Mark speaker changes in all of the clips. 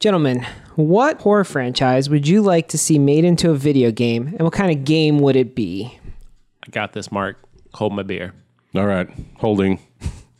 Speaker 1: Gentlemen, what horror franchise would you like to see made into a video game, and what kind of game would it be?
Speaker 2: I got this, Mark. Hold my beer.
Speaker 3: All right, holding.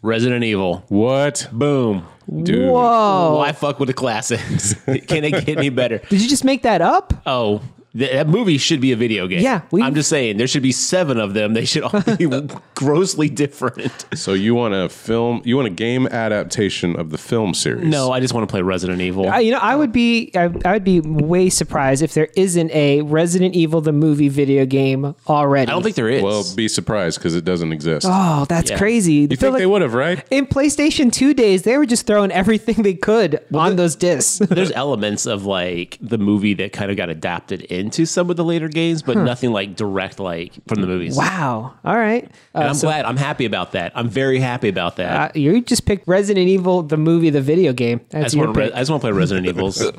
Speaker 2: Resident Evil.
Speaker 3: What,
Speaker 2: Boom.
Speaker 3: dude?
Speaker 1: Whoa.
Speaker 2: Why fuck with the classics? Can it get any better?
Speaker 1: Did you just make that up?
Speaker 2: Oh, th- that movie should be a video game.
Speaker 1: Yeah, we-
Speaker 2: I'm just saying there should be seven of them. They should all be grossly different.
Speaker 3: So you want a film? You want a game adaptation of the film series?
Speaker 2: No, I just want to play Resident Evil.
Speaker 1: I, you know, I would be I, I would be way surprised if there isn't a Resident Evil the movie video game already.
Speaker 2: I don't think there is.
Speaker 3: Well, be surprised because it doesn't exist.
Speaker 1: Oh, that's
Speaker 2: Yeah.
Speaker 1: crazy.
Speaker 3: you think they would have, right?
Speaker 1: in PlayStation 2 days, they were just throwing everything they could on those discs.
Speaker 2: There's elements of like the movie that kind of got adapted into some of the later games, but nothing like direct like from the movies.
Speaker 1: wow. All right.
Speaker 2: And
Speaker 1: Uh,
Speaker 2: I'm glad. I'm happy about that. I'm very happy about that.
Speaker 1: uh, you just picked Resident Evil, the movie, the video game.
Speaker 2: I
Speaker 1: That's
Speaker 2: just,
Speaker 1: your
Speaker 2: want to
Speaker 1: pick.
Speaker 2: re- I just want to play Resident Evils.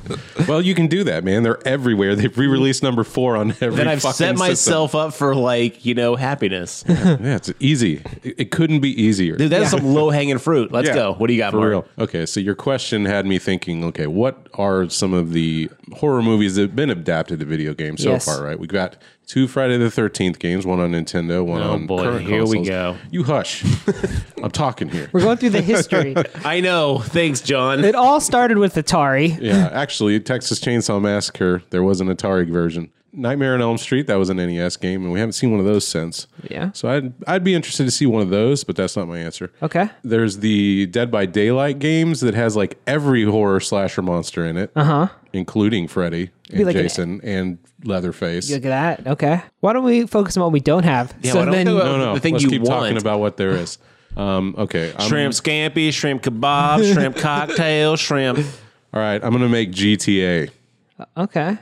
Speaker 3: well, you can do that, man. They're everywhere. They've re-released number four on every.
Speaker 2: then I've
Speaker 3: fucking
Speaker 2: set
Speaker 3: system.
Speaker 2: myself up for like you know happiness.
Speaker 3: Yeah, it's easy. It, it couldn't be easier.
Speaker 2: Dude, that's some low hanging fruit. Let's
Speaker 3: Yeah,
Speaker 2: go. What do you got,
Speaker 3: for
Speaker 2: Mark?
Speaker 3: real? Okay, so your question had me thinking. Okay, what are some of the horror movies that have been adapted to video games so
Speaker 1: Yes.
Speaker 3: far? Right, we've got two Friday the Thirteenth games, one on Nintendo, one
Speaker 2: Oh,
Speaker 3: on
Speaker 2: boy,
Speaker 3: current
Speaker 2: here we
Speaker 3: consoles.
Speaker 2: go.
Speaker 3: You hush. I'm talking here.
Speaker 1: we're going through the history.
Speaker 2: I know. Thanks, John.
Speaker 1: it all started with Atari.
Speaker 3: Yeah, actually, Texas Chainsaw Massacre. There was an Atari version. Nightmare on Elm Street. That was an NES game, and we haven't seen one of those since.
Speaker 1: Yeah.
Speaker 3: So I'd I'd be interested to see one of those, but that's not my answer.
Speaker 1: Okay.
Speaker 3: There's the Dead by Daylight games that has like every horror slasher monster in it, uh-huh. including Freddy and
Speaker 1: like an-
Speaker 3: Jason and Leatherface.
Speaker 1: Look at that. Okay. Why don't we focus on what we don't have?
Speaker 2: Yeah, why don't we go-
Speaker 3: no, no,
Speaker 2: The thing
Speaker 3: let's
Speaker 2: you
Speaker 3: keep talking
Speaker 2: want.
Speaker 3: about what there is. Um, okay, I'm-
Speaker 2: Shrimp scampi, shrimp kebab, shrimp cocktail, shrimp.
Speaker 3: All right, I'm gonna make GTA
Speaker 1: okay.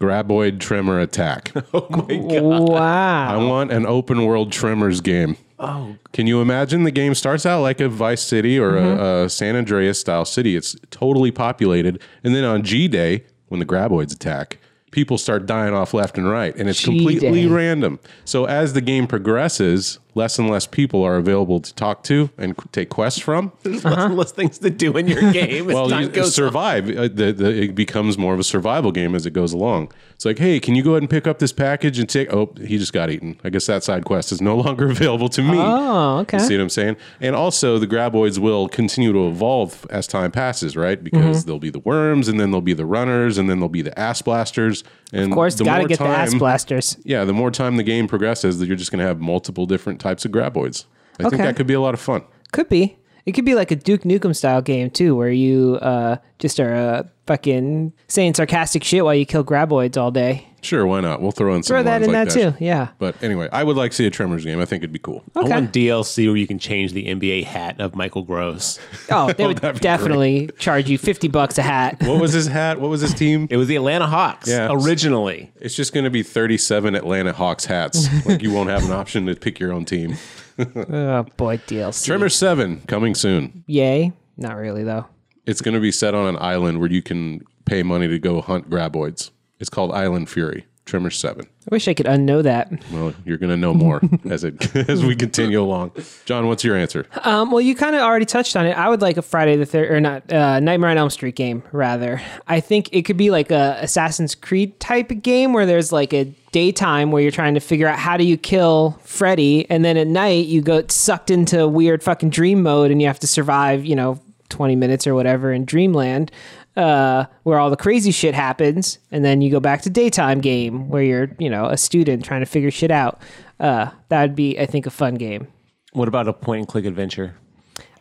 Speaker 3: Graboid Tremor Attack. I
Speaker 1: Wow.
Speaker 3: want an open world Tremors game. Oh, can you imagine? The game starts out like a Vice City or a, a San Andreas style city. It's totally populated, and then on G Day, when the Graboids attack, people start dying off left and right, and it's completely
Speaker 1: G-Day.
Speaker 3: random. So as the game progresses, less and less people are available to talk to and qu- take quests from.
Speaker 2: There's less and less things to do in your game. As
Speaker 3: Well,
Speaker 2: time
Speaker 3: you
Speaker 2: goes on.
Speaker 3: survive. Uh, The, the, it becomes more of a survival game as it goes along. It's like, hey, can you go ahead and pick up this package and take? Oh, he just got eaten. I guess that side quest is no longer available to me.
Speaker 1: Oh, okay.
Speaker 3: You see what I'm saying? And also, the graboids will continue to evolve as time passes, right? Because
Speaker 1: Mm-hmm.
Speaker 3: there'll be the worms, and then there'll be the runners, and then there'll be the ass blasters. And
Speaker 1: Of course,
Speaker 3: the
Speaker 1: gotta
Speaker 3: more
Speaker 1: get the ass
Speaker 3: time-
Speaker 1: blasters.
Speaker 3: Yeah, the more time the game progresses, that you're just going to have multiple different types of graboids. I
Speaker 1: Okay.
Speaker 3: think that could be a lot of fun.
Speaker 1: Could be. It could be like a Duke Nukem style game too, where you uh, just are uh, fucking saying sarcastic shit while you kill graboids all day.
Speaker 3: Sure, why not? We'll throw in some
Speaker 1: Throw that
Speaker 3: lines
Speaker 1: in
Speaker 3: like
Speaker 1: that too. Yeah.
Speaker 3: But anyway, I would like to see a Tremors game. I think it'd be cool.
Speaker 2: I
Speaker 1: Okay.
Speaker 2: want DLC where you can change the NBA hat of Michael Gross.
Speaker 1: Oh, they would
Speaker 3: that'd be
Speaker 1: definitely charge you fifty bucks a hat.
Speaker 3: What was his hat? What was his team?
Speaker 2: It was the Atlanta Hawks
Speaker 3: Yeah.
Speaker 2: originally.
Speaker 3: It's just going to be 37 Atlanta Hawks hats. like you won't have an option to pick your own team.
Speaker 1: Oh boy, DLC.
Speaker 3: Tremors 7 coming soon.
Speaker 1: Yay. Not really though.
Speaker 3: It's going to be set on an island where you can pay money to go hunt graboids. It's called Island Fury. Tremors 7.
Speaker 1: I wish I could unknow that.
Speaker 3: Well, you're going to know more as it as we continue along. John, what's your answer?
Speaker 1: Um, well, you kind of already touched on it. I would like a Friday the Third or not uh, Nightmare on Elm Street game rather. I think it could be like a Assassin's Creed type of game where there's like a daytime where you're trying to figure out how do you kill Freddy, and then at night you go sucked into weird fucking dream mode and you have to survive. You know. 20 minutes or whatever in dreamland uh, where all the crazy shit happens and then you go back to daytime game where you're you know a student trying to figure shit out uh, that would be i think a fun game
Speaker 2: What about a point and click adventure?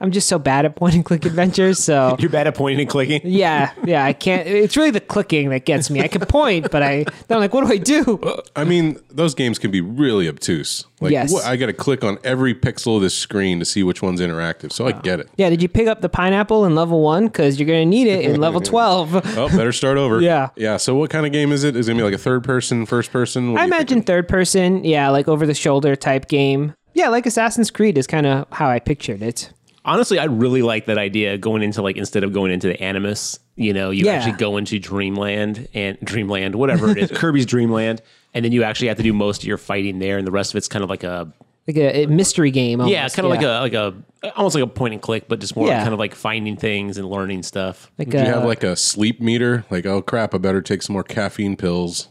Speaker 1: I'm just so bad at point and click adventures. So
Speaker 2: You're bad at pointing and clicking.
Speaker 1: yeah, yeah, I can't. It's really the clicking that gets me. I can point, but I then I'm like, what do I do?
Speaker 3: I mean, those games can be really obtuse. Like
Speaker 1: Yes.
Speaker 3: what, I got to click on every pixel of this screen to see which one's interactive. So I get it.
Speaker 1: Yeah, did you pick up the pineapple in level one? Because you're gonna need it in level twelve.
Speaker 3: Oh, better start over.
Speaker 1: Yeah.
Speaker 3: Yeah. So what kind of game is it? Is it gonna be like a third person, first person? What
Speaker 1: I
Speaker 3: do you
Speaker 1: imagine third person. Yeah, like over the shoulder type game. Yeah, like Assassin's Creed is kind of how I pictured it.
Speaker 2: Honestly, I really like that idea going into like instead of going into the Animus, you know, you
Speaker 1: Yeah.
Speaker 2: actually go into Dreamland and Dreamland, whatever it is, Kirby's Dreamland, and then you actually have to do most of your fighting there, and the rest of it's kind of like a
Speaker 1: like a, a mystery game. Almost.
Speaker 2: Yeah, it's kind of like a like a almost like a point and click, but just more
Speaker 1: Yeah.
Speaker 2: kind of like finding things and learning stuff.
Speaker 1: like
Speaker 3: Do you have like a sleep meter? Like, oh crap, I better take some more caffeine pills.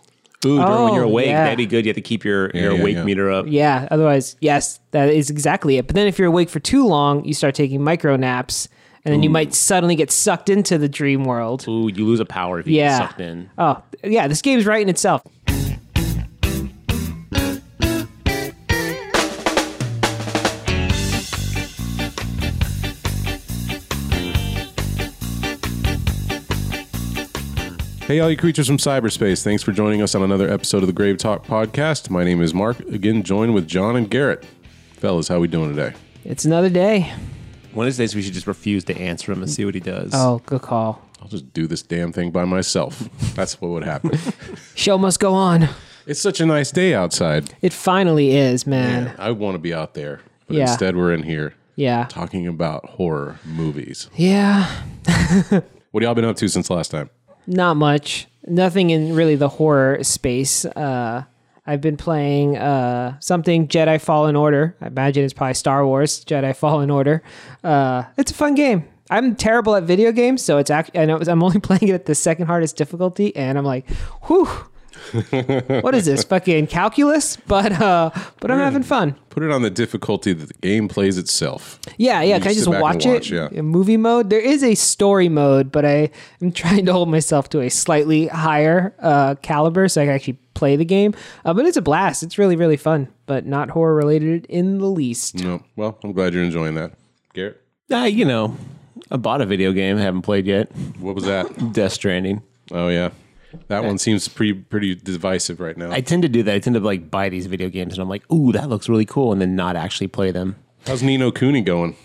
Speaker 2: Ooh, during when
Speaker 1: Oh,
Speaker 2: you're awake,
Speaker 1: yeah.
Speaker 2: that'd be good. You have to keep your, your
Speaker 3: yeah,
Speaker 2: awake
Speaker 3: yeah.
Speaker 2: meter up.
Speaker 1: Yeah. Otherwise, yes, that is exactly it. But then if you're awake for too long, you start taking micro naps, and then you might suddenly get sucked into the dream world.
Speaker 2: Ooh, you lose a power if you
Speaker 1: yeah.
Speaker 2: get sucked in.
Speaker 1: Oh, yeah. This game's right in itself.
Speaker 3: Hey, all you creatures from cyberspace, thanks for joining us on another episode of the Grave Talk podcast. My name is Mark, again joined with John and Garrett. Fellas, how we doing today?
Speaker 1: It's another day.
Speaker 2: One of these days, we should just refuse to answer him and see what he does.
Speaker 1: Oh, good call.
Speaker 3: I'll just do this damn thing by myself. That's what would happen.
Speaker 1: Show must go on.
Speaker 3: it's such a nice day outside.
Speaker 1: It finally is, man.
Speaker 3: I want to be out there, but
Speaker 1: Yeah.
Speaker 3: instead we're in here
Speaker 1: Yeah.
Speaker 3: talking about horror movies.
Speaker 1: Yeah.
Speaker 3: What y'all been up to since last time?
Speaker 1: Not much. Nothing in really the horror space. Uh, I've been playing uh, something Jedi Fallen Order. I imagine it's probably Star Wars Jedi Fallen Order. Uh, it's a fun game. I'm terrible at video games, so it's act- and I was, I'm only playing it at the second hardest difficulty, and I'm like, whew. what is this fucking calculus? But uh, but I'm having fun.
Speaker 3: Put it on the difficulty that the game plays itself.
Speaker 1: Yeah, yeah.
Speaker 3: You
Speaker 1: Can I
Speaker 3: sit
Speaker 1: just
Speaker 3: back and
Speaker 1: watch,
Speaker 3: watch,
Speaker 1: it
Speaker 3: yeah.
Speaker 1: in movie mode? There is a story mode, but I am trying to hold myself to a slightly higher uh, caliber so I can actually play the game. Uh, but it's a blast. It's really, really fun, but not horror related in the least.
Speaker 3: No. Well, I'm glad you're enjoying that. Garrett,
Speaker 2: Ah, you know, I bought a video game, I haven't played yet.
Speaker 3: what was that?
Speaker 2: Death Stranding.
Speaker 3: oh yeah. That one seems pretty pretty divisive right now.
Speaker 2: I tend to do that. I tend to like buy these video games, and I'm like, ooh, that looks really cool, and then not actually play them.
Speaker 3: How's Nino Cooney going?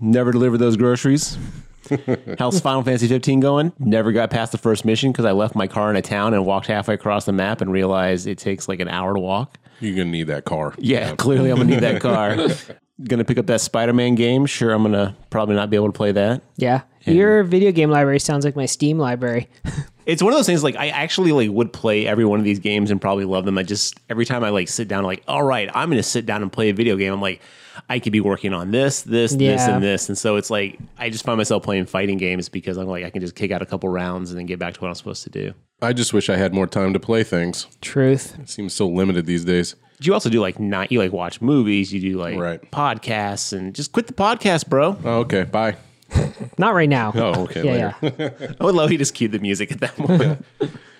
Speaker 2: Never delivered those groceries. How's Final Fantasy 15 going? Never got past the first mission because I left my car in a town and walked halfway across the map and realized it takes like an hour to walk.
Speaker 3: You're gonna need that car.
Speaker 2: Yeah, clearly I'm gonna need that car. gonna pick up that Spider-Man game. Sure, I'm gonna probably not be able to play that.
Speaker 1: Yeah. Your video game library sounds like my Steam library.
Speaker 2: It's one of those things like I actually like would play every one of these games and probably love them. I just every time I like sit down, like, all right, I'm gonna sit down and play a video game. I'm like, I could be working on this, this, this,
Speaker 1: Yeah.
Speaker 2: and this. And so it's like I just find myself playing fighting games because I'm like, I can just kick out a couple rounds and then get back to what I'm supposed to do.
Speaker 3: I just wish I had more time to play things.
Speaker 1: Truth.
Speaker 3: It seems so limited these days.
Speaker 2: You also do like not you like watch movies, you do like
Speaker 3: Right.
Speaker 2: podcasts and just quit the podcast, bro.
Speaker 3: Oh, okay. Bye.
Speaker 1: Not right now.
Speaker 3: Oh, okay. later.
Speaker 1: yeah, yeah.
Speaker 2: I would love you just cued the music at that moment.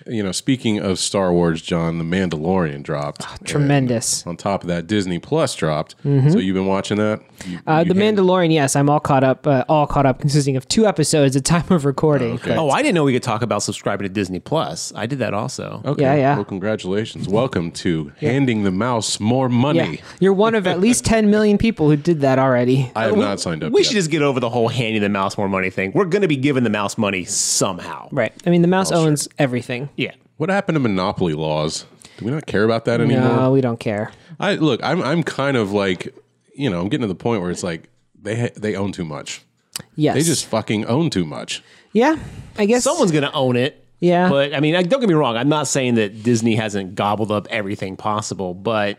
Speaker 3: you know, speaking of Star Wars, John, The Mandalorian dropped.
Speaker 1: Oh, Tremendous.
Speaker 3: And on top of that, Disney Plus dropped. So you've been watching that? You-
Speaker 1: Mm-hmm. Uh,
Speaker 3: you
Speaker 1: the
Speaker 3: hate-
Speaker 1: Mandalorian, yes, I'm all caught up, uh, all caught up, consisting of two episodes at time of recording.
Speaker 3: Okay.
Speaker 2: Oh, I didn't know we could talk about subscribing to Disney Plus. I did that also.
Speaker 3: okay.
Speaker 1: Yeah, yeah.
Speaker 3: Well, congratulations. Welcome to handing the mouse more
Speaker 1: Yeah,
Speaker 3: money.
Speaker 1: you're one of at least 10 million people who did that already.
Speaker 3: I have
Speaker 2: We-
Speaker 3: not signed up.
Speaker 2: We
Speaker 3: yet.
Speaker 2: should just get over the whole handing the mouse more money thing. We're going to be giving the mouse money somehow.
Speaker 1: Right. I mean, the mouse owns everything.
Speaker 2: Yeah.
Speaker 3: What happened to monopoly laws? Do we not care about that anymore?
Speaker 1: No, we don't care.
Speaker 3: I look. I'm. I'm kind of like, you know, I'm getting to the point where it's like they ha- they own too much.
Speaker 1: Yes.
Speaker 3: They just fucking own too much.
Speaker 1: Yeah. I guess
Speaker 2: Someone's going to own it.
Speaker 1: Yeah.
Speaker 2: But I mean, I- don't get me wrong. I'm not saying that Disney hasn't gobbled up everything possible, but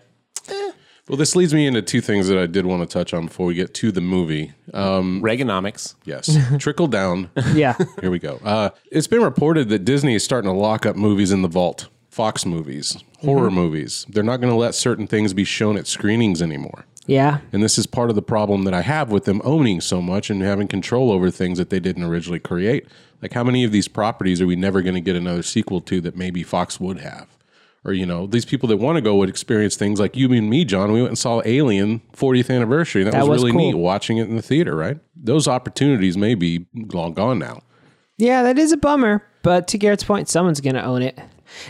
Speaker 3: Well, this leads me into two things that I did want to touch on before we get to the movie.
Speaker 2: Reaganomics.
Speaker 3: Yes, trickle down.
Speaker 1: Yeah.
Speaker 3: Here we go. Uh, it's been reported that Disney is starting to lock up movies in the vault. Fox movies, horror
Speaker 1: Mm-hmm.
Speaker 3: movies. They're not going to let certain things be shown at screenings anymore.
Speaker 1: Yeah.
Speaker 3: And this is part of the problem that I have with them owning so much and having control over things that they didn't originally create. Like, how many of these properties are we never going to get another sequel to that maybe Fox would have? Or, you know, these people that want to go would experience things like you and me, John. We went and saw Alien 40th anniversary. That,
Speaker 1: That was
Speaker 3: was, really
Speaker 1: cool.
Speaker 3: neat watching it in the theater, right? Those opportunities may be long gone now.
Speaker 1: Yeah, that is a bummer. But to Garrett's point, someone's going to own it.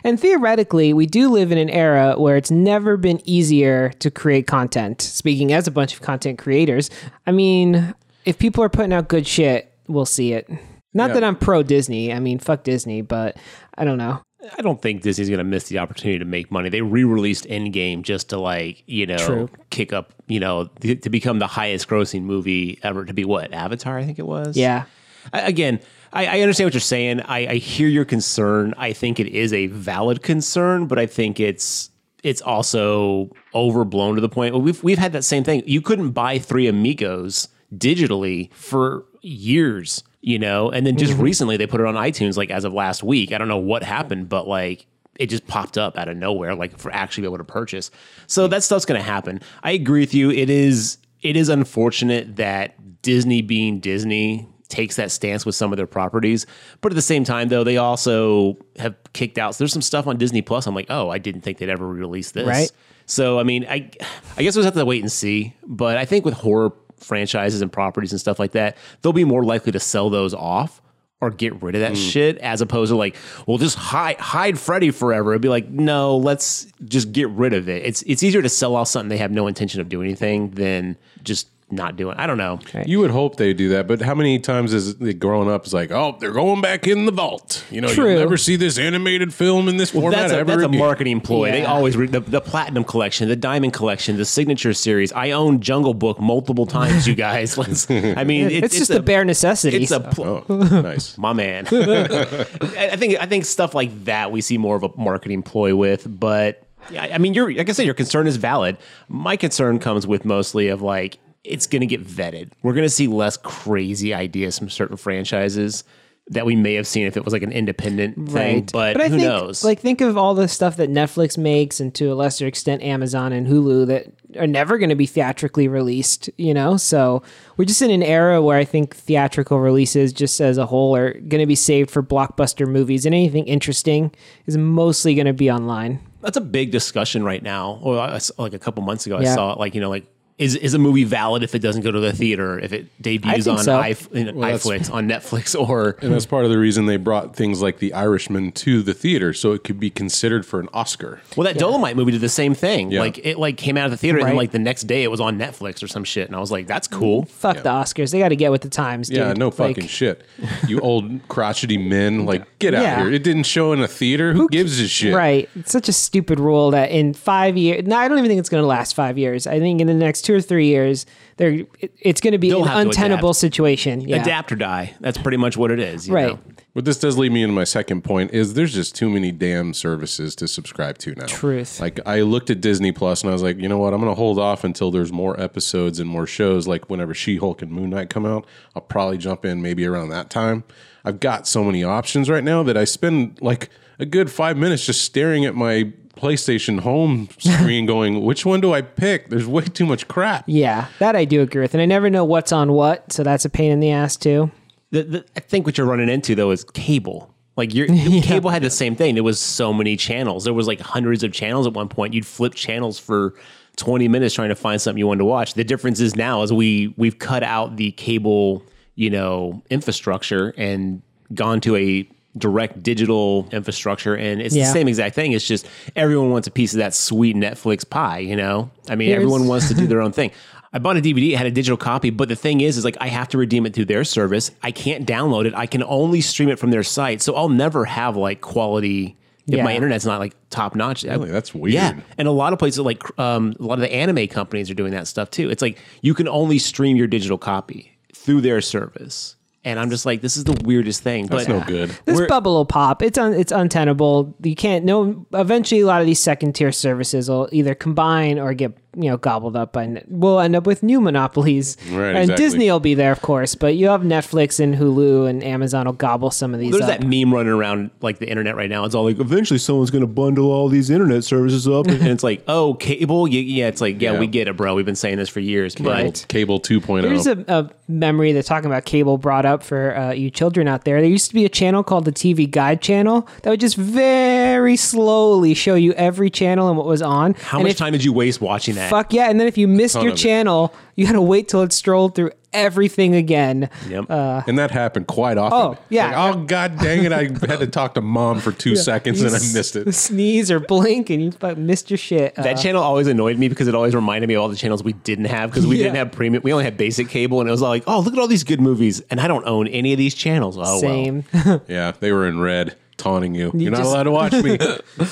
Speaker 1: And theoretically, we do live in an era where it's never been easier to create content. Speaking as a bunch of content creators, I mean, if people are putting out good shit, we'll see it. Not that I'm pro Disney. I mean, fuck Disney, but I don't know.
Speaker 2: I don't think Disney's going to miss the opportunity to make money. They re-released Endgame just to like, you know,
Speaker 1: True.
Speaker 2: kick up, you know, th- to become the highest grossing movie ever to be what? Avatar, I think it was.
Speaker 1: Yeah.
Speaker 2: I, again, I, I understand what you're saying. I, I hear your concern. I think it is a valid concern, but I think it's it's also overblown to the point. We've we've had that same thing. You couldn't buy three amigos digitally for years, you know, and then just recently they put it on iTunes like as of last week. I don't know what happened, but like it just popped up out of nowhere, like for actually be able to purchase. So that stuff's gonna happen. I agree with you. It is it is unfortunate that Disney being Disney takes that stance with some of their properties. But at the same time, though, they also have kicked out. So there's some stuff on Disney Plus. I'm like, oh, I didn't think they'd ever release this.
Speaker 1: Right.
Speaker 2: So I mean, I I guess we'll have to wait and see. But I think with horror franchises and properties and stuff like that, they'll be more likely to sell those off or get rid of
Speaker 1: Hmm.
Speaker 2: that shit as opposed to like, well, just hide hide Freddy forever. It'd be like, no, let's just get rid of it. It's it's easier to sell off something they have no intention of doing anything than just not doing. I don't know.
Speaker 3: You would hope they do that, but how many times is it growing up? It's like, oh, they're going back in the vault. You know,
Speaker 1: True.
Speaker 3: you'll never see this animated film in this format
Speaker 2: That's a,
Speaker 3: ever
Speaker 2: that's a
Speaker 3: again.
Speaker 2: marketing ploy. They
Speaker 1: Yeah.
Speaker 2: always re- the, the platinum collection, the diamond collection, the signature series. I own Jungle Book multiple times, you guys. Let's, I mean, it-
Speaker 1: It's, just a, bare necessity.
Speaker 2: It's a pl-
Speaker 3: Oh, nice.
Speaker 2: my man. I I think I think stuff like that we see more of a marketing ploy with, but yeah, I mean, you're like I said, your concern is valid. My concern comes with mostly of like it's going to get vetted. We're going to see less crazy ideas from certain franchises that we may have seen if it was like an independent thing. But,
Speaker 1: I
Speaker 2: who
Speaker 1: think,
Speaker 2: knows?
Speaker 1: Like, think of all the stuff that Netflix makes, and to a lesser extent, Amazon and Hulu that are never going to be theatrically released. You know, so we're just in an era where I think theatrical releases, just as a whole, are going to be saved for blockbuster movies, and anything interesting is mostly going to be online.
Speaker 2: that's a big discussion right now. Or I s- like a couple months ago, I
Speaker 1: Yeah.
Speaker 2: saw it. Like you know, like is is a movie valid if it doesn't go to the theater? If it debuts
Speaker 1: think
Speaker 2: on
Speaker 1: so.
Speaker 2: i you know,
Speaker 3: that's-
Speaker 2: iFlix on Netflix or
Speaker 3: And that's part of the reason they brought things like The Irishman to the theater, so it could be considered for an Oscar.
Speaker 2: well, that Dolomite movie did the same thing.
Speaker 3: Yeah.
Speaker 2: Like it like came out of the theater and then,
Speaker 1: Right.
Speaker 2: like the next day it was on Netflix or some shit, and I was like, that's cool.
Speaker 1: Fuck the Oscars; they got to get with the times. Dude.
Speaker 3: Yeah, no
Speaker 1: Like,
Speaker 3: fucking shit. You old crotchety men, like get out
Speaker 1: Yeah.
Speaker 3: here. It didn't show in a theater. Who, gives a shit?
Speaker 1: Right. It's such a stupid rule that in five years, no, I don't even think it's going to last five years. I think in the next two or three years, they're, it, it's going to be
Speaker 2: They'll
Speaker 1: an
Speaker 2: have to
Speaker 1: untenable
Speaker 2: adapt.
Speaker 1: situation. Yeah.
Speaker 2: Adapt or die. That's pretty much what it is. you
Speaker 1: Right.
Speaker 2: know?
Speaker 3: But this does lead me into my second point is there's just too many damn services to subscribe to now.
Speaker 1: Truth.
Speaker 3: Like I looked at Disney Plus and I was like, you know what? I'm gonna hold off until there's more episodes and more shows. Like whenever She Hulk and Moon Knight come out, I'll probably jump in maybe around that time. I've got so many options right now that I spend like a good five minutes just staring at my PlayStation home screen going, which one do I pick? There's way too much crap.
Speaker 1: Yeah, that I do agree with. And I never know what's on what, so that's a pain in the ass too.
Speaker 2: The, the, I think what you're running into though is cable. Like your cable had the same thing. There was so many channels. There was like hundreds of channels at one point. You'd flip channels for 20 minutes trying to find something you wanted to watch. The difference is now is we we've cut out the cable, you know, infrastructure and gone to a direct digital infrastructure and it's the
Speaker 1: Yeah.
Speaker 2: same exact thing. It's just everyone wants a piece of that sweet Netflix pie, you know? I mean,
Speaker 1: Here's-
Speaker 2: everyone wants to do their own thing. I bought a DVD, it had a digital copy, but the thing is, is like I have to redeem it through their service. I can't download it. I can only stream it from their site. So I'll never have like quality if my
Speaker 1: Yeah.
Speaker 2: internet's not like top notch.
Speaker 3: Really? That's weird.
Speaker 2: Yeah. And a lot of places like um, a lot of the anime companies are doing that stuff too. It's like you can only stream your digital copy through their service. And I'm just like, this is the weirdest thing.
Speaker 3: That's
Speaker 2: but
Speaker 3: no good.
Speaker 1: This bubble will pop. It's un, it's untenable. You can't. No. Eventually, a lot of these second tier services will either combine or get you know gobbled up, and we'll end up with new monopolies.
Speaker 3: Right,
Speaker 1: and
Speaker 3: exactly.
Speaker 1: Disney will be there, of course, but you have Netflix and Hulu and Amazon will gobble some of these.
Speaker 2: There's
Speaker 1: up.
Speaker 2: that meme running around like the internet right now. It's all like eventually someone's going to bundle all these internet services up, and it's like, oh, cable. Yeah, yeah it's like, yeah,
Speaker 3: Yeah.
Speaker 2: we get it, bro. We've been saying this for years, but
Speaker 3: Cable oh. 2.0.
Speaker 1: Here's a, a memory that talking about cable brought up for uh, you children out there. There used to be a channel called the TV Guide Channel that would just very slowly show you every channel and what was on.
Speaker 2: how
Speaker 1: and
Speaker 2: much
Speaker 1: if,
Speaker 2: time did you waste watching that?
Speaker 1: Fuck yeah! And then if you missed your
Speaker 3: of it.
Speaker 1: channel, you had to wait till it strolled through everything again.
Speaker 2: Yep.
Speaker 3: And that happened quite often.
Speaker 1: Oh, yeah.
Speaker 3: Like, oh, god dang it. I had to talk to mom for two seconds
Speaker 1: You
Speaker 3: and I
Speaker 1: s-
Speaker 3: missed it.
Speaker 1: Sneeze or blink, and you fuck- missed your shit. Uh,
Speaker 2: that channel always annoyed me because it always reminded me of all the channels we didn't have because we
Speaker 1: Yeah.
Speaker 2: didn't have premium. We only had basic cable, and it was all like, oh, look at all these good movies, and I don't own any of these channels. Oh, well.
Speaker 1: same.
Speaker 3: Yeah, they were in red, taunting you. You're not
Speaker 1: just-
Speaker 3: allowed to watch me.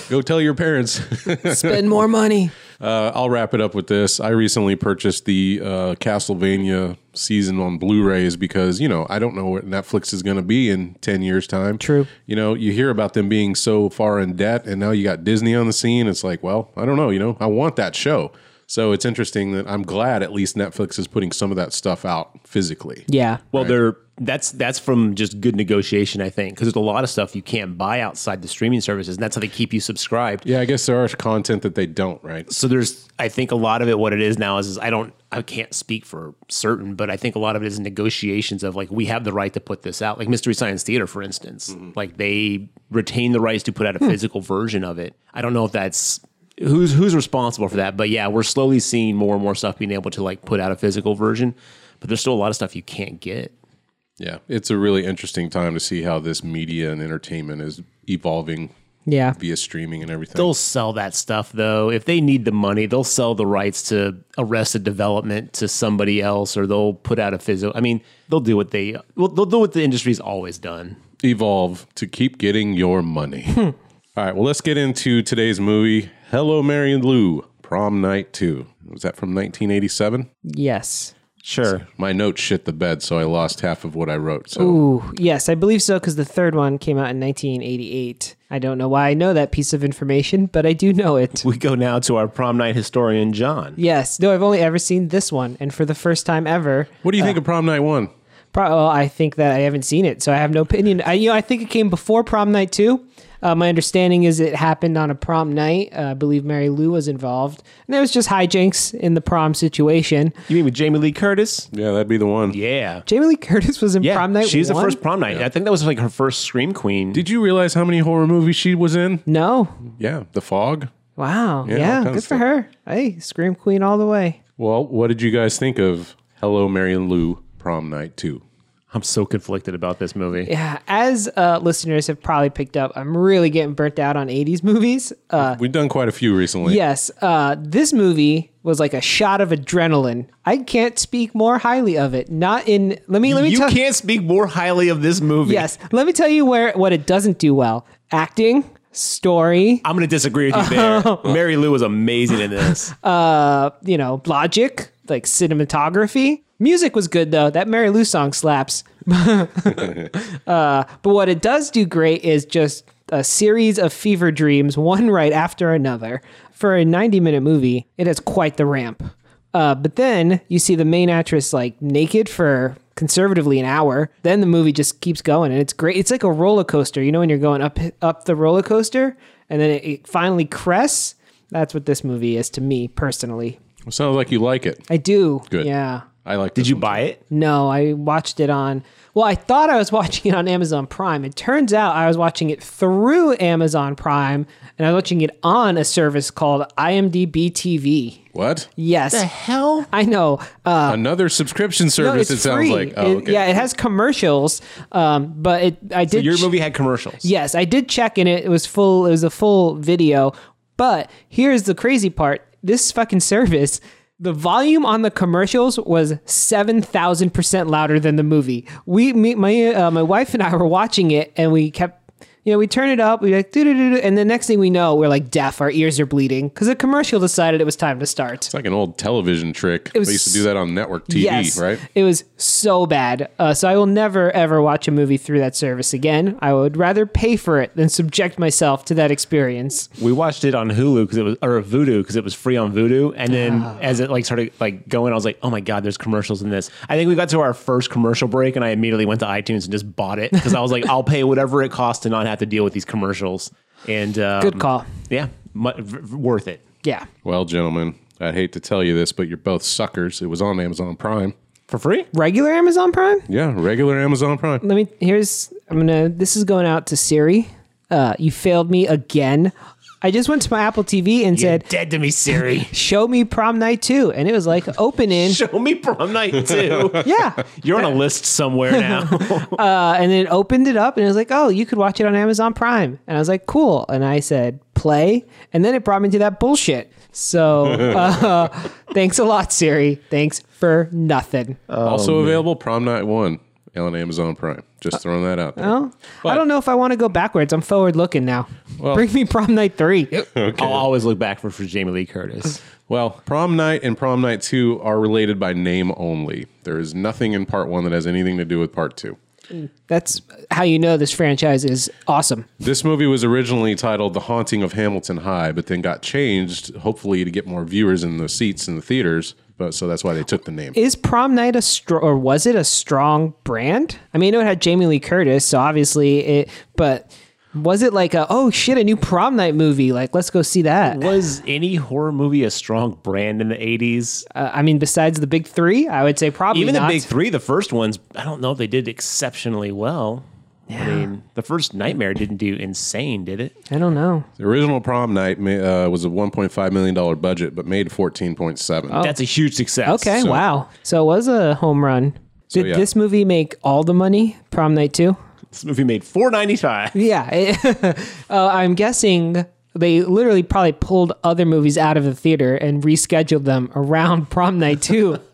Speaker 3: Go tell your parents.
Speaker 1: Spend more money.
Speaker 3: Uh, I'll wrap it up with this. I recently purchased the uh, Castlevania season on Blu-ray is because you know I don't know what Netflix is going to be in ten years time.
Speaker 1: True.
Speaker 3: You know, you hear about them being so far in debt, and now you got Disney on the scene. It's like, well, I don't know. You know, I want that show. So it's interesting that I'm glad at least Netflix is putting some of that stuff out physically.
Speaker 1: Yeah.
Speaker 2: Well, they're that's that's from just good negotiation, I think, because there's a lot of stuff you can't buy outside the streaming services, and that's how they keep you subscribed.
Speaker 3: Yeah, I guess there are content that they don't, right?
Speaker 2: So there's, I think, a lot of it. What it is now is, is I don't, I can't speak for certain, but I think a lot of it is negotiations of like we have the right to put this out, like Mystery Science Theater, for instance. Like they retain the rights to put out a physical version of it. I don't know if that's who's who's responsible for that, but yeah, we're slowly seeing more and more stuff being able to like put out a physical version, but there's still a lot of stuff you can't get.
Speaker 3: Yeah, it's a really interesting time to see how this media and entertainment is evolving
Speaker 1: Yeah.
Speaker 3: via streaming and everything.
Speaker 2: They'll sell that stuff though. If they need the money, they'll sell the rights to Arrested Development to somebody else, or they'll put out a physical. I mean, they'll do what they well, they'll do what the industry's always done.
Speaker 3: evolve to keep getting your money.
Speaker 1: Hmm.
Speaker 3: All right, well, let's get into today's movie, Hello, Mary Lou, Prom Night 2. Was that from 1987?
Speaker 1: Yes.
Speaker 2: Sure.
Speaker 3: My notes shit the bed, so I lost half of what I wrote. So
Speaker 1: Ooh, yes, I believe so because the third one came out in 1988. I don't know why I know that piece of information, but I do know it.
Speaker 2: We go now to our prom night historian, John.
Speaker 1: Yes, no, I've only ever seen this one, and for the first time ever,
Speaker 3: what do you think of Prom Night 1?
Speaker 1: Pro- well, I think that I haven't seen it, so I have no opinion. I, you know, I think it came before prom night too. Uh, my understanding is it happened on a prom night. Uh, I believe Mary Lou was involved, and there was just hijinks in the prom situation.
Speaker 2: You mean with Jamie Lee Curtis?
Speaker 3: Yeah, that'd be the one.
Speaker 2: Yeah.
Speaker 1: Jamie Lee Curtis was in
Speaker 2: Yeah.
Speaker 1: prom night.
Speaker 2: She's the
Speaker 1: one?
Speaker 2: first prom night. I think that was like her first Scream Queen.
Speaker 3: Did you realize how many horror movies she was in?
Speaker 1: No,
Speaker 3: Yeah, The Fog.
Speaker 1: wow,
Speaker 3: all
Speaker 1: yeah,
Speaker 3: kinds of
Speaker 1: good for
Speaker 3: stuff.
Speaker 1: her. Hey, scream queen all the way.
Speaker 3: Well, what did you guys think of Hello, Mary Lou, Prom Night 2?
Speaker 2: I'm so conflicted about this movie.
Speaker 1: Yeah, as uh, listeners have probably picked up, I'm really getting burnt out on 80s movies. Uh,
Speaker 3: We've done quite a few recently.
Speaker 1: yes, uh, this movie was like a shot of adrenaline. I can't speak more highly of it. Not in. Let me let me
Speaker 2: you
Speaker 1: tell.
Speaker 2: can't speak more highly of this movie.
Speaker 1: Yes, let me tell you where what it doesn't do well: acting, story,
Speaker 2: I'm going to disagree with you there. Mary Lou was amazing in this.
Speaker 1: you know, logic, like cinematography. Music was good though. That Mary Lou song slaps. uh, but what it does do great is just a series of fever dreams, one right after another. For a 90 minute movie, it has quite the ramp. Uh, but then you see the main actress like naked for conservatively an hour. Then the movie just keeps going and it's great. It's like a roller coaster. You know, when you're going up up the roller coaster and then it, it finally crests. That's what this movie is to me personally.
Speaker 3: Sounds like you like it.
Speaker 1: I do.
Speaker 3: Good.
Speaker 1: Yeah.
Speaker 3: I like
Speaker 2: Did you buy it?
Speaker 1: No, I watched it on. Well, I thought I was watching it on Amazon Prime. It turns out I was watching it through Amazon Prime, and I was watching it on a service called IMDb TV.
Speaker 3: What?
Speaker 1: Yes,
Speaker 2: hell?
Speaker 1: I know. Uh,
Speaker 3: Another subscription
Speaker 1: no,
Speaker 3: service,
Speaker 1: it's
Speaker 3: it sounds
Speaker 1: free.
Speaker 3: like. Oh,
Speaker 1: It-
Speaker 3: okay.
Speaker 1: yeah, it has commercials, um, but it. I did.
Speaker 2: Your
Speaker 1: ch-
Speaker 2: movie had commercials.
Speaker 1: Yes, I did check in it. It was full. It was a full video. But here's the crazy part: this fucking service, the volume on the commercials was seven thousand percent louder than the movie. We, me, my, uh, my wife and I were watching it, and we kept. You know, we turn it up, we like, doo doo doo, doo, and the next thing we know, we're like deaf, our ears are bleeding because the commercial decided it was time to start.
Speaker 3: It's like an old television trick.
Speaker 1: was-
Speaker 3: they used to do that on network TV,
Speaker 1: yes,
Speaker 3: right?
Speaker 1: It was so bad. Uh, so I will never ever watch a movie through that service again. I would rather pay for it than subject myself to that experience.
Speaker 2: We watched it on Hulu because it was or Voodoo because it was free on Voodoo. And then as it like started like going, I was like, oh my god, there's commercials in this. I think we got to our first commercial break, and I immediately went to iTunes and just bought it because I was like, I'll pay whatever it costs to not have to deal with these commercials. And um,
Speaker 1: Good call.
Speaker 2: Yeah, mu- v- v- worth it.
Speaker 1: Yeah.
Speaker 3: Well, gentlemen, I hate to tell you this, but you're both suckers. It was on Amazon Prime.
Speaker 2: For free?
Speaker 1: Regular Amazon Prime?
Speaker 3: Yeah, regular Amazon Prime.
Speaker 1: Let me here's I'm gonna this is going out to Siri. Uh you failed me again. I just went to my Apple TV and
Speaker 2: You're
Speaker 1: said,
Speaker 2: dead to me, Siri.
Speaker 1: Show me prom night two. And it was like open in.
Speaker 2: Show me prom night too.
Speaker 1: yeah.
Speaker 2: You're on a list somewhere now.
Speaker 1: Uh, and then it opened it up and it was like, Oh, you could watch it on Amazon Prime. And I was like, Cool. And I said, Play. And then it brought me to that bullshit. So uh, thanks a lot, Siri. Thanks for nothing.
Speaker 3: Uh, also available, Prom Night 1. on Amazon Prime. Just throwing that out there.
Speaker 1: Uh, Oh, I don't know if I want to go backwards. I'm forward looking now. Bring me prom night three.
Speaker 2: I'll always look back for, for Jamie Lee Curtis.
Speaker 3: Well, prom night and prom night two are related by name only. There is nothing in part one that has anything to do with part two.
Speaker 1: That's how you know this franchise is awesome.
Speaker 3: This movie was originally titled The Haunting of Hamilton High, but then got changed, hopefully, to get more viewers in the seats in the theaters. But so that's why they took the name.
Speaker 1: Is prom night a str- or was it a strong brand? I mean, I know it had Jamie Lee Curtis, so obviously it. But was it like a oh shit, a new prom night movie? Like let's go see that.
Speaker 2: Was any horror movie a strong brand in the 80s?
Speaker 1: Uh, I mean, besides the big three, I would say probably
Speaker 2: Even
Speaker 1: not.
Speaker 2: the big three, the first ones, I don't know if they did exceptionally well. I mean, the first Nightmare didn't do insane, did it?
Speaker 1: I don't know.
Speaker 3: The original prom night ma- uh, was a $1.5 million budget, but made 14.7.
Speaker 2: That's a huge success.
Speaker 1: Oh. Okay,
Speaker 3: So-
Speaker 1: wow. So it was a home run. Did
Speaker 3: yeah.
Speaker 1: this movie make all the money? Prom night two.
Speaker 2: This movie made 495.
Speaker 1: Yeah, it- uh, I'm guessing they literally probably pulled other movies out of the theater and rescheduled them around prom night two.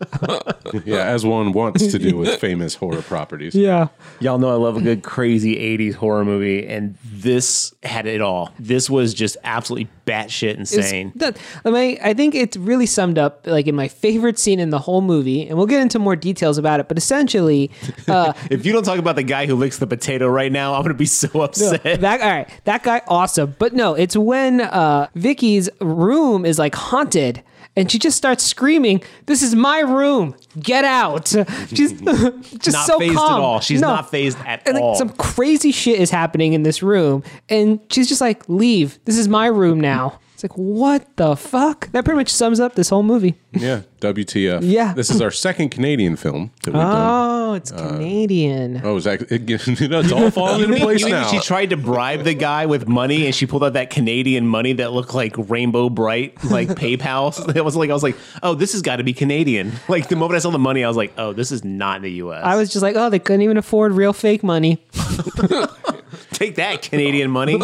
Speaker 3: Yeah, as one wants to do with famous horror properties.
Speaker 1: yeah.
Speaker 2: Y'all know I love a good crazy 80s horror movie, and this had it all. This was just absolutely batshit
Speaker 1: It's-
Speaker 2: insane.
Speaker 1: That, I, mean, I think it's really summed up like in my favorite scene in the whole movie, and we'll get into more details about it. But essentially, uh,
Speaker 2: If you don't talk about the guy who licks the potato right now, I'm going to be so upset.
Speaker 1: that all right, that guy awesome. But no, it's when uh, Vicky's room is like haunted. And she just starts screaming, "This is my room! Get out!" She's just
Speaker 2: not
Speaker 1: so
Speaker 2: phased
Speaker 1: calm.
Speaker 2: at all. She's
Speaker 1: No.
Speaker 2: not phased at
Speaker 1: and like,
Speaker 2: all.
Speaker 1: some crazy shit is happening in this room and she's just like leave this is my room now it's like what the fuck that pretty much sums up this whole movie
Speaker 3: Yeah, WTF.
Speaker 1: Yeah.
Speaker 3: This is our second Canadian film that we've done.
Speaker 1: oh it's canadian
Speaker 3: Oh, is that, it, it's all falling into place
Speaker 2: You think
Speaker 3: now.
Speaker 2: She tried to bribe the guy with money, and she pulled out that Canadian money that looked like rainbow bright, like PayPal. So It was like I was like, oh, this has got to be Canadian. Like the moment I saw the money, I was like, oh, this is not in the U.S.
Speaker 1: i was just like oh they couldn't even afford real fake money
Speaker 2: take that Canadian money.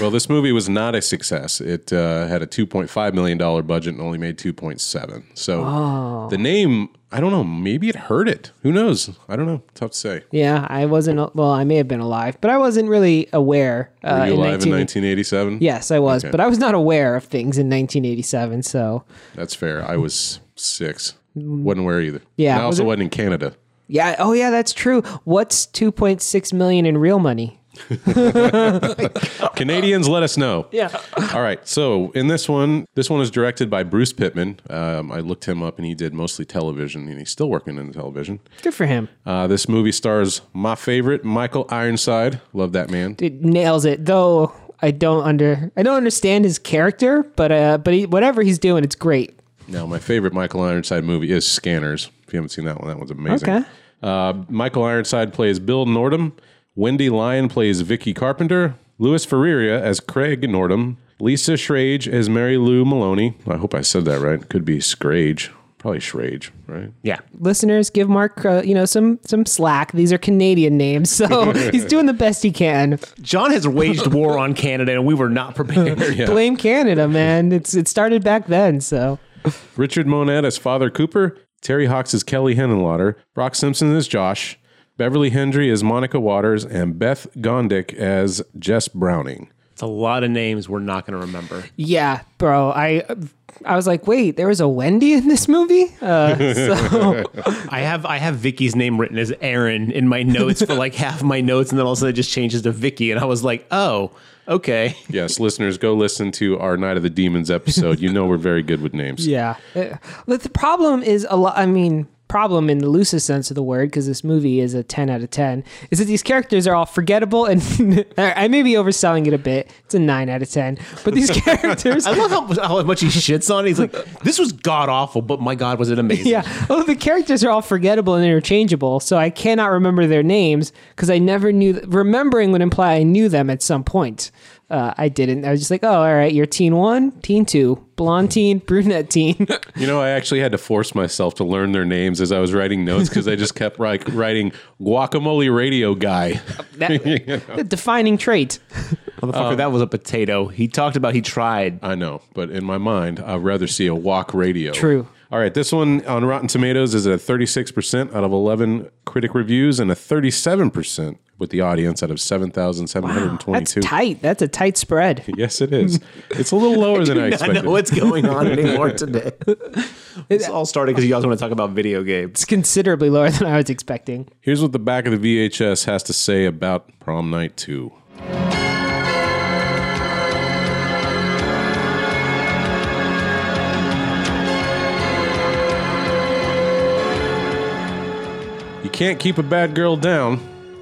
Speaker 3: Well, this movie was not a success. It uh, had a two point five million dollar budget and only made two point seven. So the name, I don't know. Maybe it hurt it. Who knows? I don't know. Tough to say.
Speaker 1: yeah i wasn't well i may have been alive but i wasn't really aware uh,
Speaker 3: Were you
Speaker 1: in
Speaker 3: alive
Speaker 1: 19
Speaker 3: in nineteen eighty seven?
Speaker 1: yes i was
Speaker 3: Okay.
Speaker 1: but i was not aware of things in 1987 so
Speaker 3: that's fair. I was six. wasn't aware either.
Speaker 1: Mm. Yeah,
Speaker 3: and I
Speaker 1: was
Speaker 3: also
Speaker 1: it-
Speaker 3: wasn't in Canada.
Speaker 1: yeah oh yeah that's true what's 2.6 million in real money
Speaker 3: Canadians, let us know.
Speaker 1: Yeah.
Speaker 3: All right. So in this one, this one is directed by Bruce Pittman. Um, I looked him up, and he did mostly television, and he's still working in television.
Speaker 1: good for him
Speaker 3: Uh, this movie stars my favorite Michael Ironside. Love that man.
Speaker 1: it nails it though i don't under i don't understand his character but uh but he, whatever he's doing it's great
Speaker 3: Now, my favorite Michael Ironside movie is Scanners. If you haven't seen that one, that one's amazing.
Speaker 1: Okay.
Speaker 3: Uh, Michael Ironside plays Bill Nordum. Wendy Lyon plays Vicky Carpenter. Louis Ferreira as Craig Nordum. Lisa Schrage as Mary Lou Maloney. I hope I said that right. Could be Scrage. Probably Schrage, right?
Speaker 2: Yeah,
Speaker 1: listeners give mark uh, you know some some slack these are canadian names so he's doing the best he can
Speaker 2: John has waged war on Canada, and we were not prepared.
Speaker 1: blame canada man it's it started back then so
Speaker 3: Richard Monette as Father Cooper. Terry Hawks as Kelly Henenlotter. Brock Simpson as Josh. Beverly Hendry as Monica Waters. And Beth Gondick as Jess Browning.
Speaker 2: It's a lot of names we're not going to remember.
Speaker 1: yeah bro i i was like wait there was a wendy in this movie uh so
Speaker 2: I have I have Vicky's name written as Aaron in my notes for like half my notes, and then all of a sudden it just changes to Vicky, and I was like, oh, okay.
Speaker 3: Yes, listeners, go listen to our Night of the Demons episode. You know we're very good with names.
Speaker 1: yeah Uh, but the problem is a lot i mean problem in the loosest sense of the word because this movie is a 10 out of 10 is that these characters are all forgettable and i may be overselling it a bit it's a 9 out of 10 but these characters
Speaker 2: I love how, how much he shits on. it. He's like, this was god awful, but my god, was it amazing?
Speaker 1: Yeah. Oh, the characters are all forgettable and interchangeable, so I cannot remember their names because I never knew. Remembering would imply I knew them at some point. Uh, I didn't. I was just like, oh, all right, you're teen one, teen two, blonde teen, brunette teen.
Speaker 3: You know, I actually had to force myself to learn their names as I was writing notes because I just kept like writing guacamole radio guy.
Speaker 1: That, the defining trait.
Speaker 2: Motherfucker, that was a potato. He talked about he tried.
Speaker 3: I know, but in my mind, I'd rather see a walk radio.
Speaker 1: True.
Speaker 3: All right, this one on Rotten Tomatoes is at 36% out of 11 critic reviews and a 37% with the audience out of
Speaker 1: That's
Speaker 3: 7,722.
Speaker 1: tight. That's a tight spread.
Speaker 3: yes, it is. It's a little lower than I expected.
Speaker 2: what's going on anymore today. this all started because you guys want to talk about video games.
Speaker 1: It's considerably lower than I was expecting.
Speaker 3: Here's what the back of the VHS has to say about Prom Night 2. You can't keep a bad girl down.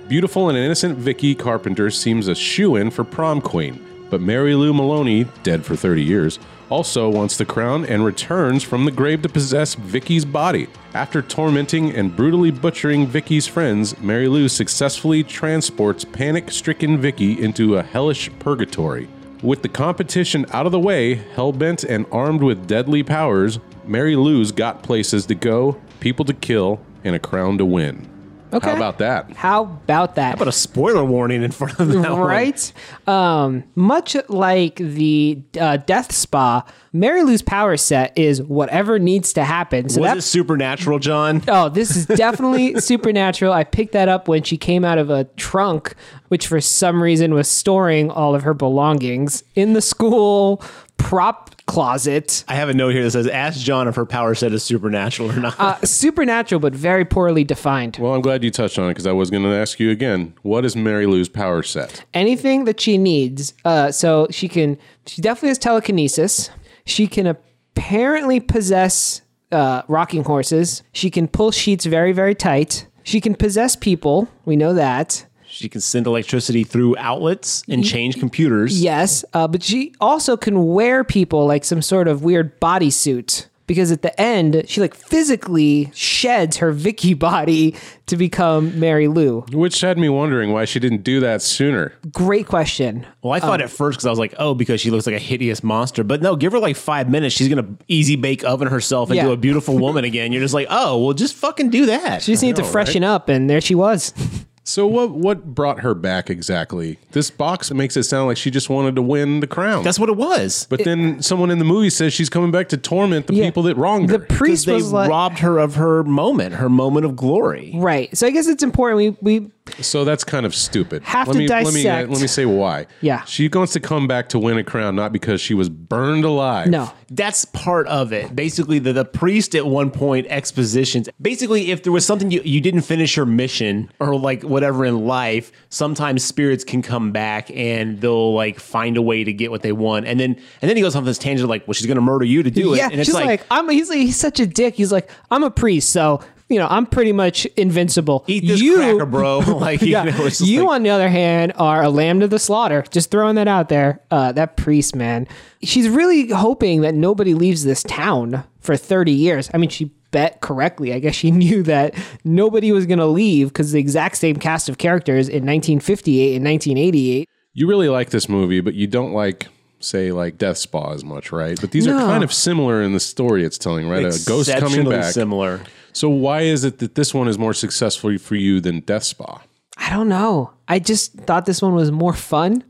Speaker 3: Beautiful and innocent Vicky Carpenter seems a shoe in for prom queen, but Mary Lou Maloney, dead for 30 years, also wants the crown and returns from the grave to possess Vicky's body. After tormenting and brutally butchering Vicky's friends, Mary Lou successfully transports panic stricken Vicky into a hellish purgatory. With the competition out of the way, hellbent and armed with deadly powers, Mary Lou's got places to go, people to kill, and a crown to win.
Speaker 1: Okay.
Speaker 3: How about that?
Speaker 1: How about that?
Speaker 2: But a spoiler warning in front of that one.
Speaker 1: right? Um, much like the uh, Death Spa, Mary Lou's power set is whatever needs to happen. So
Speaker 2: Was
Speaker 1: that
Speaker 2: it supernatural, John?
Speaker 1: Oh, this is definitely supernatural. I picked that up when she came out of a trunk, which for some reason was storing all of her belongings in the school prop closet.
Speaker 2: I have a note here that says, "Ask John if her power set is supernatural or not."
Speaker 1: Uh, supernatural, but very poorly defined.
Speaker 3: Well, I'm glad you touched on it because I was going to ask you again. What is Mary Lou's power set?
Speaker 1: Anything that she needs, uh, so she can. She definitely has telekinesis. She can apparently possess uh, rocking horses. She can pull sheets very, very tight. She can possess people. We know that.
Speaker 2: she can send electricity through outlets and change computers.
Speaker 1: Yes, uh, but she also can wear people like some sort of weird bodysuit because at the end she like physically sheds her Vicky body to become Mary Lou.
Speaker 3: Which had me wondering why she didn't do that sooner.
Speaker 1: Great question.
Speaker 2: Well, I
Speaker 1: Um,
Speaker 2: thought at first because I was like, "Oh, because she looks like a hideous monster," but no, give her like five minutes, she's gonna easy bake oven herself into
Speaker 1: Yeah.
Speaker 2: a beautiful woman again. You're just like, "Oh, well, just fucking do that."
Speaker 1: She just needed to freshen up, and there she was.
Speaker 3: So what what brought her back exactly? This box makes it sound like she just wanted to win the crown.
Speaker 2: That's what it was.
Speaker 3: but then someone in the movie says she's coming back to torment the
Speaker 1: Yeah.
Speaker 3: people that wronged
Speaker 1: The
Speaker 3: her.
Speaker 1: priest
Speaker 2: they
Speaker 1: was like,
Speaker 2: robbed her of her moment, her moment of glory.
Speaker 1: right. So I guess it's important we we
Speaker 3: So that's kind of stupid.
Speaker 1: Have
Speaker 3: let
Speaker 1: to
Speaker 3: me, Let me, uh,
Speaker 1: dissect.
Speaker 3: let me say why.
Speaker 1: Yeah.
Speaker 3: She wants to come back to win a crown, not because she was burned alive.
Speaker 1: no.
Speaker 2: That's part of it. Basically, the, the priest at one point expositions. Basically, if there was something you, you didn't finish your mission or like whatever in life, sometimes spirits can come back and they'll like find a way to get what they want. And then and then he goes off this tangent like, well, she's gonna murder you to do it.
Speaker 1: yeah,
Speaker 2: And it's
Speaker 1: she's like, I'm. He's like, he's such a dick. He's like, I'm a priest, so you know, I'm pretty much invincible.
Speaker 2: eat this
Speaker 1: you,
Speaker 2: cracker, bro. like you
Speaker 1: Yeah.
Speaker 2: know, it's just
Speaker 1: you,
Speaker 2: like,
Speaker 1: on the other hand, are a lamb to the slaughter. Just throwing that out there. Uh, that priest, man. She's really hoping that nobody leaves this town for 30 years. I mean, she bet correctly. I guess she knew that nobody was going to leave because the exact same cast of characters in 1958 and 1988.
Speaker 3: You really like this movie, but you don't like say like Death Spa as much, right? But these are
Speaker 1: No.
Speaker 3: kind of similar in the story it's telling, right? A ghost coming
Speaker 2: exceptionally
Speaker 3: back.
Speaker 2: Similar.
Speaker 3: So why is it that this one is more successful for you than Death Spa?
Speaker 1: I don't know. I just thought this one was more fun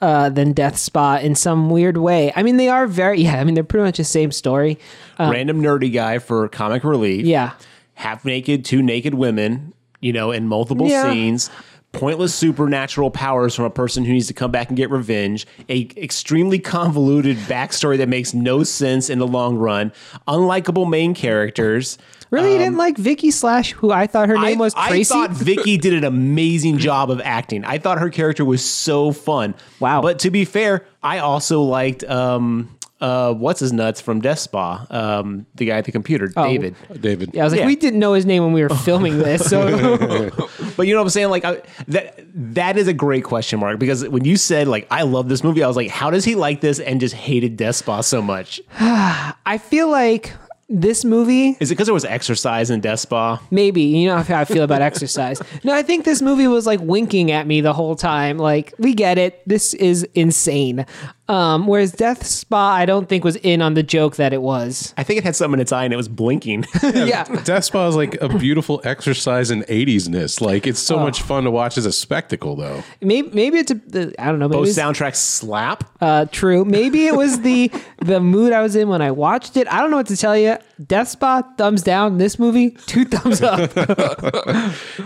Speaker 1: uh, than Death Spa in some weird way. I mean, they are very, yeah, I mean, they're pretty much the same story.
Speaker 2: Random nerdy guy for comic relief.
Speaker 1: Um, Yeah.
Speaker 2: half naked, two naked women, you know, in multiple
Speaker 1: Yeah.
Speaker 2: scenes, pointless supernatural powers from a person who needs to come back and get revenge, a extremely convoluted backstory that makes no sense in the long run, unlikable main characters.
Speaker 1: Really, you didn't like Vicky Slash, who I thought her name was Tracy?
Speaker 2: Um, I thought Vicky did an amazing job of acting. I thought her character was so fun.
Speaker 1: Wow.
Speaker 2: But to be fair, I also liked um uh what's his nuts from Death Spa, um the guy at the computer,
Speaker 1: Oh,
Speaker 2: David.
Speaker 3: David.
Speaker 1: Yeah, I was like,
Speaker 2: Yeah.
Speaker 1: we didn't know his name when we were filming this. So
Speaker 2: But you know what I'm saying? Like I, that that is a great question mark because when you said like I love this movie, I was like, how does he like this and just hated Despa so much?
Speaker 1: I feel like this movie,
Speaker 2: Is it because there was exercise in Despa?
Speaker 1: maybe, you know how I feel about exercise. No, I think this movie was like winking at me the whole time. Like, we get it. This is insane. Um, whereas Death Spa, I don't think was in on the joke that it was.
Speaker 2: I think it had something in its eye and it was blinking.
Speaker 1: Yeah.
Speaker 3: Death Spa is like a beautiful exercise in 80s-ness. Like it's
Speaker 1: Oh.
Speaker 3: so much fun to watch as a spectacle though.
Speaker 1: Maybe, maybe it's a, the- I don't know. Maybe
Speaker 2: Both
Speaker 1: it's,
Speaker 2: soundtracks slap.
Speaker 1: uh, true. Maybe it was the the mood I was in when I watched it. I don't know what to tell you. Death Spa, thumbs down. This movie, two thumbs up.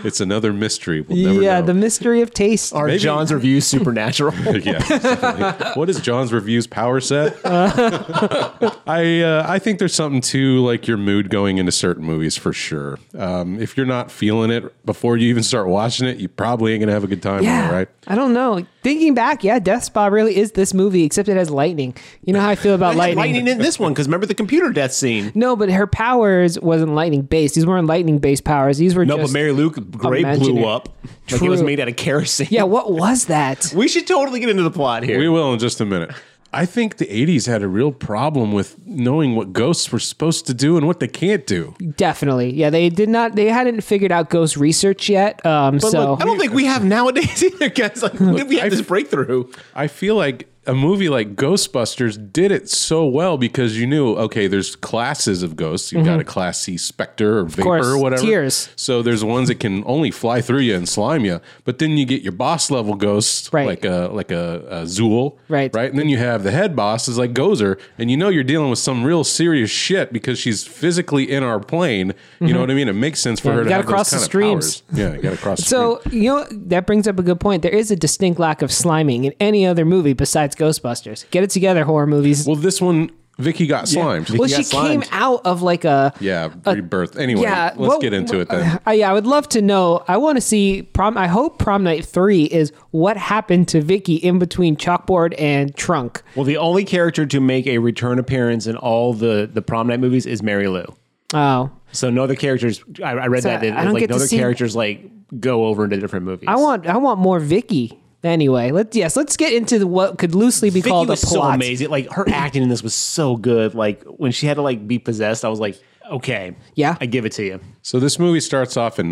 Speaker 3: It's another mystery. We'll never
Speaker 1: yeah,
Speaker 3: know.
Speaker 1: the mystery of taste.
Speaker 2: Are
Speaker 3: Maybe-
Speaker 2: John's reviews supernatural?
Speaker 3: yeah. definitely. what is John's reviews power set? I uh, I think there's something to like your mood going into certain movies for sure. Um, if you're not feeling it before you even start watching it, you probably ain't gonna have a good time.
Speaker 1: yeah,
Speaker 3: Right?
Speaker 1: I don't know. Thinking back, yeah, Death Spa really is this movie, except it has lightning. You know how I feel about
Speaker 2: lightning.
Speaker 1: lightning.
Speaker 2: lightning in this one because remember the computer death scene.
Speaker 1: No, but her powers wasn't lightning based. These weren't lightning based powers. These were
Speaker 2: No,
Speaker 1: just
Speaker 2: but Mary Luke Gray
Speaker 1: imagine
Speaker 2: blew
Speaker 1: it.
Speaker 2: up. Like it was
Speaker 1: True.
Speaker 2: made out of kerosene.
Speaker 1: Yeah, what was that?
Speaker 2: We should totally get into the plot here.
Speaker 3: We will in just a minute. I think the 80s had a real problem with knowing what ghosts were supposed to do and what they can't do.
Speaker 1: Definitely. Yeah, they did not. They hadn't figured out ghost research yet. Um, so
Speaker 2: I don't think we have nowadays either, guys. Like, when did we have
Speaker 3: I've-
Speaker 2: this breakthrough?
Speaker 3: I feel like a movie like Ghostbusters did it so well because you knew, okay, there's classes of ghosts. You've got a class C specter or vapor
Speaker 1: Mm-hmm. course,
Speaker 3: or whatever.
Speaker 1: tiers.
Speaker 3: So there's ones that can only fly through you and slime you. But then you get your boss level ghosts,
Speaker 1: Right.
Speaker 3: like a like a, a Zool,
Speaker 1: Right.
Speaker 3: Right, and then you have the head boss is like Gozer, and you know you're dealing with some real serious shit because she's physically in our plane. You know what I mean? It makes sense for
Speaker 1: Mm-hmm. Yeah,
Speaker 3: her
Speaker 1: you gotta
Speaker 3: to have those
Speaker 1: cross the
Speaker 3: kind of
Speaker 1: streams.
Speaker 3: powers. Yeah, you got to cross. the
Speaker 1: So you know that brings up a good point. There is a distinct lack of sliming in any other movie besides Ghostbusters. Get it together, horror movies.
Speaker 3: Well, this one, Vicky got slimed.
Speaker 1: Well,
Speaker 2: got
Speaker 1: she
Speaker 2: slimed.
Speaker 1: came out of like a
Speaker 3: Yeah, rebirth. Anyway, let's
Speaker 1: Uh, well,
Speaker 3: get into it then.
Speaker 1: uh, yeah, I would love to know. I want to see prom. I hope prom night three is what happened to Vicky in between chalkboard and trunk.
Speaker 2: Well, the only character to make a return appearance in all the the prom night movies is Mary Lou.
Speaker 1: Oh,
Speaker 2: So no other characters. I, I read
Speaker 1: So
Speaker 2: that, that
Speaker 1: I don't
Speaker 2: like
Speaker 1: get
Speaker 2: no
Speaker 1: to
Speaker 2: other
Speaker 1: see-
Speaker 2: characters like go over into different movies.
Speaker 1: I want I want more Vicky. Anyway, let's yes, let's get into the, what could loosely be
Speaker 2: Vicky
Speaker 1: called
Speaker 2: was
Speaker 1: a
Speaker 2: so
Speaker 1: plot.
Speaker 2: amazing. Like her acting in this was so good. Like when she had to like be possessed, I was like, okay,
Speaker 1: Yeah.
Speaker 2: I give it to you.
Speaker 3: So this movie starts off in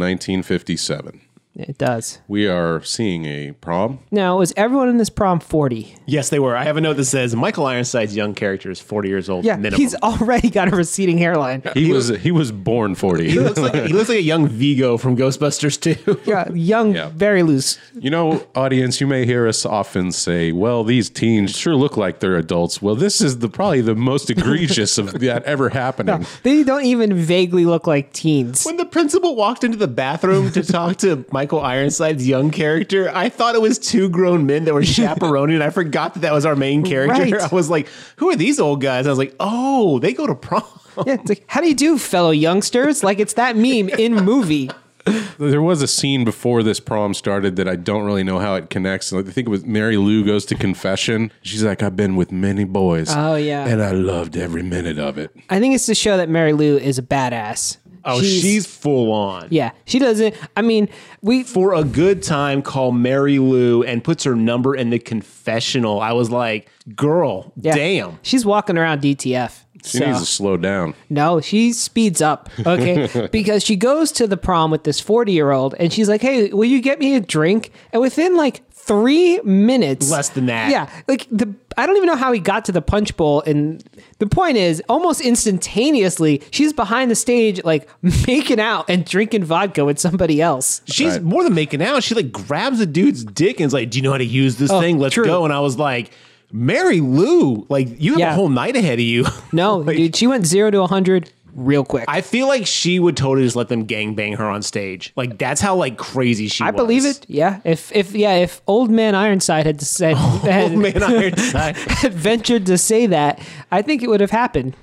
Speaker 3: 1957.
Speaker 1: it does.
Speaker 3: We are seeing a prom.
Speaker 1: Now was everyone in this prom forty?
Speaker 2: Yes, they were. I have a note that says Michael Ironside's young character is forty years old.
Speaker 1: Yeah,
Speaker 2: minimum.
Speaker 1: he's already got a receding hairline.
Speaker 3: He, was he was born 40.
Speaker 2: he looks like he looks like a young Vigo from Ghostbusters too.
Speaker 1: Yeah, young,
Speaker 3: Yeah.
Speaker 1: very loose.
Speaker 3: you know, audience, you may hear us often say, "Well, these teens sure look like they're adults." Well, this is the probably the most egregious of that ever happening.
Speaker 1: They don't even vaguely look like teens.
Speaker 2: When the principal walked into the bathroom to talk to Michael Ironside's young character, I thought it was two grown men that were chaperoning. I forgot that that was our main character.
Speaker 1: Right.
Speaker 2: I was like, "Who are these old guys?" I was like, "Oh, they go to prom."
Speaker 1: Yeah, it's like, how do you do, fellow youngsters? Like it's that meme in movie.
Speaker 3: There was a scene before this prom started that I don't really know how it connects. I think it was Mary Lou goes to confession. She's like, "I've been with many boys."
Speaker 1: Oh, yeah.
Speaker 3: and I loved every minute of it.
Speaker 1: I think it's to show that Mary Lou is a badass.
Speaker 2: Oh, she's, full on.
Speaker 1: yeah, she doesn't. I mean, we
Speaker 2: For a good time, call Mary Lou and puts her number in the confessional. I was like, "Girl,
Speaker 1: yeah,
Speaker 2: damn."
Speaker 1: she's walking around DTF.
Speaker 3: She
Speaker 1: so.
Speaker 3: needs to slow down.
Speaker 1: No, she speeds up, okay? because she goes to the prom with this 40 year old and she's like, hey, will you get me a drink? And within like three minutes,
Speaker 2: Less than that.
Speaker 1: Yeah. Like the, I don't even know how he got to the punch bowl. And the point is, almost instantaneously, she's behind the stage, like making out and drinking vodka with somebody else.
Speaker 2: She's
Speaker 3: Right.
Speaker 2: more than making out. She like grabs the dude's dick and is like, "Do you know how to use this thing? Let's
Speaker 1: Oh, true.
Speaker 2: go." And I was like, "Mary Lou, like you have a
Speaker 1: Yeah.
Speaker 2: whole night ahead of you."
Speaker 1: No,
Speaker 2: Like,
Speaker 1: dude, she went zero to 100 real quick. I,
Speaker 2: I feel like she would totally just let them gang bang her on stage. Like that's how like crazy she. was.
Speaker 1: believe it. Yeah. If, if, yeah, if old man Ironside had said, had,
Speaker 2: Old man Ironside.
Speaker 1: had ventured to say that, I think it would have happened.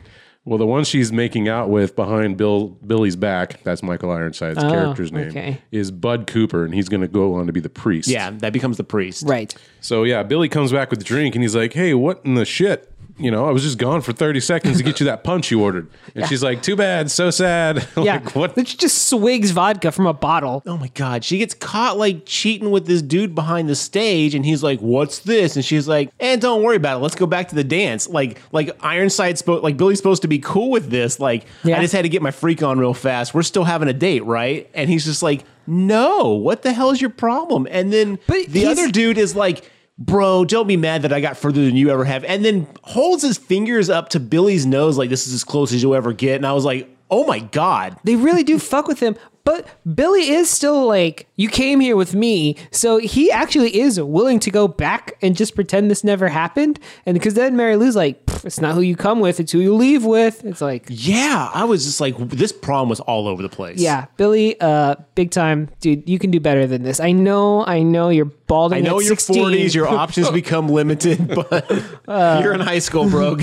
Speaker 3: Well, the one she's making out with behind Bill Billy's back, that's Michael Ironside's character's name,
Speaker 1: Oh, okay.
Speaker 3: is Bud Cooper, and he's going to go on to be the priest.
Speaker 2: yeah, that becomes the priest.
Speaker 1: Right.
Speaker 3: So, yeah, Billy comes back with a drink and he's like, hey, what in the shit? You know, I was just gone for 30 seconds to get you that punch you ordered. And she's like, too bad, so sad.
Speaker 1: Yeah.
Speaker 3: like, what?
Speaker 1: Then she just swigs vodka from a bottle.
Speaker 2: Oh my god, she gets caught like cheating with this dude behind the stage, and he's like, "What's this?" And she's like, "And don't worry about it. Let's go back to the dance." Like, like Ironside spoke, like Billy's supposed to be cool with this. Like,
Speaker 1: Yeah.
Speaker 2: I just had to get my freak on real fast. We're still having a date, right? And he's just like, "No, what the hell is your problem?" And then
Speaker 1: But
Speaker 2: the
Speaker 1: he's-
Speaker 2: other dude is like. bro, don't be mad that I got further than you ever have. And then holds his fingers up to Billy's nose like this is as close as you'll ever get. And I was like, oh my God.
Speaker 1: They really do fuck with him. But Billy is still like, you came here with me. So he actually is willing to go back and just pretend this never happened. And because then Mary Lou's like, "Pff, it's not who you come with, it's who you leave with. It's like,
Speaker 2: Yeah, I was just like, this prom was all over the place.
Speaker 1: yeah, Billy, uh, big time, dude, you can do better than this. I know, I know you're balding.
Speaker 2: I know
Speaker 1: at
Speaker 2: your
Speaker 1: 16.
Speaker 2: 40s, your options become limited, but
Speaker 1: Uh,
Speaker 2: you're in high school, bro.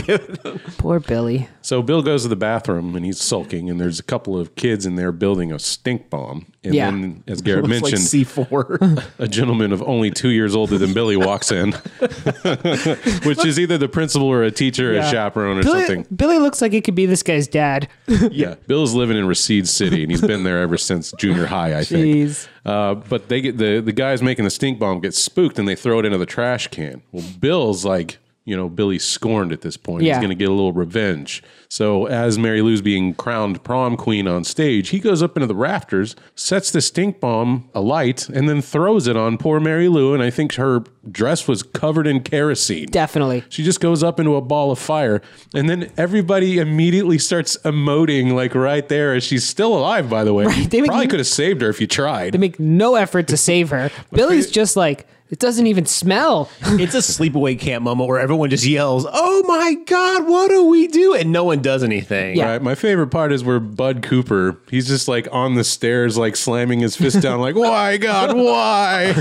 Speaker 1: Poor Billy.
Speaker 3: So Bill goes to the bathroom and he's sulking, and there's a couple of kids in there building a stink bomb. And
Speaker 1: Yeah.
Speaker 3: then, as Garrett
Speaker 2: Looks like
Speaker 3: mentioned,
Speaker 2: C4.
Speaker 3: a gentleman of only two years older than Billy walks in, which is either the principal or a teacher, or a chaperone, or
Speaker 1: Billy,
Speaker 3: something.
Speaker 1: Billy looks like it could be this guy's dad.
Speaker 3: Yeah, Bill's living in Resede City, and he's been there ever since junior high, I
Speaker 1: Jeez.
Speaker 3: think. Uh, but they get the the guys making the stink bomb get spooked, and they throw it into the trash can. Well, Bill's like. You know, Billy's scorned at this point.
Speaker 1: Yeah.
Speaker 3: He's going to get a little revenge. So, as Mary Lou's being crowned prom queen on stage, he goes up into the rafters, sets the stink bomb alight, and then throws it on poor Mary Lou. And I think her dress was covered in kerosene.
Speaker 1: Definitely.
Speaker 3: She just goes up into a ball of fire, and then everybody immediately starts emoting like right there as she's still alive. By the way, you
Speaker 1: they make-
Speaker 3: probably could have saved her if you
Speaker 1: They
Speaker 3: tried.
Speaker 1: make no effort to save her. Billy's just like, it doesn't even smell.
Speaker 2: it's a sleepaway camp moment where everyone just yells, "Oh my god, what do we do?" and no one does anything.
Speaker 1: Yeah.
Speaker 3: Right. My favorite part is where Bud Cooper, he's just like on the stairs, like slamming his fist down, like, why, God, why?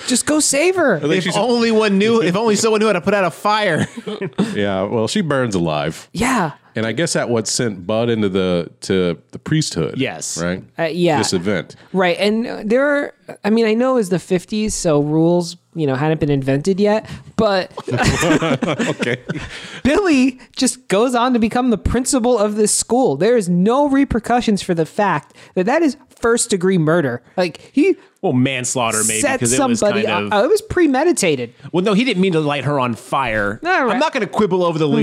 Speaker 1: just go save her.
Speaker 3: think
Speaker 2: If
Speaker 3: she's-
Speaker 2: only one knew, if only someone knew how to put out a fire.
Speaker 3: yeah, well, she burns alive.
Speaker 1: Yeah.
Speaker 3: And I guess that what sent Bud into the to the priesthood.
Speaker 2: Yes.
Speaker 3: Right?
Speaker 1: Uh, yeah.
Speaker 3: This event.
Speaker 1: Right. And uh, there are, I mean, I know it was the 50s, so rules, you know, hadn't been invented yet, but
Speaker 3: Okay.
Speaker 1: Billy just goes on to become the principal of this school. There is no repercussions for the fact that that is first degree murder. Like, he
Speaker 2: Well, manslaughter maybe
Speaker 1: set
Speaker 2: because it was
Speaker 1: somebody
Speaker 2: kind
Speaker 1: up.
Speaker 2: of.
Speaker 1: oh, it was premeditated.
Speaker 2: well, no, he didn't mean to light her on fire.
Speaker 1: All right.
Speaker 2: I'm not going to quibble over the le-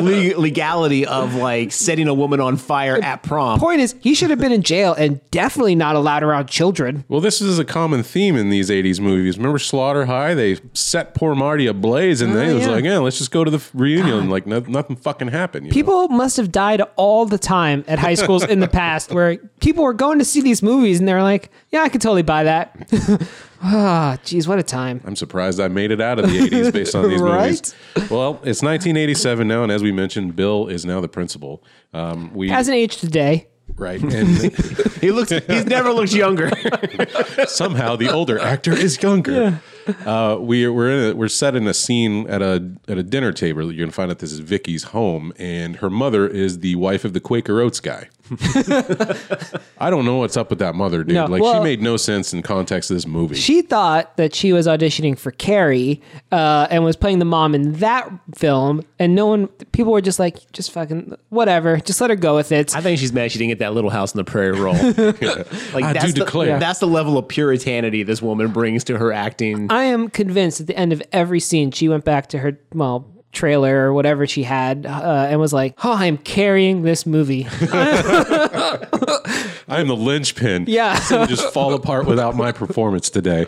Speaker 2: le- legality of like setting a woman on fire at prom.
Speaker 1: Point is, he should have been in jail and definitely not allowed around children.
Speaker 3: Well, this is a common theme in these 80s movies. Remember Slaughter High? They set poor Marty ablaze and then it was
Speaker 1: Oh, yeah.
Speaker 3: like, yeah, let's just go to the f- reunion. Like, no, nothing fucking happened. you
Speaker 1: People must have died all the time at high schools in the past where people were going to see these movies and they're like, yeah, I could totally buy that. Ah, geez, what a time.
Speaker 3: I'm surprised I made it out of the 80s based on these
Speaker 1: Right?
Speaker 3: movies. Well, it's 1987 now, and as we mentioned, Bill is now the principal. Um, we
Speaker 1: Hasn't aged today.
Speaker 3: right, and
Speaker 2: He looks. He's never looked younger.
Speaker 3: somehow the older actor is younger. Uh, we we're in a, we're set in a scene at a at a dinner table. You're gonna find out this is Vicky's home, and her mother is the wife of the Quaker Oats guy. I don't know what's up with that mother, dude.
Speaker 1: No,
Speaker 3: like
Speaker 1: well-
Speaker 3: she made no sense in context of this movie.
Speaker 1: She thought that she was auditioning for Carrie uh, and was playing the mom in that film, and no one, people were just like, just fucking whatever, just let her go with it.
Speaker 2: I think she's mad she didn't get that little house in the prairie role. Like
Speaker 3: I
Speaker 2: that's
Speaker 3: do
Speaker 2: the,
Speaker 3: declare.
Speaker 2: that's the level of puritanity this woman brings to her acting.
Speaker 1: I am convinced at the end of every scene, she went back to her well trailer or whatever she had uh, and was like, "Oh, I am carrying this movie."
Speaker 3: I am the linchpin.
Speaker 1: Yeah.
Speaker 3: This will just fall apart without my performance today.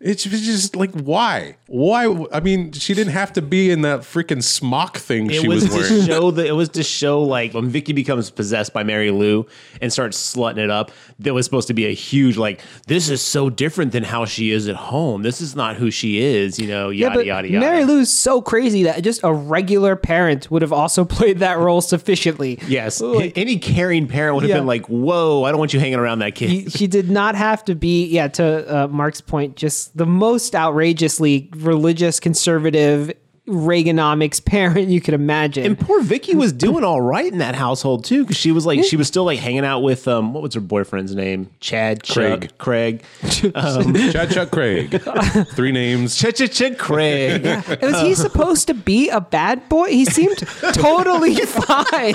Speaker 3: It's was just like why? Why? I mean, she didn't have to be in that freaking smock thing
Speaker 2: It
Speaker 3: she was,
Speaker 2: was,
Speaker 3: wearing.
Speaker 2: to show that it was to show like when Vicky becomes possessed by Mary Lou and starts slutting it up. There was supposed to be a huge like this is so different than how she is at home. This is not who she is. You know, yada yada yada.
Speaker 1: Mary Lou's so crazy that just a regular parent would have also played that role sufficiently.
Speaker 2: Yes, any caring parent would have
Speaker 1: Yeah.
Speaker 2: been like, "Whoa, I don't want you hanging around that kid."
Speaker 1: He- she did not have to be yeah to uh, mark's point just the most outrageously religious conservative reaganomics parent you could imagine
Speaker 2: And poor Vicky was doing all right in that household too, because she was like she was still like hanging out with um what was her boyfriend's name? Chad Craig Craig
Speaker 3: Chad Chuck Craig. Three names.
Speaker 2: Ch Ch Ch Craig.
Speaker 1: And was he supposed to be a bad boy he seemed totally fine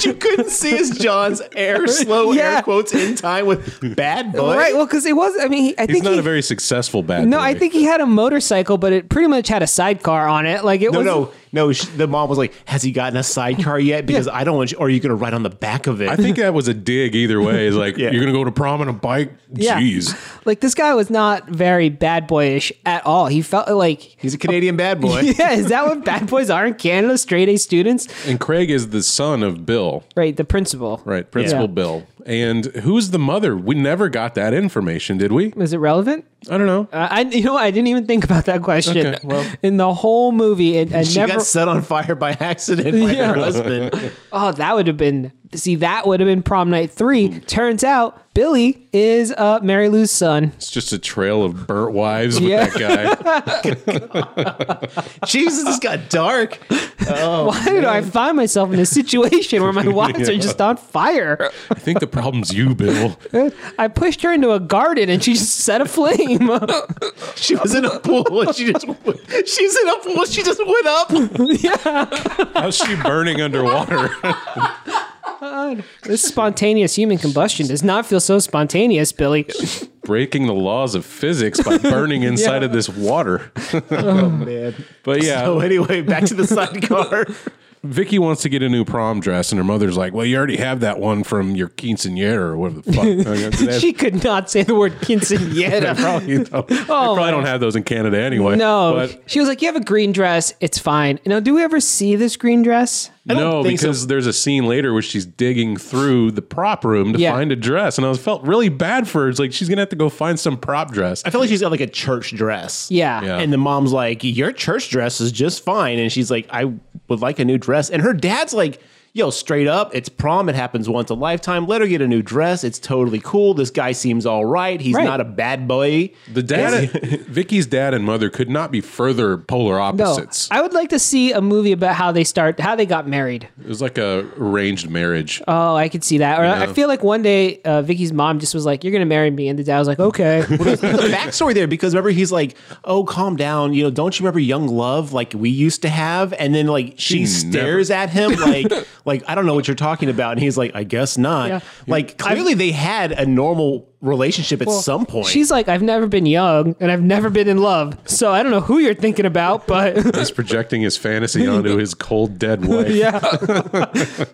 Speaker 2: you couldn't see his John's air slow
Speaker 1: Yeah.
Speaker 2: air quotes in time with bad boy.
Speaker 1: right well because it was i mean he, i
Speaker 3: He's
Speaker 1: think
Speaker 3: not
Speaker 1: he,
Speaker 3: a very successful bad
Speaker 1: no
Speaker 3: boy.
Speaker 1: i think he had a motorcycle but it pretty much had a sidecar on it. Like it
Speaker 2: No,
Speaker 1: was
Speaker 2: no, no. Sh- the mom was like, "Has he gotten a sidecar yet? Because I don't want you. Or are you going to ride on the back of it?"
Speaker 3: I think that was a dig either way. It's like
Speaker 2: Yeah.
Speaker 3: you're gonna go to prom on a bike.
Speaker 1: Yeah.
Speaker 3: Jeez,
Speaker 1: Like this guy was not very bad boyish at all. He felt like
Speaker 2: he's a Canadian bad boy.
Speaker 1: yeah, is that what bad boys are in Canada? Straight A students,
Speaker 3: and Craig is the son of Bill,
Speaker 1: right? The principal,
Speaker 3: right? Principal
Speaker 1: Yeah.
Speaker 3: Bill. And who's the mother? We never got that information, did we?
Speaker 1: Was it relevant?
Speaker 3: I don't know.
Speaker 1: Uh, I you know what? I didn't even think about that question.
Speaker 3: Okay, well-
Speaker 1: in the whole movie, it, I
Speaker 2: she
Speaker 1: never.
Speaker 2: got set on fire by accident by her husband.
Speaker 1: Oh, that would have been. See, that would have been prom night
Speaker 3: Hmm.
Speaker 1: three. Turns out Billy is uh, Mary Lou's son.
Speaker 3: It's just a trail of burnt wives with
Speaker 1: Yeah.
Speaker 3: that guy.
Speaker 2: Jesus, this got dark.
Speaker 1: Why do I find myself in a situation where my wives are just on fire?
Speaker 3: I think the problem's you, Bill.
Speaker 1: I pushed her into a garden and she just set a flame.
Speaker 2: She was in a pool. And she just went- she's in a pool. She just went up.
Speaker 3: How's she burning underwater?
Speaker 1: this spontaneous human combustion does not feel so spontaneous, Billy.
Speaker 3: Breaking the laws of physics by burning inside of this water. But yeah,
Speaker 2: So anyway, back to the sidecar.
Speaker 3: Vicky wants to get a new prom dress, and her mother's like, "Well, you already have that one from your quinceanera or whatever the fuck." Okay,
Speaker 1: she could not say the word
Speaker 3: they
Speaker 1: quinceanera.
Speaker 3: probably don't, they
Speaker 1: my-
Speaker 3: probably don't have those in Canada anyway.
Speaker 1: No,
Speaker 3: but
Speaker 1: she was like, "You have a green dress. It's fine." Now, do we ever see this green dress?
Speaker 2: I don't
Speaker 3: no,
Speaker 2: think so.
Speaker 3: because there's a scene later where she's digging through the prop room to
Speaker 1: Yeah.
Speaker 3: find a dress, and I was felt really bad for her. It's like she's gonna have to go find some prop dress.
Speaker 2: I feel like she's got like a church dress.
Speaker 1: Yeah.
Speaker 3: Yeah.
Speaker 2: And the mom's like, Your church dress is just fine. And she's like, I would like a new dress. And her dad's like, Yo, straight up, it's prom. It happens once a lifetime. Let her get a new dress. It's totally cool. This guy seems all right. He's
Speaker 1: Right.
Speaker 2: not a bad boy.
Speaker 3: The dad, Vicky's dad and mother could not be further polar
Speaker 1: No,
Speaker 3: opposites.
Speaker 1: I would like to see a movie about how they start, how they got married.
Speaker 3: it was like a arranged marriage.
Speaker 1: Oh, I could see that. Or I feel like one day uh, Vicky's mom just was like, "You're gonna marry me," and the dad was like, "Okay."
Speaker 2: There's a backstory there because remember he's like, "Oh, calm down, you know, don't you remember young love like we used to have?" And then like she,
Speaker 3: She
Speaker 2: stares at him like, "Like I don't know what you're talking about," and he's like, "I guess not."
Speaker 1: Yeah.
Speaker 2: Like clearly they had a normal relationship at some point.
Speaker 1: She's like, "I've never been young and I've never been in love, so I don't know who you're thinking about, but
Speaker 3: He's projecting his fantasy onto his cold dead wife.
Speaker 1: yeah."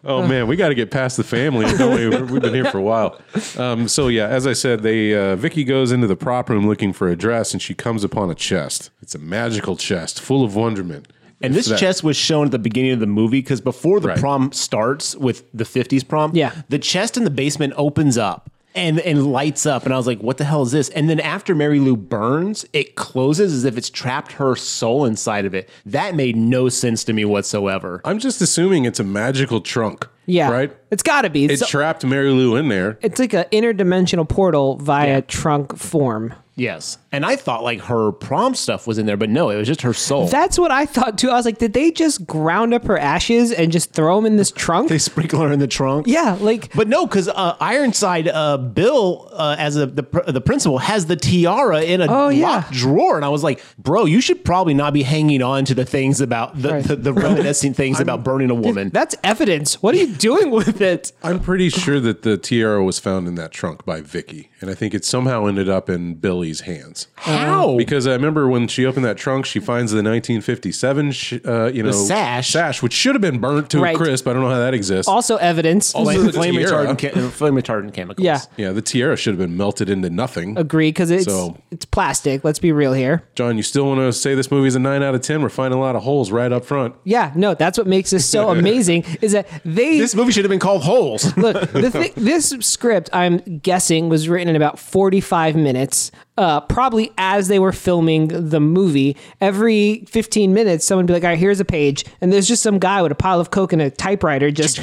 Speaker 3: Oh man, we got to get past the family. No way, we've been here for a while. Um, so yeah, as I said, they uh, Vicky goes into the prop room looking for a dress, and she comes upon a chest. It's a magical chest full of wonderment.
Speaker 2: and
Speaker 3: It's
Speaker 2: this
Speaker 3: that-
Speaker 2: chest was shown at the beginning of the movie because before the
Speaker 3: Right.
Speaker 2: prom starts with the 50s prom,
Speaker 1: Yeah.
Speaker 2: the chest in the basement opens up. And, and lights up and I was like, what the hell is this? And then after Mary Lou burns, it closes as if it's trapped her soul inside of it. That made no sense to me whatsoever.
Speaker 3: I'm just assuming it's a magical trunk.
Speaker 1: Yeah.
Speaker 3: right.
Speaker 1: It's got to be.
Speaker 3: It
Speaker 1: It's,
Speaker 3: trapped Mary Lou in there.
Speaker 1: it's like an interdimensional portal via trunk form.
Speaker 2: Yes. And I thought like her prom stuff was in there, but no, it was just her soul.
Speaker 1: That's what I thought too. I was like, did they just ground up her ashes and just throw them in this trunk?
Speaker 2: they sprinkle her in the trunk.
Speaker 1: yeah, like
Speaker 2: But no, because uh, Ironside uh, Bill, uh, as a, the pr- the principal, has the tiara in a
Speaker 1: Oh, yeah.
Speaker 2: locked drawer, and I was like, "Bro, you should probably not be hanging on to the things about the
Speaker 1: Right.
Speaker 2: the, the reminiscing things about burning a woman."
Speaker 1: that's evidence. What are you doing with it?
Speaker 3: I'm pretty sure that the tiara was found in that trunk by Vicky, and I think it somehow ended up in Billy's hands.
Speaker 2: Oh,
Speaker 1: Uh-huh.
Speaker 2: How?
Speaker 3: Because I remember when she opened that trunk, she finds the 1957, sh- uh, you know,
Speaker 2: sash.
Speaker 3: sash, which should have been burnt to
Speaker 1: Right.
Speaker 3: a crisp. I don't know how that exists.
Speaker 1: Also evidence.
Speaker 3: Also-
Speaker 2: flame,
Speaker 3: the
Speaker 2: flame
Speaker 3: tiara.
Speaker 2: retardant, chem- flame retardant chemicals.
Speaker 1: yeah,
Speaker 3: yeah, the tiara should have been melted into nothing.
Speaker 1: agree because it's
Speaker 3: So-
Speaker 1: it's plastic. Let's be real here.
Speaker 3: John, you still want to say this movie's a nine out of ten? We're finding a lot of holes right up front.
Speaker 1: Yeah, no, that's what makes this so amazing is that they
Speaker 2: This movie should have been called Holes.
Speaker 1: look the thi- this script i'm guessing was written in about 45 minutes uh, probably as they were filming the movie every 15 minutes someone would be like all right here's a page and there's just some guy with a pile of coke and a typewriter just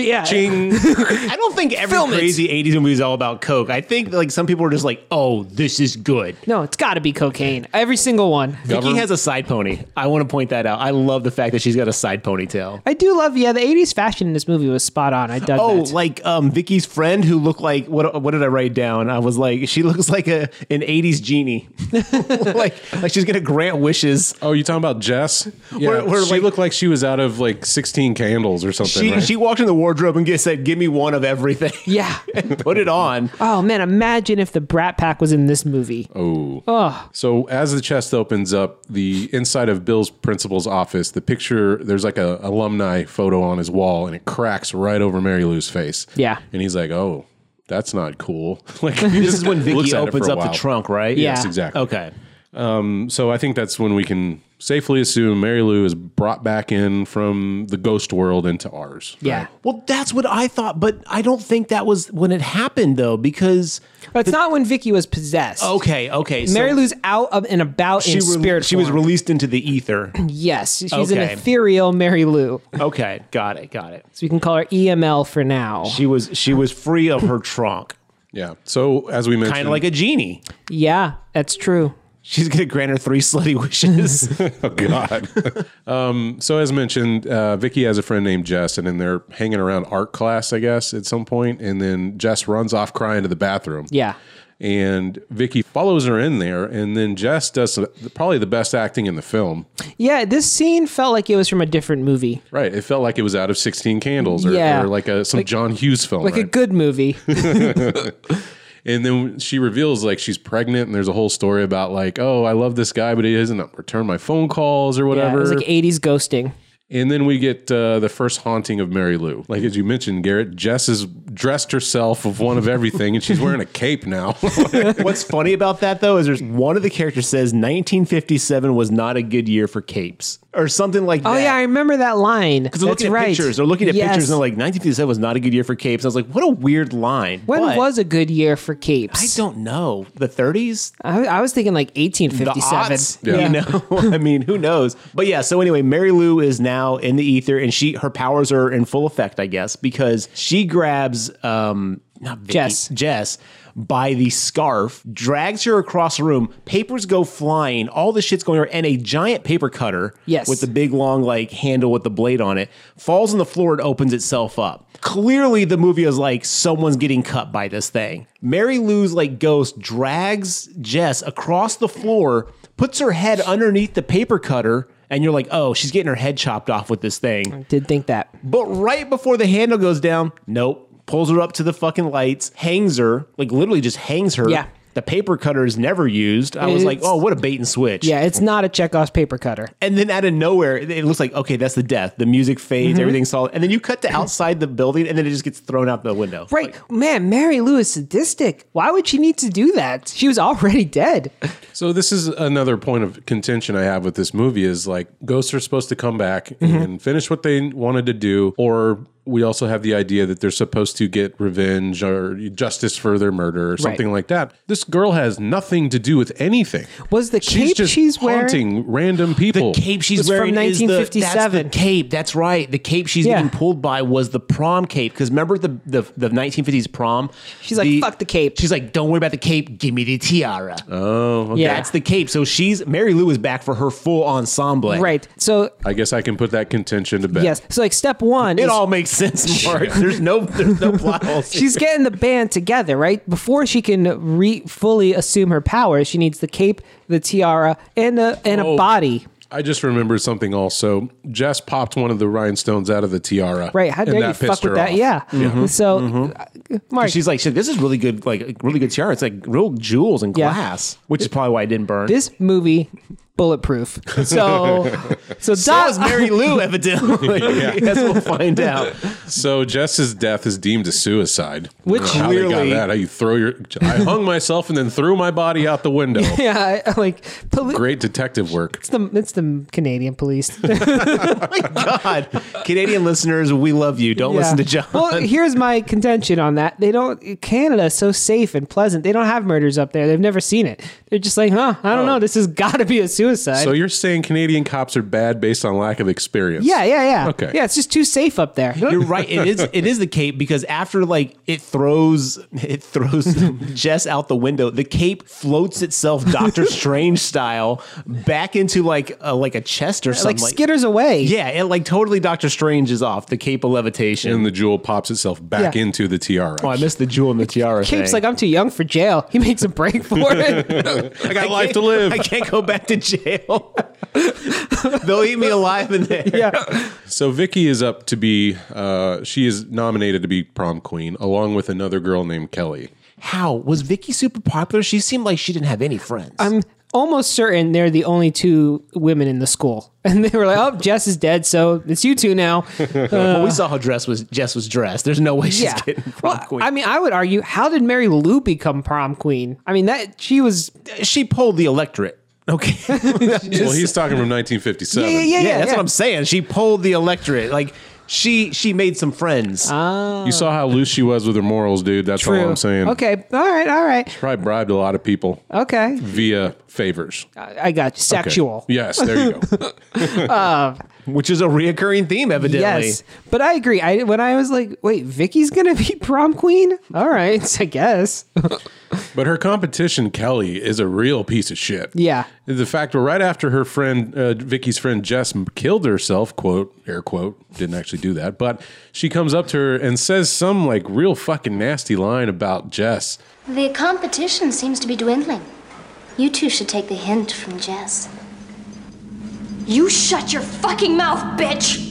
Speaker 1: yeah
Speaker 2: I don't think every
Speaker 1: Film it.
Speaker 2: crazy '80s movie is all about coke. I think like some people are just like, "Oh, this is good."
Speaker 1: no it's got to be cocaine every single one
Speaker 2: Vicky has a side pony. I want to point that out. I love the fact that she's got a side ponytail.
Speaker 1: i do love yeah the 80s fashion in this movie was spot on i dug
Speaker 2: Oh,
Speaker 1: that
Speaker 2: like um, Vicky's friend who looked like what? What did I write down? I was like, she looks like a an '80s genie, like like she's gonna grant wishes.
Speaker 3: Oh, you talking about Jess? Yeah,
Speaker 2: We're- we're
Speaker 3: she
Speaker 2: like-
Speaker 3: looked like she was out of like sixteen candles or something.
Speaker 2: She
Speaker 3: right?
Speaker 2: she walked in the wardrobe and get, said, "Give me one of everything."
Speaker 1: Yeah.
Speaker 2: and put it on.
Speaker 1: Oh man, imagine if the Brat Pack was in this movie.
Speaker 3: Oh. So as the chest opens up, the inside of Bill's principal's office, the picture there's like a alumni photo on his wall, and it cracks right over Mary Lou's face.
Speaker 1: Yeah.
Speaker 3: and he's like, "Oh, that's not cool." like
Speaker 2: This is when Vicky opens up the trunk, right?
Speaker 1: Yeah.
Speaker 3: Yes, exactly.
Speaker 2: Okay.
Speaker 3: So I think that's when we can safely assume Mary Lou is brought back in from the ghost world into ours.
Speaker 1: Yeah.
Speaker 2: Well, that's what I thought, but I don't think that was when it happened though, because
Speaker 1: But it's not when Vicky was possessed.
Speaker 2: okay, okay, so
Speaker 1: Mary Lou's out of and about
Speaker 2: she
Speaker 1: in
Speaker 2: re-
Speaker 1: spirit.
Speaker 2: she was
Speaker 1: form.
Speaker 2: released into the ether.
Speaker 1: Yes, she's an
Speaker 2: Okay.
Speaker 1: ethereal Mary Lou,
Speaker 2: okay, got it, got it.
Speaker 1: so we can call her EML for now.
Speaker 2: She was she was free of her trunk,
Speaker 3: Yeah. So as we mentioned,
Speaker 2: kind of like a genie.
Speaker 1: yeah, that's true.
Speaker 2: She's gonna grant her three slutty wishes.
Speaker 3: God. um, so as mentioned, uh, Vicky has a friend named Jess, and then they're hanging around art class, I guess, at some point, and then Jess runs off crying to the bathroom.
Speaker 1: Yeah.
Speaker 3: And Vicky follows her in there, and then Jess does the- probably the best acting in the film.
Speaker 1: Yeah, this scene felt like it was from a different movie,
Speaker 3: Right? It felt like it was out of Sixteen Candles, or,
Speaker 1: Yeah.
Speaker 3: or like a some John Hughes film.
Speaker 1: like a
Speaker 3: right?
Speaker 1: good movie.
Speaker 3: And then she reveals like she's pregnant, and there's a whole story about like, oh, I love this guy, but he doesn't return my phone calls or
Speaker 1: yeah,
Speaker 3: whatever.
Speaker 1: it was like '80s ghosting.
Speaker 3: And then we get uh, the first haunting of Mary Lou. Like as you mentioned, Garrett, Jess has dressed herself of one of everything, and she's wearing a cape now.
Speaker 2: What's funny about that though is there's one of the characters says 1957 was not a good year for capes or something like
Speaker 1: Oh
Speaker 2: that.
Speaker 1: yeah, I remember that line.
Speaker 2: Because they're looking at
Speaker 1: right.
Speaker 2: pictures. They're looking at
Speaker 1: Yes.
Speaker 2: pictures and they're like, 1957 was not a good year for capes. I was like, what a weird line.
Speaker 1: when
Speaker 2: But
Speaker 1: was a good year for capes?
Speaker 2: I don't know. The 30s?
Speaker 1: I, I was thinking like
Speaker 2: The
Speaker 1: 1857.
Speaker 2: aughts?
Speaker 3: Yeah.
Speaker 2: You know, I mean, who knows? But yeah, so anyway, Mary Lou is now in the ether and she her powers are in full effect, I guess, because she grabs um not Vicky,
Speaker 1: Jess.
Speaker 2: Jess by the scarf, drags her across the room, papers go flying, all the shit's going on, and a giant paper cutter
Speaker 1: Yes.
Speaker 2: with the big long like handle with the blade on it falls on the floor and opens itself up. Clearly, the movie is like someone's getting cut by this thing. Mary Lou's like ghost drags Jess across the floor, puts her head underneath the paper cutter, and you're like, oh, she's getting her head chopped off with this thing.
Speaker 1: Did think that.
Speaker 2: But right before the handle goes down, nope. Pulls her up to the fucking lights, hangs her, like literally just hangs her.
Speaker 1: Yeah.
Speaker 2: The paper cutter is never used. I was like,
Speaker 1: It's-
Speaker 2: oh, what a bait and switch.
Speaker 1: Yeah, it's not a Chekhov's paper cutter.
Speaker 2: And then out of nowhere, it- it looks like okay, that's the death. The music fades,
Speaker 1: Mm-hmm.
Speaker 2: everything's solid, and then you cut to outside the building, and then it just gets thrown out the window.
Speaker 1: Right. Man, Mary Lou is sadistic. Why would she need to do that? She was already dead.
Speaker 3: so this is another point of contention I have with this movie is like ghosts are supposed to come back
Speaker 1: Mm-hmm.
Speaker 3: and finish what they wanted to do, or we also have the idea that they're supposed to get revenge or justice for their murder or something like that. This girl has nothing to do with anything.
Speaker 1: Was the
Speaker 3: she's
Speaker 1: cape
Speaker 3: just
Speaker 1: she's wearing-
Speaker 3: haunting random people?
Speaker 2: The cape she's
Speaker 1: It's from
Speaker 2: wearing is the- that's the
Speaker 1: 1957.
Speaker 2: cape. That's right. The cape she's
Speaker 1: Yeah.
Speaker 2: getting pulled by was the prom cape. Because remember the, the the 1950s prom.
Speaker 1: She's like, "Fuck the cape."
Speaker 2: She's like, don't worry about the cape. Give me the tiara.
Speaker 3: oh, okay.
Speaker 1: Yeah.
Speaker 2: That's the cape. So she's Mary Lou is back for her full ensemble.
Speaker 1: Right. So,
Speaker 3: I guess I can put that contention to bed.
Speaker 1: yes. So, like, step one
Speaker 2: It
Speaker 1: is
Speaker 2: all makes sense, Mark. There's no there's no plot holes.
Speaker 1: she's getting the band together, right? Before she can re- fully assume her powers, she needs the cape, the tiara, and a, and a
Speaker 3: Oh.
Speaker 1: body.
Speaker 3: I just remember something also. Jess popped one of the rhinestones out of the tiara.
Speaker 1: Right. How
Speaker 3: and
Speaker 1: dare you
Speaker 3: pissed
Speaker 1: fuck with
Speaker 3: her
Speaker 1: that?
Speaker 3: off.
Speaker 1: Yeah. So, uh, Mark.
Speaker 2: She's like, she's like, this is really good, like really good tiara. It's like real jewels and
Speaker 1: Yeah.
Speaker 2: glass, which is probably why it didn't burn.
Speaker 1: this movie bulletproof. So so,
Speaker 2: that
Speaker 1: Dot
Speaker 2: was Mary Lou, evidently. As we'll find out.
Speaker 3: So Jess's death is deemed a suicide.
Speaker 1: Which
Speaker 3: I don't know how they got
Speaker 2: clearly-
Speaker 3: that? How you throw your? I hung myself and then threw my body out the window.
Speaker 1: yeah, I- like poli-
Speaker 3: Great detective work.
Speaker 1: it's the it's the Canadian police.
Speaker 2: My God, Canadian listeners, we love you. Don't listen to John.
Speaker 1: Well, here's my contention on that. They don't Canada is
Speaker 2: Oh.
Speaker 1: so safe and pleasant. They don't have murders up there. They've never seen it. They're just like, huh, I don't know. This has got to be a suicide.
Speaker 3: So you're saying Canadian cops are bad based on lack of experience?
Speaker 1: yeah, yeah, yeah.
Speaker 3: Okay.
Speaker 1: Yeah, it's just too safe up there.
Speaker 2: You're right. It is. It is the cape because after like it throws it throws Jess out the window. The cape floats itself, Doctor Strange style, back into like a, like a chest or
Speaker 1: like
Speaker 2: something. Like,
Speaker 1: skitters away.
Speaker 2: yeah, it like totally Doctor Strange is off the cape of levitation.
Speaker 3: And the jewel pops itself back
Speaker 1: Yeah.
Speaker 3: into the tiara.
Speaker 2: oh, I missed the jewel in the tiara.
Speaker 1: Cape's
Speaker 2: thing.
Speaker 1: like, I'm too young for jail. He makes a break for it.
Speaker 3: I got life
Speaker 2: can't-
Speaker 3: to live.
Speaker 2: I can't go back to jail. They'll eat me alive in there.
Speaker 1: yeah.
Speaker 3: So Vicky is up to be, uh, she is nominated to be prom queen along with another girl named Kelly.
Speaker 2: How was Vicky super popular? She seemed like she didn't have any friends.
Speaker 1: I'm almost certain they're the only two women in the school. And they were like, oh, Jess is dead, so it's you two now.
Speaker 2: well, we saw how dress was Jess was dressed. There's no way she's
Speaker 1: yeah.
Speaker 2: getting prom
Speaker 1: Well,
Speaker 2: queen.
Speaker 1: I mean, I would argue, how did Mary Lou become prom queen? I mean, that she was.
Speaker 2: she pulled the electorate. Okay.
Speaker 3: Well, he's talking from 1957.
Speaker 2: yeah, that's what I'm saying. She pulled the electorate. Like she she made some friends.
Speaker 3: You saw how loose she was with her morals, dude. That's all I'm saying.
Speaker 1: Okay. All right. All right.
Speaker 3: Probably bribed a lot of people
Speaker 1: Okay.
Speaker 3: via favors.
Speaker 1: I I got you. Sexual.
Speaker 3: Okay. Yes, there you go.
Speaker 2: which is a reoccurring theme, evidently.
Speaker 1: Yes, but I agree. I when I was like, wait, Vicky's gonna be prom queen? All right, I guess.
Speaker 3: But her competition, Kelly, is a real piece of shit.
Speaker 1: Yeah.
Speaker 3: The fact were right after her friend, uh, Vicky's friend Jess, m- killed herself, quote, air quote, didn't actually do that, but she comes up to her and says some like real fucking nasty line about Jess.
Speaker 4: The competition seems to be dwindling. You two should take the hint from Jess.
Speaker 5: You shut your fucking mouth, bitch!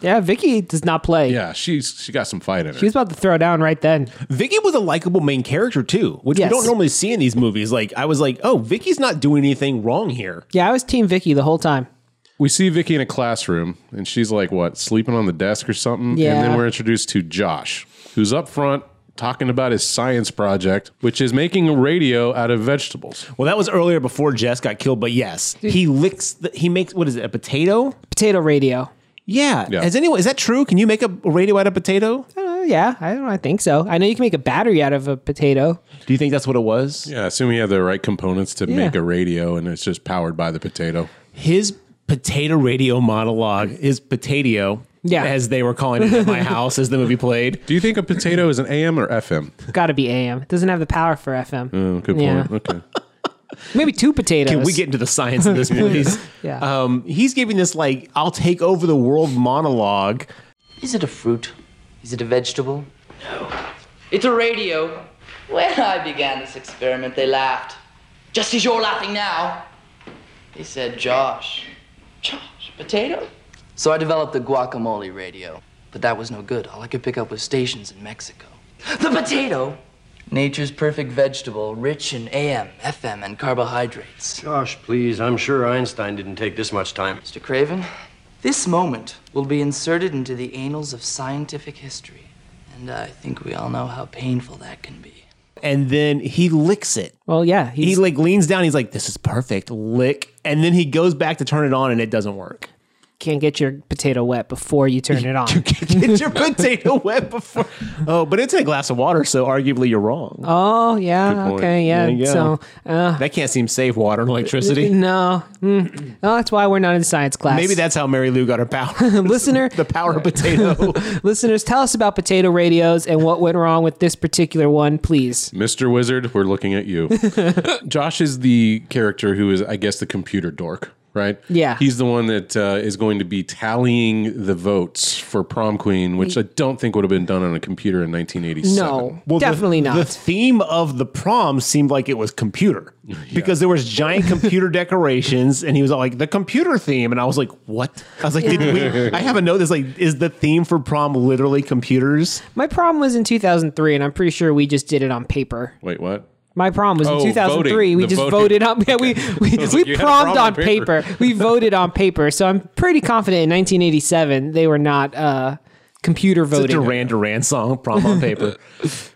Speaker 1: Yeah, Vicky does not play.
Speaker 3: Yeah, she's she got some fight in her.
Speaker 1: She was about to throw down right then.
Speaker 2: Vicky was a likable main character too, which
Speaker 1: Yes.
Speaker 2: we don't normally see in these movies. Like I was like, oh, Vicky's not doing anything wrong here.
Speaker 1: Yeah, I was Team Vicky the whole time.
Speaker 3: we see Vicky in a classroom and she's like what sleeping on the desk or something and
Speaker 1: Yeah.
Speaker 3: then we're introduced to Josh who's up front talking about his science project which is making a radio out of vegetables
Speaker 2: Well, that was earlier before Jess got killed, but yes, he licks. The, he makes what is it? A potato?
Speaker 1: Potato radio.
Speaker 2: Yeah.
Speaker 3: Yeah.
Speaker 2: Has anyone? Is that true? Can you make a radio out of potato?
Speaker 1: Uh, yeah, I don't. know, I think so. I know you can make a battery out of a potato.
Speaker 2: Do you think that's what it was?
Speaker 3: yeah I assume he had the right components to make
Speaker 1: Yeah.
Speaker 3: a radio and it's just powered by the potato
Speaker 2: his potato radio monologue, his potato,
Speaker 1: Yeah.
Speaker 2: as they were calling it at my house as the movie played.
Speaker 3: do you think a potato is an AM or FM
Speaker 1: Got to be AM. It doesn't have the power for FM.
Speaker 3: oh, good
Speaker 1: Yeah.
Speaker 3: point okay
Speaker 1: Maybe two potatoes.
Speaker 2: Can we get into the science of this, please?
Speaker 1: Yeah.
Speaker 2: Um, he's giving this like "I'll take over the world" monologue.
Speaker 6: Is it a fruit? Is it a vegetable? No. It's a radio. When I began this experiment, they laughed. Just as you're laughing now. They said, Josh. Josh, potato? So I developed the guacamole radio. But that was no good. All I could pick up was stations in Mexico. The potato! Nature's perfect vegetable, rich in AM, FM, and carbohydrates.
Speaker 7: Gosh, please, I'm sure Einstein didn't take this much time.
Speaker 6: Mr. Craven, this moment will be inserted into the annals of scientific history. And I think we all know how painful that can be.
Speaker 2: And then he licks it.
Speaker 1: Well, yeah,
Speaker 2: He
Speaker 1: he's,
Speaker 2: like leans down. He's like, "This is perfect." Lick, and then he goes back to turn it on, and it doesn't work.
Speaker 1: can't get your potato wet before you turn it on.
Speaker 2: Get your potato wet before. Oh, but it's in a glass of water, so arguably you're wrong.
Speaker 1: oh yeah, okay,
Speaker 2: There you
Speaker 1: yeah.
Speaker 2: go.
Speaker 1: So
Speaker 2: that can't seem safe. Water and electricity.
Speaker 1: no, Mm. no, that's why we're not in science class.
Speaker 2: Maybe that's how Mary Lou got her power.
Speaker 1: Listener-
Speaker 2: the power of potato.
Speaker 1: Listeners, tell us about potato radios and what went wrong with this particular one, please.
Speaker 3: Mr. Wizard, we're looking at you. Josh is the character who is, I guess, the computer dork, right?
Speaker 1: Yeah.
Speaker 3: He's the one that uh, is going to be tallying the votes for prom queen, which I don't think would have been done on a computer in 1987.
Speaker 1: No,
Speaker 2: Well, the-
Speaker 1: definitely
Speaker 2: The
Speaker 1: not.
Speaker 2: theme of the prom seemed like it was computer because there was giant computer decorations, and he was all like the computer theme, and I was like, what? I was like, did we? I have a note that's like, is the theme for prom literally computers?
Speaker 1: My problem was in 2003, and I'm pretty sure we just did it on paper.
Speaker 3: Wait, what?
Speaker 1: My prom was in
Speaker 3: Oh,
Speaker 1: 2003.
Speaker 3: voting.
Speaker 1: We
Speaker 3: The
Speaker 1: just
Speaker 3: voting.
Speaker 1: voted on. Yeah, we we,
Speaker 3: was
Speaker 1: we
Speaker 3: like, you had a
Speaker 1: prommed on
Speaker 3: prom on
Speaker 1: paper.
Speaker 3: paper.
Speaker 1: we voted on paper. So I'm pretty confident in 1987 they were not uh, computer
Speaker 2: It's a
Speaker 1: voting.
Speaker 2: Duran Duran song, prom on paper.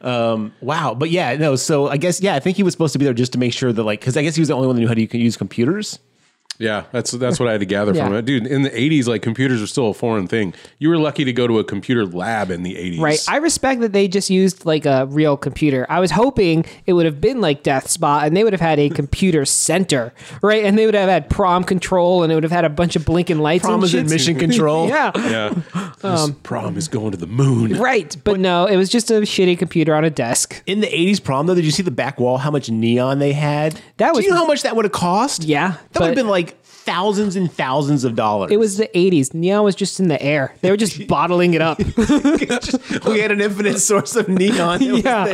Speaker 2: um, wow, but yeah, no. So I guess yeah, I think he was supposed to be there just to make sure that like, because I guess he was the only one that knew how to u- use computers.
Speaker 3: Yeah, that's that's what I had to gather from
Speaker 1: Yeah.
Speaker 3: it, dude. In the '80s, like computers were still a foreign thing. You were lucky to go to a computer lab in the '80s,
Speaker 1: Right. I respect that they just used like a real computer. I was hoping it would have been like Death Spot and they would have had a computer center, right? And they would have had prom control and it would have had a bunch of blinking lights.
Speaker 2: Prom
Speaker 1: and
Speaker 2: is in
Speaker 1: shit.
Speaker 2: mission control.
Speaker 1: Yeah.
Speaker 3: yeah, this
Speaker 1: Um,
Speaker 3: prom is going to the moon.
Speaker 1: Right. But no, it was just a shitty computer on a desk.
Speaker 2: In the 80s prom, though, did you see the back wall, how much neon they had?
Speaker 1: That was-
Speaker 2: Do you know how much that would have cost?
Speaker 1: Yeah,
Speaker 2: That would
Speaker 1: but-
Speaker 2: have been like thousands and thousands of dollars.
Speaker 1: It was the 80s. Neon was just in the air. They were just bottling it up.
Speaker 2: we had an infinite source of neon. It
Speaker 1: Yeah.
Speaker 2: was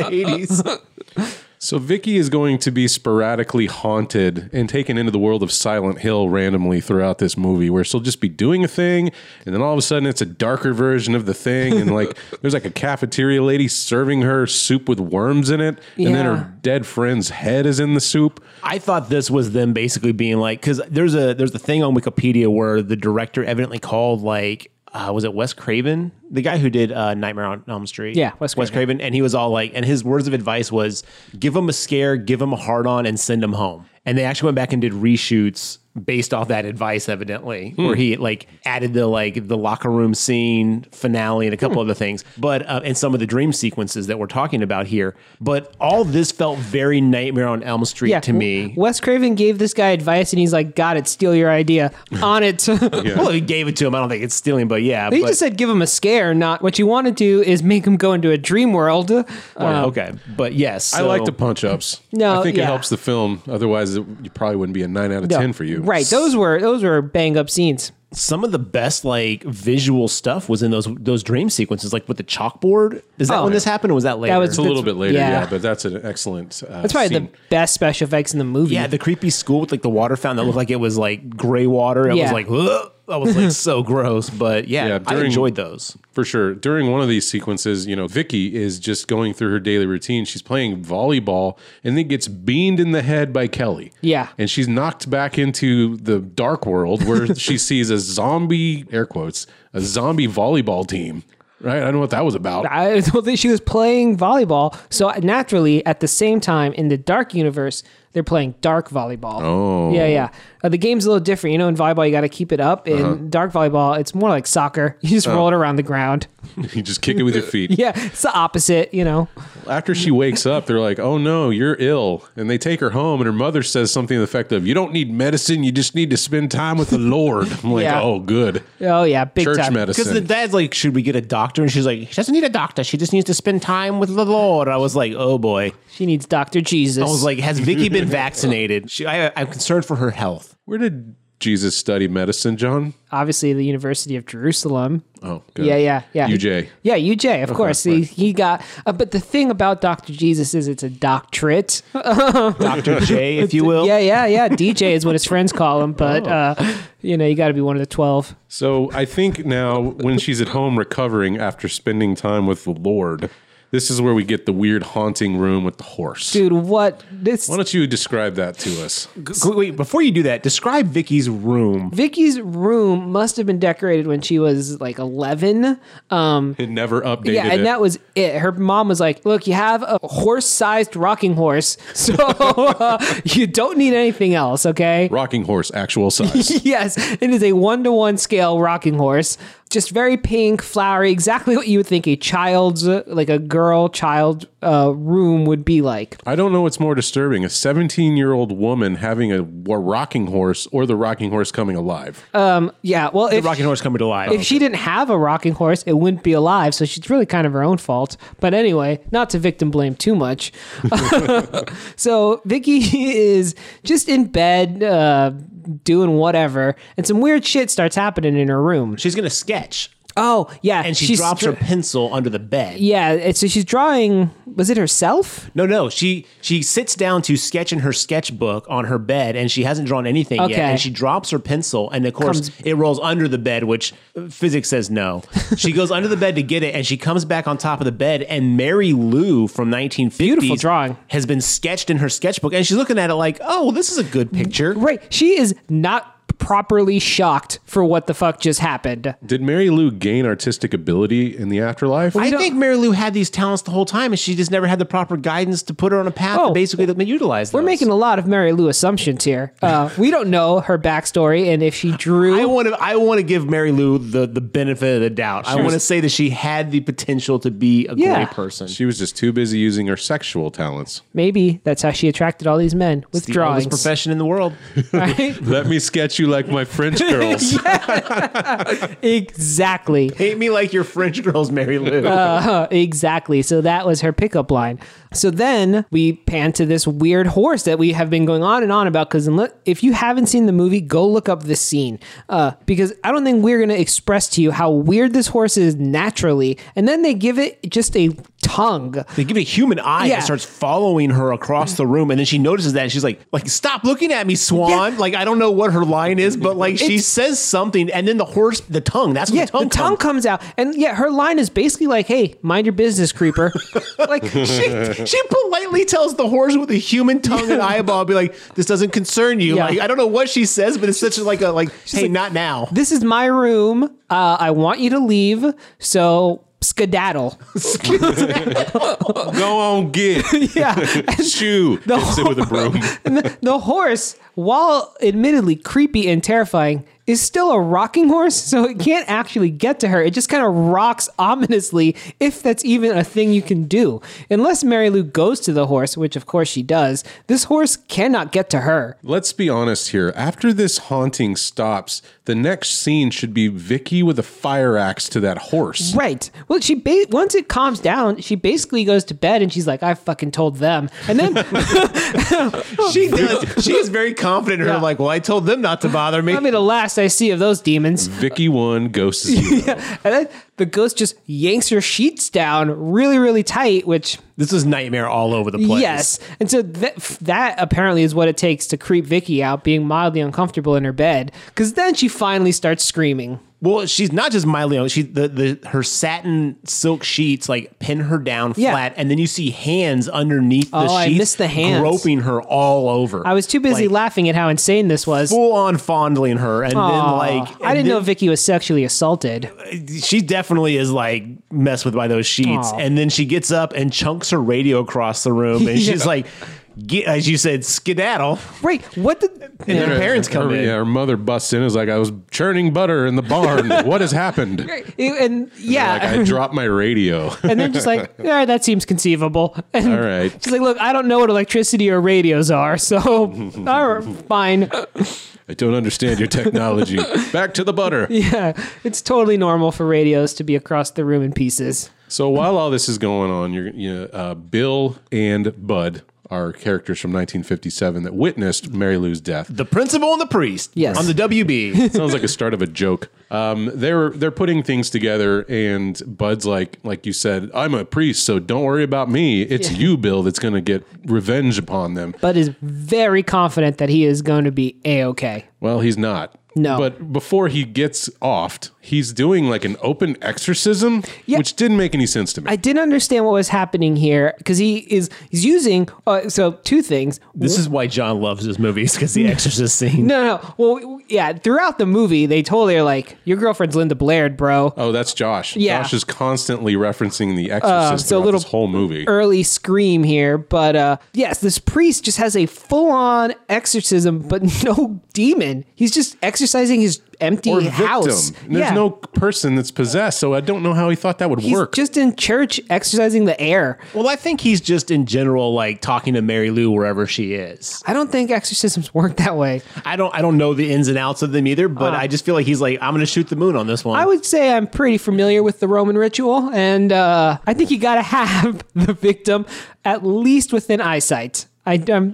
Speaker 2: the 80s.
Speaker 3: So Vicky is going to be sporadically haunted and taken into the world of Silent Hill randomly throughout this movie, where she'll just be doing a thing, and then all of a sudden it's a darker version of the thing, and like there's like a cafeteria lady serving her soup with worms in it, and then
Speaker 1: Yeah.
Speaker 3: her dead friend's head is in the soup.
Speaker 2: I thought this was them basically being like because there's a there's a thing on Wikipedia where the director evidently called like uh, was it Wes Craven the guy who did uh, Nightmare on Elm Street
Speaker 1: Yeah, Wes
Speaker 2: Wes
Speaker 1: Craven.
Speaker 2: Craven and he was all like and his words of advice was give him a scare give him a hard on and send him home and they actually went back and did reshoots based off that advice evidently
Speaker 1: Hmm.
Speaker 2: where he like added the like the locker room scene finale and a couple
Speaker 1: Hmm.
Speaker 2: other things but uh, and some of the dream sequences that we're talking about here but all this felt very nightmare on elm street to me
Speaker 1: Wes Craven gave this guy advice and he's like, got it, steal your idea. On it.
Speaker 2: Well, he gave it to him. I don't think it's stealing, but yeah.
Speaker 1: He
Speaker 2: but,
Speaker 1: just said give him a scare, not what you want to do is make him go into a dream world. uh,
Speaker 2: Well, okay, but yes,
Speaker 3: I like the
Speaker 2: so-
Speaker 3: punch ups.
Speaker 1: No,
Speaker 3: I think it
Speaker 1: yeah.
Speaker 3: helps the film. Otherwise, it, you probably wouldn't be a nine out of
Speaker 1: No.
Speaker 3: ten for you.
Speaker 1: Right. Those were those were bang up scenes.
Speaker 2: some of the best like visual stuff was in those those dream sequences, like with the chalkboard. Is that
Speaker 1: Oh.
Speaker 2: when this happened? or Was that later?
Speaker 1: was-
Speaker 3: It's a little bit later, yeah.
Speaker 1: Yeah.
Speaker 3: but that's an excellent. Uh,
Speaker 1: That's probably
Speaker 3: scene.
Speaker 1: the best special effects in the movie.
Speaker 2: yeah, the creepy school with like the water fountain that looked like it was like gray water. It
Speaker 1: Yeah.
Speaker 2: was like Ugh! that was like so gross, but yeah,
Speaker 3: Yeah, during-
Speaker 2: I enjoyed those.
Speaker 3: For sure. During one of these sequences, you know, Vicky is just going through her daily routine. She's playing volleyball and then gets beamed in the head by Kelly.
Speaker 1: Yeah.
Speaker 3: And she's knocked back into the dark world where she sees a zombie, air quotes, a zombie volleyball team. Right? I don't know what that was about.
Speaker 1: I don't think she was playing volleyball. So naturally, at the same time, in the dark universe, they're playing dark volleyball. Oh. Yeah, yeah. Uh, the game's a little different. You know, in volleyball, you got to keep it up. In dark volleyball, it's more like soccer. You just roll it around the ground.
Speaker 3: you just kick it with your feet.
Speaker 1: Yeah, it's the opposite, you know.
Speaker 3: After she wakes up, they're like, oh no, you're ill. And they take her home, and her mother says something to the effect of, you don't need medicine. You just need to spend time with the Lord. I'm like,
Speaker 1: Yeah.
Speaker 3: oh, good.
Speaker 1: Oh, yeah, big
Speaker 3: Church
Speaker 1: time.
Speaker 3: medicine.
Speaker 2: Because the dad's like, should we get a doctor? And she's like, she doesn't need a doctor. She just needs to spend time with the Lord. I was like, oh boy.
Speaker 1: She needs Dr. Jesus.
Speaker 2: I was like, has Vicky been vaccinated? She, I, I'm concerned for her health.
Speaker 3: Where did Jesus study medicine, John?
Speaker 1: obviously, the University of Jerusalem.
Speaker 3: Oh, good.
Speaker 1: Yeah, yeah, yeah.
Speaker 3: UJ.
Speaker 1: Yeah, UJ, of course. He, he got, uh, but the thing about Dr. Jesus is it's a doctorate.
Speaker 2: Dr. J, if you will.
Speaker 1: Yeah, yeah, yeah. DJ is what his friends call him, but uh, you know, you got to be one of the twelve.
Speaker 3: So I think now when she's at home recovering after spending time with the Lord, this is where we get the weird haunting room with the horse.
Speaker 1: Dude, what this
Speaker 3: Why don't you describe that to us?
Speaker 2: G- Wait, before you do that, describe Vicky's room.
Speaker 1: Vicky's room must have been decorated when she was like eleven. Um,
Speaker 3: It never updated
Speaker 1: yeah, and
Speaker 3: it.
Speaker 1: that was it. Her mom was like, "Look, you have a horse-sized rocking horse, so uh, you don't need anything else." Okay.
Speaker 3: Rocking horse, actual size.
Speaker 1: Yes, it is a one to one scale rocking horse. Just very pink, flowery, exactly what you would think a child's, uh, like a girl child uh, room would be like.
Speaker 3: I don't know what's more disturbing: a 17-year-old woman having a, wa- rocking horse, or the rocking horse coming alive.
Speaker 1: Oh. Yeah, well,
Speaker 2: The
Speaker 1: if,
Speaker 2: rocking horse coming to life.
Speaker 1: if she didn't have a rocking horse, it wouldn't be alive. So she's really kind of her own fault. But anyway, not to victim blame too much. so Vicky is just in bed uh, doing whatever, and some weird shit starts happening in her room.
Speaker 2: She's going to sketch.
Speaker 1: Oh yeah,
Speaker 2: And she
Speaker 1: she's
Speaker 2: drops
Speaker 1: dr-
Speaker 2: her pencil under the bed.
Speaker 1: Yeah, and so she's drawing. Was it herself?
Speaker 2: No, no. She she sits down to sketch in her sketchbook on her bed, and she hasn't drawn anything
Speaker 1: Okay.
Speaker 2: yet. And she drops her pencil, and of course, it rolls under the bed, which uh, physics says no. she goes under the bed to get it, and she comes back on top of the bed. And Mary Lou from 1950s
Speaker 1: Beautiful drawing.
Speaker 2: has been sketched in her sketchbook, and she's looking at it like, oh, well, this is a good picture.
Speaker 1: Right. She is not properly shocked for what the fuck just happened.
Speaker 3: Did Mary Lou gain artistic ability in the afterlife?
Speaker 2: I
Speaker 1: don't-
Speaker 2: think Mary Lou had these talents the whole time, and she just never had the proper guidance to put her on a path
Speaker 1: Oh,
Speaker 2: to basically that utilize.
Speaker 1: We're making a lot of Mary Lou assumptions here. Uh, we don't know her backstory and if she drew.
Speaker 2: I want to. I want to give Mary Lou the, the benefit of the doubt. I want to say that she had the potential to be a
Speaker 1: Yeah.
Speaker 2: great person.
Speaker 3: she was just too busy using her sexual talents.
Speaker 1: Maybe that's how she attracted all these men with
Speaker 2: the
Speaker 1: drawings.
Speaker 2: oldest profession in the world.
Speaker 1: right?
Speaker 3: Let me sketch you like my French girls.
Speaker 1: exactly.
Speaker 2: Paint me like your French girls, Mary Lou.
Speaker 1: Uh, Exactly. So that was her pickup line. So then we pan to this weird horse that we have been going on and on about. Because if you haven't seen the movie, go look up this scene. Uh, because I don't think we're going to express to you how weird this horse is naturally. And then they give it just a tongue.
Speaker 2: they give it a human eye
Speaker 1: Yeah.
Speaker 2: and starts following her across the room, and then she notices that and she's like, "Like stop looking at me, Swan!" Like I don't know what her line is, but like she says something, and then the horse, the tongue. That's when
Speaker 1: Yeah,
Speaker 2: the tongue.
Speaker 1: the tongue
Speaker 2: comes.
Speaker 1: comes out. And yeah, her line is basically like, hey, mind your business, creeper. like,
Speaker 2: she, she politely tells the horse with a human tongue and eyeball, be like, "This doesn't concern you."
Speaker 1: Yeah.
Speaker 2: Like I don't know what she says, but it's such a, like a like, "Hey,
Speaker 1: like,
Speaker 2: not now."
Speaker 1: this is my room. Uh, I want you to leave. So skedaddle.
Speaker 3: Go on, get
Speaker 1: yeah.
Speaker 3: shoo. and sit with a broom.
Speaker 1: And the, the horse, while admittedly creepy and terrifying, is still a rocking horse, so it can't actually get to her. It just kind of rocks ominously, if that's even a thing you can do. Unless Mary Lou goes to the horse, which of course she does, this horse cannot get to her.
Speaker 3: Let's be honest here. After this haunting stops, the next scene should be Vicky with a fire axe to that horse.
Speaker 1: Right. Well, she ba- once it calms down, she basically goes to bed and she's like, "I fucking told them." And then
Speaker 2: She does. she is very confident in her.
Speaker 1: Yeah.
Speaker 2: Like, well, I told them not to bother me.
Speaker 1: I mean, the last I see of those demons.
Speaker 3: Vicky one, Ghost is zero.
Speaker 1: And then the ghost just yanks her sheets down really, really tight, which
Speaker 2: this is nightmare all over the place.
Speaker 1: Yes, and so that that apparently is what it takes to creep Vicky out, being mildly uncomfortable in her bed, because then she finally starts screaming.
Speaker 2: Well, she's not just mildly on. She the, the her satin silk sheets like pin her down
Speaker 1: Yeah.
Speaker 2: flat, and then you see hands underneath the
Speaker 1: Oh, I
Speaker 2: sheets,
Speaker 1: missed the hands.
Speaker 2: groping her all over.
Speaker 1: I was too busy
Speaker 2: Like,
Speaker 1: laughing at how insane this was.
Speaker 2: full on fondling her, and
Speaker 1: Aw,
Speaker 2: then like
Speaker 1: I
Speaker 2: and
Speaker 1: didn't know
Speaker 2: then-
Speaker 1: Vicky was sexually assaulted.
Speaker 2: she definitely is like messed with by those sheets.
Speaker 1: Aw.
Speaker 2: And then she gets up and chunks her radio across the room, and she's like, get, as you said, skedaddle.
Speaker 1: Right? What did?
Speaker 2: And
Speaker 1: Yeah.
Speaker 2: her parents come
Speaker 3: her,
Speaker 2: in.
Speaker 3: Yeah, her mother busts in. Is like, I was churning butter in the barn. what has happened?
Speaker 1: Ew, And
Speaker 3: Like,
Speaker 1: yeah,
Speaker 3: I dropped my radio.
Speaker 1: and then just like, yeah, that seems conceivable. And
Speaker 3: All right.
Speaker 1: she's like, look, I don't know what electricity or radios are, so all right, fine.
Speaker 3: I don't understand your technology. Back to the butter.
Speaker 1: Yeah, it's totally normal for radios to be across the room in pieces.
Speaker 3: So while all this is going on, you're, you uh, Bill and Bud are characters from 1957 that witnessed Mary Lou's death.
Speaker 2: The principal and the priest.
Speaker 1: Yes.
Speaker 2: On the WB.
Speaker 3: Sounds like a start of a joke. Um, they're they're putting things together, and Bud's like, like you said, I'm a priest, so don't worry about me. It's you, Bill, that's going to get revenge upon them.
Speaker 1: but is very confident that he is going to be a okay.
Speaker 3: Well, he's not.
Speaker 1: No.
Speaker 3: But before he gets offed, he's doing like an open exorcism, which didn't make any sense to me.
Speaker 1: I didn't understand what was happening here because he is he's using uh, so two things.
Speaker 2: this is why John loves his movies because the exorcist scene.
Speaker 1: No, no, well, yeah. Throughout the movie, they totally are like, "Your girlfriend's Linda Blair, bro."
Speaker 3: oh, that's Josh.
Speaker 1: Yeah. Uh,
Speaker 3: Josh is constantly referencing the exorcist
Speaker 1: so
Speaker 3: throughout
Speaker 1: little-
Speaker 3: this whole movie.
Speaker 1: Early scream here, but uh, yes, this priest just has a full on exorcism, but no demon. He's just exercising his empty
Speaker 3: or victim.
Speaker 1: house.
Speaker 3: There's
Speaker 1: Yeah.
Speaker 3: no person that's possessed, so I don't know how he thought that would
Speaker 1: He's
Speaker 3: work.
Speaker 1: just in church exercising the air.
Speaker 2: Well, I think he's just in general like talking to Mary Lou wherever she is.
Speaker 1: I don't think exorcisms work that way.
Speaker 2: I don't I don't know the ins and outs of them either, but I just feel like he's like, I'm gonna shoot the moon on this one.
Speaker 1: I would say I'm pretty familiar with the Roman ritual, and uh, I think you got to have the victim at least within eyesight. I, am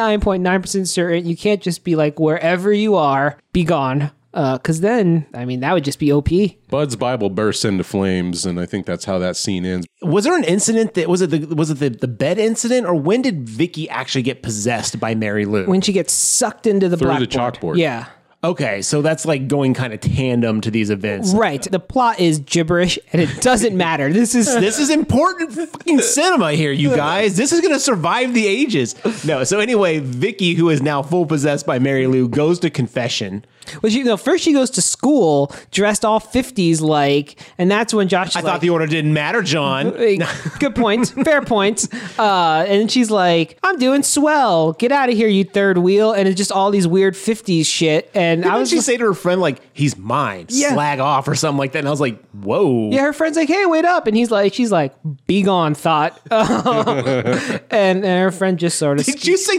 Speaker 1: 99.9% certain you can't just be like, wherever you are, be gone. Because then, I mean, that would just be OP.
Speaker 3: Bud's Bible bursts into flames, and I think that's how that scene ends.
Speaker 2: was there an incident that was it the was it the, the bed incident or when did Vicky actually get possessed by Mary Lou?
Speaker 1: When she gets sucked into the
Speaker 3: Through the
Speaker 1: blackboard.
Speaker 3: chalkboard.
Speaker 1: Yeah.
Speaker 2: Okay, so that's like going kind of tandem to these events.
Speaker 1: Right. The plot is gibberish and it doesn't matter. This is
Speaker 2: This is important fucking cinema here, you guys. This is going to survive the ages. No, so anyway, Vicky, who is now full possessed by Mary Lou, goes to confession.
Speaker 1: Well, she, no, first she goes to school dressed all 50s like, and that's when Josh. is
Speaker 2: I thought
Speaker 1: like,
Speaker 2: the order didn't matter, John.
Speaker 1: Like, good point. Fair point. Uh, and then she's like, I'm doing swell. Get out of here, you third wheel. And it's just all these weird 50s shit. And I
Speaker 2: How did
Speaker 1: was
Speaker 2: she
Speaker 1: like-
Speaker 2: say to her friend like he's mine,
Speaker 1: Yeah.
Speaker 2: slag off or something like that? And I was like, whoa.
Speaker 1: yeah, her friend's like, hey, wait up. And he's like, she's like, be gone, thought. and, and her friend just sort of.
Speaker 2: Did you say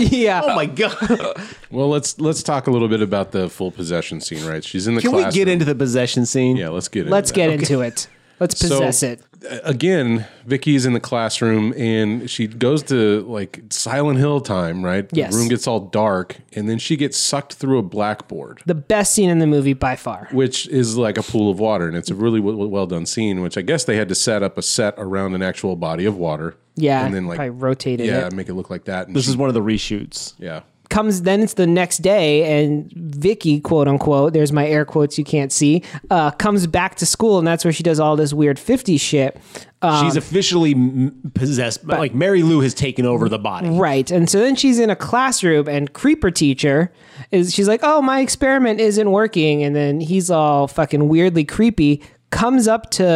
Speaker 1: Yeah.
Speaker 2: Oh my god.
Speaker 3: Well, let's let's talk a little bit about the full possession scene, right? She's in the
Speaker 2: Can
Speaker 3: classroom.
Speaker 2: we get into the possession scene?
Speaker 3: Yeah, let's get into
Speaker 1: Let's
Speaker 3: that.
Speaker 1: get into it. Let's possess it.
Speaker 3: again, Vicky's in the classroom and she goes to like Silent Hill time, right?
Speaker 1: Yes.
Speaker 3: The room gets all dark and then she gets sucked through a blackboard,
Speaker 1: The best scene in the movie by far.
Speaker 3: which is like a pool of water. And it's a really w- well done scene, which I guess they had to set up a set around an actual body of water.
Speaker 1: Yeah.
Speaker 3: And then like,
Speaker 1: probably rotated
Speaker 3: yeah,
Speaker 1: it.
Speaker 3: make it look like that. And
Speaker 2: This
Speaker 3: she-
Speaker 2: is one of the reshoots.
Speaker 3: yeah.
Speaker 1: comes then it's the next day and vicky quote unquote there's my air quotes you can't see uh, comes back to school and that's where she does all this weird 50 shit Um,
Speaker 2: She's officially m- possessed. But, like Mary Lou has taken over the body.
Speaker 1: right and so then she's in a classroom and creeper teacher is she's like oh my experiment isn't working and then he's all fucking weirdly creepy comes up to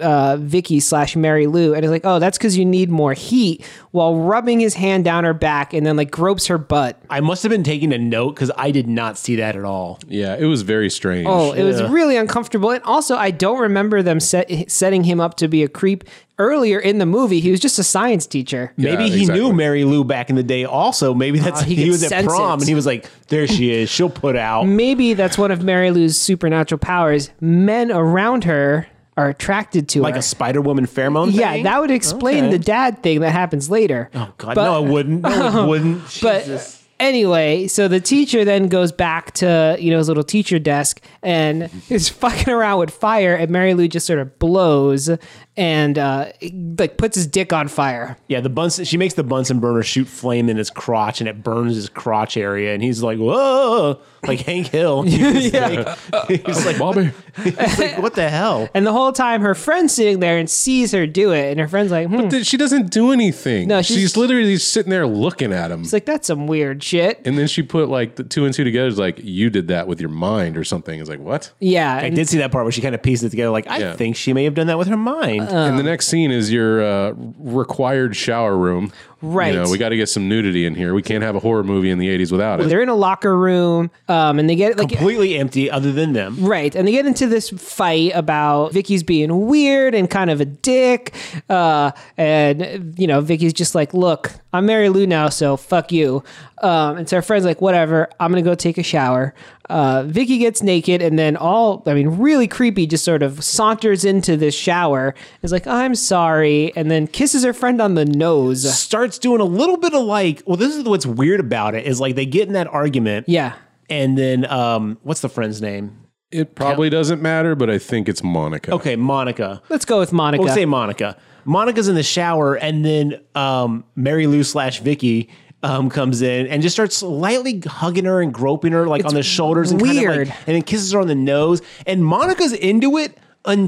Speaker 1: uh, vicky slash mary lou and is like oh that's because you need more heat while rubbing his hand down her back and then like gropes her butt
Speaker 2: I must have been taking a note because I did not see that at all.
Speaker 3: Yeah. It was very strange.
Speaker 1: Oh, it was really uncomfortable. And also, I don't remember them set, setting him up to be a creep earlier in the movie. He was just a science teacher.
Speaker 2: Maybe he
Speaker 3: exactly.
Speaker 2: knew Mary Lou back in the day. Also, maybe that's
Speaker 1: Ah, he
Speaker 2: he,
Speaker 1: could
Speaker 2: was at
Speaker 1: sense
Speaker 2: prom
Speaker 1: it.
Speaker 2: and he was like, "There she is. She'll put out."
Speaker 1: Maybe that's one of Mary Lou's supernatural powers. Men around her are attracted to
Speaker 2: Like
Speaker 1: her.
Speaker 2: a Spider Woman pheromone.
Speaker 1: yeah,
Speaker 2: thing?
Speaker 1: that would explain
Speaker 2: Okay.
Speaker 1: the dad thing that happens later.
Speaker 2: Oh God,
Speaker 1: But-
Speaker 2: no, it wouldn't. No, it wouldn't.
Speaker 1: But
Speaker 2: Jesus.
Speaker 1: anyway, so the teacher then goes back to you know his little teacher desk and is fucking around with fire, and Mary Lou just sort of blows and uh, like puts his dick on fire.
Speaker 2: yeah, the Bunsen. She makes the Bunsen burner shoot flame in his crotch, and it burns his crotch area, and he's like, "Whoa!" Like Hank Hill. He's like, he's like,
Speaker 3: Bobby.
Speaker 2: he's like, "What the hell?"
Speaker 1: And the whole time, her friend's sitting there and sees her do it, and her friend's like, hmm.
Speaker 3: Th- She doesn't do anything.
Speaker 1: No, she's-
Speaker 3: she's, literally sitting there looking at him.
Speaker 1: it's like that's some weird shit.
Speaker 3: and then she put like the two and two together. It's like, you did that with your mind or something. It's like, what?
Speaker 1: Yeah,
Speaker 2: I
Speaker 1: and-
Speaker 2: did see that part where she kind of pieced it together. Like, I
Speaker 3: Yeah.
Speaker 2: think she may have done that with her mind.
Speaker 1: Uh, Um.
Speaker 3: and the next scene is your uh, required shower room.
Speaker 1: Right.
Speaker 3: You know, we got to get some nudity in here. We can't have a horror movie in the 80s without it.
Speaker 1: they're in a locker room, um, and they get like
Speaker 2: Completely empty, other than them.
Speaker 1: right, and they get into this fight about Vicky's being weird and kind of a dick, uh, and you know Vicky's just like, look, I'm Mary Lou now, so fuck you. Um, and so her friend's like, whatever, I'm gonna go take a shower. Uh, Vicky gets naked, and then all, I mean, really creepy, just sort of saunters into this shower. Is like, I'm sorry, and then kisses her friend on the nose.
Speaker 2: Starts doing a little bit of like, well, this is what's weird about it is like they get in that argument.
Speaker 1: Yeah.
Speaker 2: And then, um, what's the friend's name?
Speaker 3: It probably doesn't matter, but I think it's Monica.
Speaker 2: Okay, Monica.
Speaker 1: Let's go with Monica.
Speaker 2: We'll say Monica. Monica's in the shower, and then um, Mary Lou slash Vicky um, comes in and just starts lightly hugging her and groping her like on the shoulders and kind of, like-
Speaker 1: weird.
Speaker 2: and then kisses her on the nose. And Monica's into it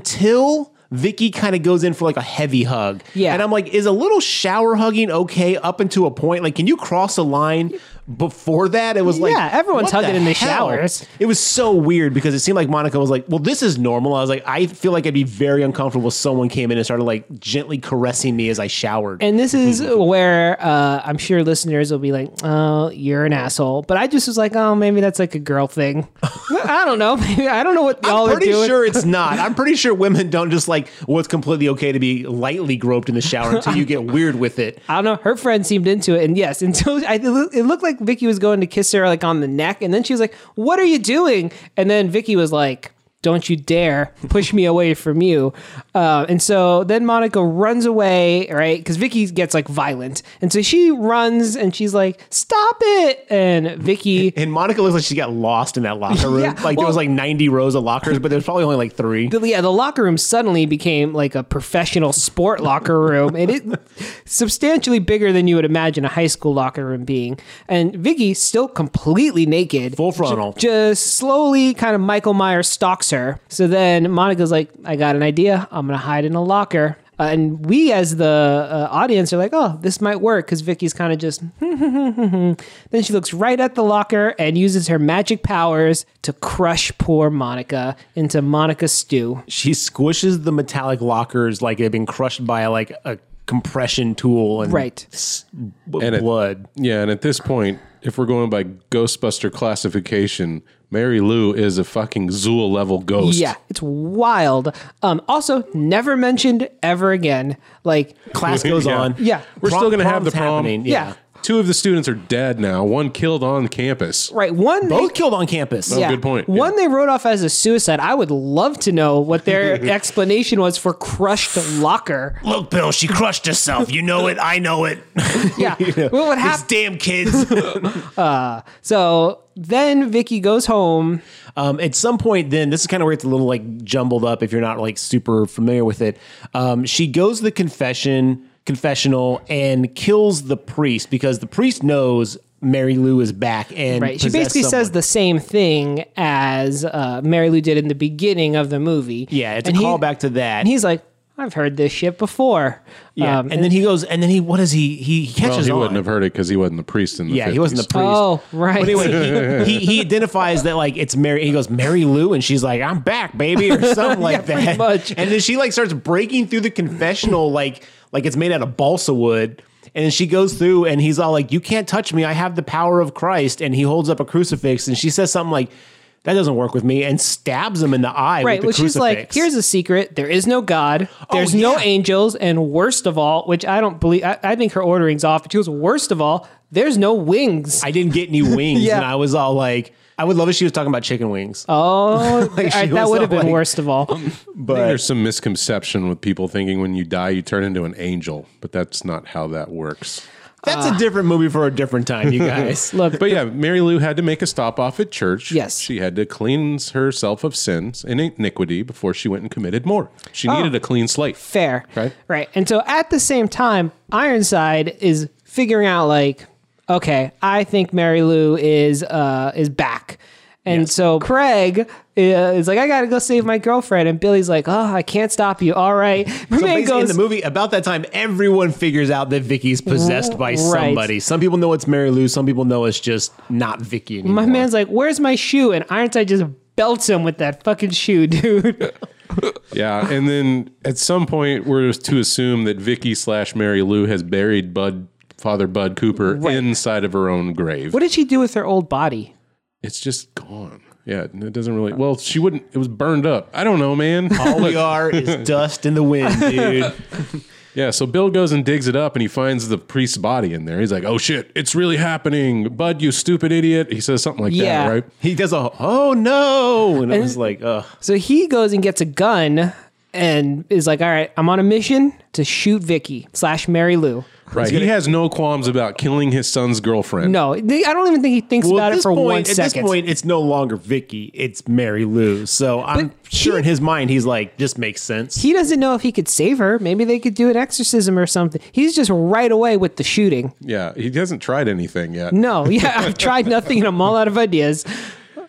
Speaker 2: until Vicky kind of goes in for like a heavy hug.
Speaker 1: Yeah.
Speaker 2: and I'm like, is a little shower hugging okay up until a point? Like, can you cross a line? Before that, it was like
Speaker 1: Yeah, everyone's
Speaker 2: what
Speaker 1: hugging in the
Speaker 2: hell?
Speaker 1: showers.
Speaker 2: It was so weird because it seemed like Monica was like, "Well, this is normal." I was like, "I feel like I'd be very uncomfortable if someone came in and started like gently caressing me as I showered."
Speaker 1: and this is where uh, I'm sure listeners will be like, "Oh, you're an asshole." But I just was like, "Oh, maybe that's like a girl thing." I don't know. Maybe I don't know what y'all
Speaker 2: I'm
Speaker 1: are
Speaker 2: pretty
Speaker 1: doing.
Speaker 2: sure it's not. I'm pretty sure women don't just like, well, it's completely okay to be lightly groped in the shower until you get weird with it.
Speaker 1: I don't know. Her friend seemed into it, and yes, until I, it loo- it looked like Vicky was going to kiss her like on the neck, and then she was like, "What are you doing?" And then Vicky was like, Don't you dare push me away from you. Uh, and so then Monica runs away, right? Because Vicky gets like violent. And so she runs and she's like, Stop it. And Vicky,
Speaker 2: And Monica looks like she got lost in that locker room.
Speaker 1: Yeah,
Speaker 2: like there was
Speaker 1: well-
Speaker 2: like 90 rows of lockers, but there's probably only like three.
Speaker 1: the- yeah, the locker room suddenly became like a professional sport locker room, and it substantially bigger than you would imagine a high school locker room being. And Vicky, still completely naked,
Speaker 2: Full frontal.
Speaker 1: ju- just slowly kind of Michael Myers stalks her. So then Monica's like, "I got an idea. I'm gonna hide in a locker." Uh, and we, as the uh, audience, are like, "Oh, this might work," because Vicky's kind of just. Then she looks right at the locker and uses her magic powers to crush poor Monica into Monica stew.
Speaker 2: she squishes the metallic lockers like they've been crushed by like a compression tool and
Speaker 1: Right.
Speaker 2: s- b-
Speaker 3: And it-
Speaker 2: blood.
Speaker 3: Yeah, and at this point, if we're going by Ghostbuster classification, Mary Lou is a fucking Zool level ghost.
Speaker 1: Yeah, it's wild. Um, also, never mentioned ever again. Like,
Speaker 2: Class goes
Speaker 3: Yeah.
Speaker 2: on.
Speaker 1: Yeah.
Speaker 3: We're
Speaker 2: Prom-
Speaker 3: still going to have the
Speaker 2: prom's
Speaker 3: prom.
Speaker 2: happening,
Speaker 1: Yeah. yeah.
Speaker 3: Two of the students are dead now. One killed on campus.
Speaker 1: right, one
Speaker 2: Both Oh, killed on campus.
Speaker 3: Yeah. good point.
Speaker 1: One
Speaker 3: Yeah.
Speaker 1: they wrote off as a suicide. I would love to know what their explanation was for crushed locker.
Speaker 2: Look, Bill, she crushed herself. You know it. I know it.
Speaker 1: Yeah. What would happen?
Speaker 2: damn kids.
Speaker 1: So then Vicky goes home.
Speaker 2: um, at some point, then this is kind of where it's a little like jumbled up if you're not like super familiar with it. Um, she goes to the confession confessional and kills the priest because the priest knows Mary Lou is back and
Speaker 1: Right. She
Speaker 2: possessed
Speaker 1: basically
Speaker 2: someone.
Speaker 1: says the same thing as uh, Mary Lou did in the beginning of the movie.
Speaker 2: Yeah, it's
Speaker 1: And
Speaker 2: a
Speaker 1: he-
Speaker 2: callback to that.
Speaker 1: And he's like, I've heard this shit before.
Speaker 2: yeah,
Speaker 1: Um,
Speaker 2: and, then he goes, and then he what does he he, he catches
Speaker 3: Well, he
Speaker 2: on.
Speaker 3: wouldn't have heard it because he wasn't the priest in the
Speaker 2: yeah, he wasn't the
Speaker 3: 50s.
Speaker 2: priest.
Speaker 1: Oh, right.
Speaker 2: But anyway, he, he, he identifies that like it's Mary. He goes Mary Lou, and she's like, "I'm back, baby," or something like
Speaker 1: pretty
Speaker 2: that.
Speaker 1: much.
Speaker 2: And then she like starts breaking through the confessional, like like it's made out of balsa wood. And then she goes through, and he's all like, "You can't touch me. I have the power of Christ." And he holds up a crucifix, and she says something like, "That doesn't work with me," and stabs him in the eye.
Speaker 1: Right,
Speaker 2: with
Speaker 1: which
Speaker 2: the
Speaker 1: is like,
Speaker 2: crucifix. Oh,
Speaker 1: here's a secret. There is no God. There's no
Speaker 2: yeah.
Speaker 1: angels. And worst of all, which I don't believe, I, I think her ordering's off, but she was worst of all, there's no wings.
Speaker 2: I didn't get any wings,
Speaker 1: Yeah.
Speaker 2: and I was all like, I would love if she was talking about chicken wings.
Speaker 1: oh,
Speaker 2: Like, she
Speaker 1: I- that
Speaker 2: was
Speaker 1: would have been
Speaker 2: like- um,
Speaker 1: worst of all.
Speaker 3: I think there's some misconception with people thinking when you die, you turn into an angel, but that's not how that works.
Speaker 2: That's
Speaker 1: ah.
Speaker 2: a different movie for a different time, you guys.
Speaker 1: Look,
Speaker 3: But yeah, Mary Lou had to make a stop off at church.
Speaker 1: Yes.
Speaker 3: She had to cleanse herself of sins and iniquity before she went and committed more. She
Speaker 2: Oh.
Speaker 3: needed a clean slate.
Speaker 1: fair.
Speaker 3: Right.
Speaker 1: Right. And so at the same time, Ironside is figuring out like, okay, I think Mary Lou is uh is back. And so Craig uh, is like, I gotta go save my girlfriend, and Billy's like, Oh, I can't stop you. All right, My
Speaker 2: So
Speaker 1: man
Speaker 2: basically, in the
Speaker 1: goes-
Speaker 2: movie, about that time, everyone figures out that Vicky's possessed by
Speaker 1: Right.
Speaker 2: somebody. Some people know it's Mary Lou. Some people know it's just not Vicky anymore.
Speaker 1: My man's like, "Where's my shoe?" And Ironside just belts him with that fucking shoe, dude.
Speaker 3: Yeah. And then at some point, we're to assume that Vicky slash Mary Lou has buried Bud, Father Bud Cooper, inside of her own grave.
Speaker 1: what did she do with her old body?
Speaker 3: It's just gone. Yeah. and It doesn't really. Well, she wouldn't. It was burned up. I don't know, man.
Speaker 2: All we are is dust in the wind, dude.
Speaker 3: Yeah, so Bill goes and digs it up and he finds the priest's body in there. He's like, oh shit, it's really happening. Bud, you stupid idiot. He says something like
Speaker 1: Yeah.
Speaker 3: that, right?
Speaker 2: He does a oh no, and it was like, ugh.
Speaker 1: So he goes and gets a gun and is like, "All right, I'm on a mission to shoot Vicky slash Mary Lou."
Speaker 3: Right. He has no qualms about killing his son's girlfriend.
Speaker 1: No, they- I don't even think he thinks
Speaker 2: Well,
Speaker 1: about it for
Speaker 2: point,
Speaker 1: one
Speaker 2: at
Speaker 1: second.
Speaker 2: this point, it's no longer Vicky; it's Mary Lou. So I'm
Speaker 1: But
Speaker 2: sure
Speaker 1: he-
Speaker 2: in his mind, he's like, "This makes sense."
Speaker 1: he doesn't know if he could save her. Maybe they could do an exorcism or something. He's just right away with the shooting.
Speaker 3: Yeah, he hasn't tried anything yet.
Speaker 1: No, yeah, I've tried nothing and I'm all out of ideas.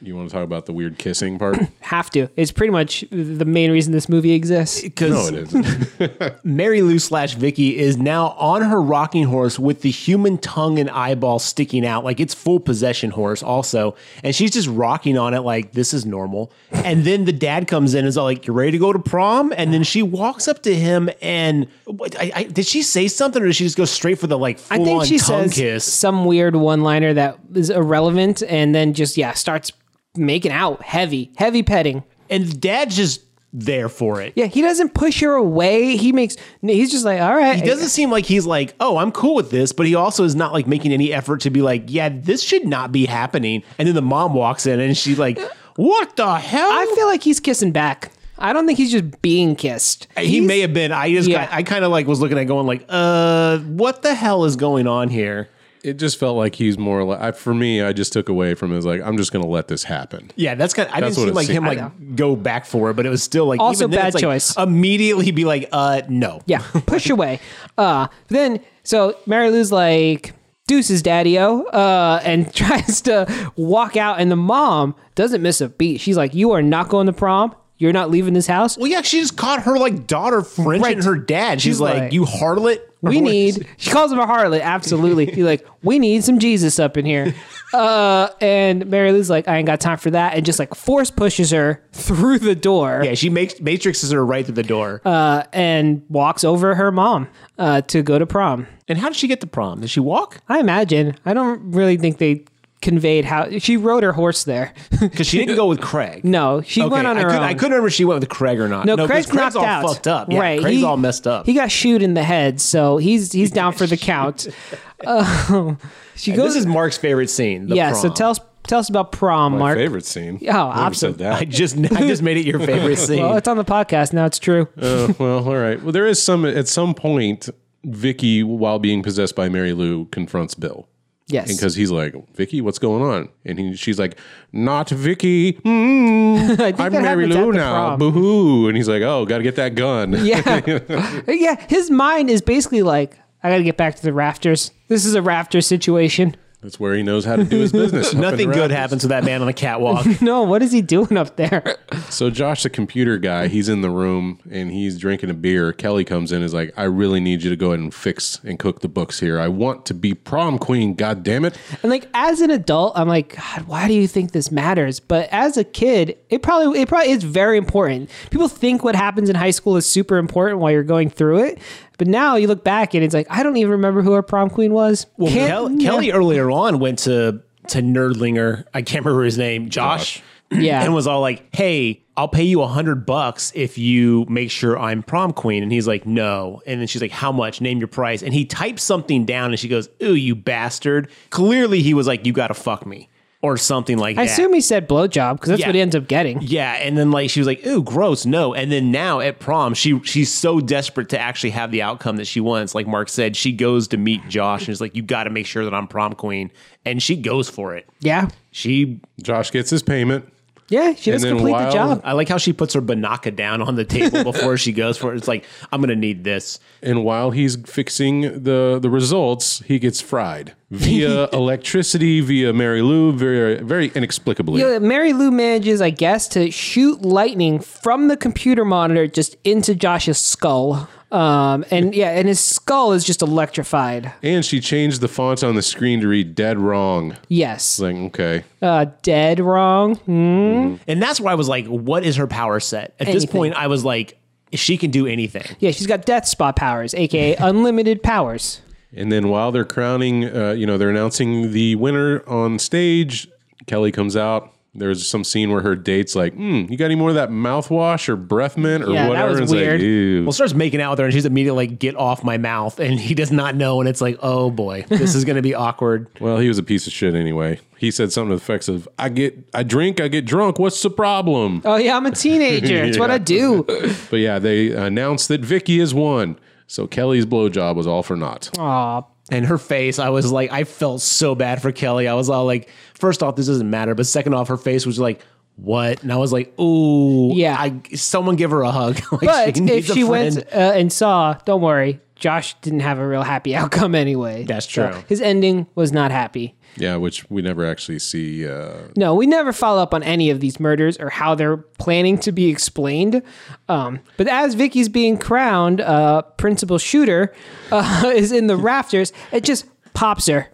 Speaker 3: You want to talk about the weird kissing part?
Speaker 1: Have to. It's pretty much the main reason this movie exists.
Speaker 3: no,
Speaker 2: Because
Speaker 3: it isn't.
Speaker 2: Mary Lou slash Vicky is now on her rocking horse with the human tongue and eyeball sticking out, like it's full possession horse also, and she's just rocking on it like this is normal. And then the dad comes in and is all like, "You ready to go to prom?" And then she walks up to him and what- I, I, did she say something or did she just go straight for the like
Speaker 1: I
Speaker 2: full
Speaker 1: think
Speaker 2: on
Speaker 1: she
Speaker 2: tongue
Speaker 1: says
Speaker 2: kiss?
Speaker 1: some weird one-liner that is irrelevant, and then just yeah starts making out heavy, heavy petting.
Speaker 2: And dad's just there for it.
Speaker 1: Yeah, he doesn't push her away. He makes he's just like, all right,
Speaker 2: He doesn't seem like he's like, oh, I'm cool with this, but he also is not like making any effort to be like, yeah, this should not be happening. And then the mom walks in and she like What the hell?
Speaker 1: I feel like he's kissing back. I don't think he's just being kissed.
Speaker 2: he may have been. I just,
Speaker 1: Yeah.
Speaker 2: I kind of like was looking at going like, uh, what the hell is going on here?
Speaker 3: It just felt like he's more like I, for me. I just took away from it was like I'm just gonna let this happen.
Speaker 2: Yeah, that's kind. of. I
Speaker 3: That's
Speaker 2: didn't
Speaker 3: what
Speaker 2: seem
Speaker 3: it
Speaker 2: like him
Speaker 3: seemed.
Speaker 2: like go back for it, but it was still like
Speaker 1: Also
Speaker 2: even then,
Speaker 1: bad
Speaker 2: it's like,
Speaker 1: choice.
Speaker 2: Immediately be like, uh, no.
Speaker 1: Yeah, push away. Uh, then so Mary Lou's like deuces daddy-o uh, and tries to walk out and the mom doesn't miss a beat. She's like, "You are not going to prom. You're not leaving this house.
Speaker 2: Well, yeah, she just caught her like daughter French
Speaker 1: Right.
Speaker 2: and her dad. She's,
Speaker 1: She's
Speaker 2: like,
Speaker 1: like,
Speaker 2: you harlot.
Speaker 1: We need." She calls him a harlot. Absolutely. He's like, "We need some Jesus up in here." Uh, and Mary Lou's like, "I ain't got time for that," and just like force pushes her through the door.
Speaker 2: Yeah, she makes matrixes her right through the door.
Speaker 1: uh, and walks over her mom uh, to go to prom.
Speaker 2: and how did she get to prom? Did she walk?
Speaker 1: I imagine. I don't really think they conveyed how she rode her horse there.
Speaker 2: Because she didn't go with Craig.
Speaker 1: no, she
Speaker 2: Okay,
Speaker 1: went on
Speaker 2: I
Speaker 1: her
Speaker 2: couldn't,
Speaker 1: own.
Speaker 2: I couldn't remember if she went with Craig or not.
Speaker 1: No,
Speaker 2: 'cause
Speaker 1: Craig's, knocked
Speaker 2: all
Speaker 1: out.
Speaker 2: fucked up. Yeah,
Speaker 1: right,
Speaker 2: Craig's
Speaker 1: he-
Speaker 2: all messed up.
Speaker 1: He got shoot in the head, so he's he's down for the count. Um, she
Speaker 2: this
Speaker 1: goes.
Speaker 2: is Mark's favorite scene. The
Speaker 1: yeah. So
Speaker 2: prom.
Speaker 1: tell us tell us about prom,
Speaker 3: My
Speaker 1: Mark.
Speaker 3: favorite scene.
Speaker 1: Oh, absolute-
Speaker 3: absolutely.
Speaker 2: I just I just made it your favorite scene.
Speaker 1: Well, it's on the podcast now. It's true.
Speaker 3: Oh, well, all right. Well, there is some at some point. Vicky, while being possessed by Mary Lou, confronts Bill
Speaker 1: yes.
Speaker 3: because he's like, "Vicky, what's going on?" And he, she's like, "Not Vicky.
Speaker 1: I think that
Speaker 3: I'm Mary
Speaker 1: happens at
Speaker 3: Lou
Speaker 1: the
Speaker 3: now.
Speaker 1: prom.
Speaker 3: Boo hoo!" And he's like, "Oh, got to get that gun."
Speaker 1: Yeah. yeah. His mind is basically like, I got to get back to the rafters. This is a rafter situation.
Speaker 3: That's where he knows how to do his business. up in
Speaker 2: Nothing
Speaker 3: the
Speaker 2: good
Speaker 3: rafters.
Speaker 2: happens to that man on the catwalk.
Speaker 1: No, what is he doing up there?
Speaker 3: So Josh, the computer guy, he's in the room and he's drinking a beer. Kelly comes in and is like, I really need you to go ahead and fix and cook the books here. I want to be prom queen, god damn it.
Speaker 1: And like as an adult, I'm like, God, why do you think this matters? But as a kid, it probably it probably is very important. People think what happens in high school is super important while you're going through it. But now you look back and it's like, I don't even remember who our prom queen was.
Speaker 2: Well,
Speaker 1: Can't-
Speaker 2: Kel- Kelly earlier on went to to Nerdlinger. I can't remember his name, Josh.
Speaker 1: Yeah.
Speaker 2: and was all like, "Hey, I'll pay you a hundred bucks if you make sure I'm prom queen." And he's like, "No." And then she's like, "How much? Name your price." And he types something down, and she goes, "Ooh, you bastard!" Clearly, he was like, "You gotta fuck me," or something like
Speaker 1: I
Speaker 2: that.
Speaker 1: assume he said blowjob because that's
Speaker 2: Yeah.
Speaker 1: what he ends up getting.
Speaker 2: Yeah, and then like she was like, "Ooh, gross, no." And then now at prom, she she's so desperate to actually have the outcome that she wants. Like Mark said, she goes to meet Josh and is like, "You got to make sure that I'm prom queen," and she goes for it.
Speaker 1: Yeah.
Speaker 2: She,
Speaker 3: Josh gets his payment.
Speaker 1: Yeah. She
Speaker 3: And
Speaker 1: does
Speaker 3: then
Speaker 1: complete the
Speaker 3: while-
Speaker 1: job.
Speaker 2: I like how she puts her banaka down on the table before she goes for it. It's like, "I'm gonna need this."
Speaker 3: And while he's fixing the, the results, he gets fried via electricity, via Mary Lou, very, very inexplicably.
Speaker 1: Yeah, Mary Lou manages, I guess, to shoot lightning from the computer monitor just into Josh's skull. Um, and yeah, and his skull is just electrified.
Speaker 3: And she changed the font on the screen to read dead wrong.
Speaker 1: Yes.
Speaker 3: It's like, okay.
Speaker 1: Uh, dead wrong. Hmm.
Speaker 2: And that's where I was like, "What is her power set?" At this
Speaker 1: Anything.
Speaker 2: point, I was like, "She can do anything."
Speaker 1: Yeah, she's got death spot powers, aka unlimited powers.
Speaker 3: And then while they're crowning, uh, you know, they're announcing the winner on stage. Kelly comes out. There's some scene where her date's like, mm, "You got any more of that mouthwash or breath mint or
Speaker 1: Yeah, that
Speaker 3: whatever?"
Speaker 1: was
Speaker 3: And it's
Speaker 1: weird.
Speaker 3: Like, Ew.
Speaker 2: Well, starts making out with her, and she's immediately like, "Get off my mouth!" And he does not know, and it's like, "Oh boy, this is gonna be awkward."
Speaker 3: Well, he was a piece of shit anyway. He said something to the effects of, "I get, I drink, I get drunk. What's the problem?"
Speaker 1: Oh yeah, I'm a teenager. It's what I do.
Speaker 3: But yeah, they announced that Vicky has won. So Kelly's blowjob was all for naught.
Speaker 1: Aw.
Speaker 2: and her face i was like i felt so bad for kelly i was all like first off this doesn't matter but second off her face was like what and i was like ooh
Speaker 1: Yeah.
Speaker 2: I, someone give her a hug like,
Speaker 1: But if
Speaker 2: needs a
Speaker 1: she went
Speaker 2: friend.
Speaker 1: uh, and saw, don't worry, Josh didn't have a real happy outcome anyway.
Speaker 2: That's true.
Speaker 1: his ending was not happy.
Speaker 3: Yeah, which we never actually see. Uh,
Speaker 1: No, we never follow up on any of these murders or how they're planning to be explained. Um, but as Vicky's being crowned, uh, principal shooter uh, is in the rafters. It just pops her,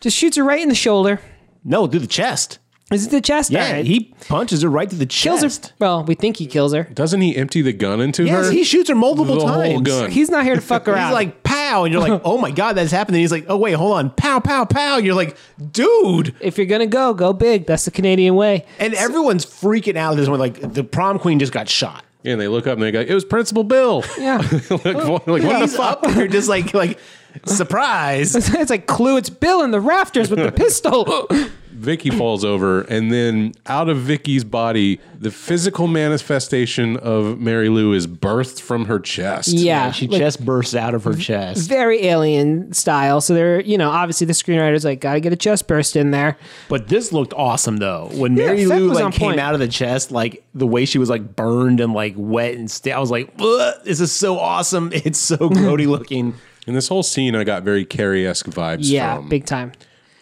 Speaker 1: just shoots her right in the shoulder.
Speaker 2: no through the chest
Speaker 1: Is it the chest?
Speaker 2: yeah
Speaker 1: All right.
Speaker 2: he punches her right through the
Speaker 1: kills
Speaker 2: chest
Speaker 1: her. Well, we think he kills her.
Speaker 3: doesn't he empty the gun into
Speaker 2: yes
Speaker 3: her?
Speaker 2: he shoots her multiple
Speaker 3: the
Speaker 2: times
Speaker 3: whole gun.
Speaker 1: He's not here to fuck around.
Speaker 2: he's like pow and you're like oh my god that's happening he's like oh wait hold on pow pow pow you're like dude
Speaker 1: if you're gonna go, go big. That's the Canadian way.
Speaker 2: and everyone's freaking out at this one like the prom queen just got shot
Speaker 3: Yeah, and they look up and they go, "It was Principal Bill."
Speaker 1: Yeah.
Speaker 3: like, what, like what the
Speaker 2: he's
Speaker 3: fuck?
Speaker 2: up there just like like Surprise!
Speaker 1: it's like Clue. It's Bill in the rafters with the pistol.
Speaker 3: Vicky falls over, and then out of Vicky's body, the physical manifestation of Mary Lou is birthed from her chest.
Speaker 1: yeah,
Speaker 2: she
Speaker 1: like,
Speaker 2: just bursts out of her chest.
Speaker 1: very alien style. So they're you know obviously the screenwriters like gotta get a chest burst in there.
Speaker 2: But this looked awesome though. When Mary
Speaker 1: Seth
Speaker 2: Lou
Speaker 1: was on
Speaker 2: like came
Speaker 1: point.
Speaker 2: out of the chest, like the way she was like burned and like wet and st- I was like, "Ugh, this is so awesome. It's so grody looking.
Speaker 3: And this whole scene, I got very Carrie esque vibes
Speaker 1: Yeah,
Speaker 3: from.
Speaker 1: big time.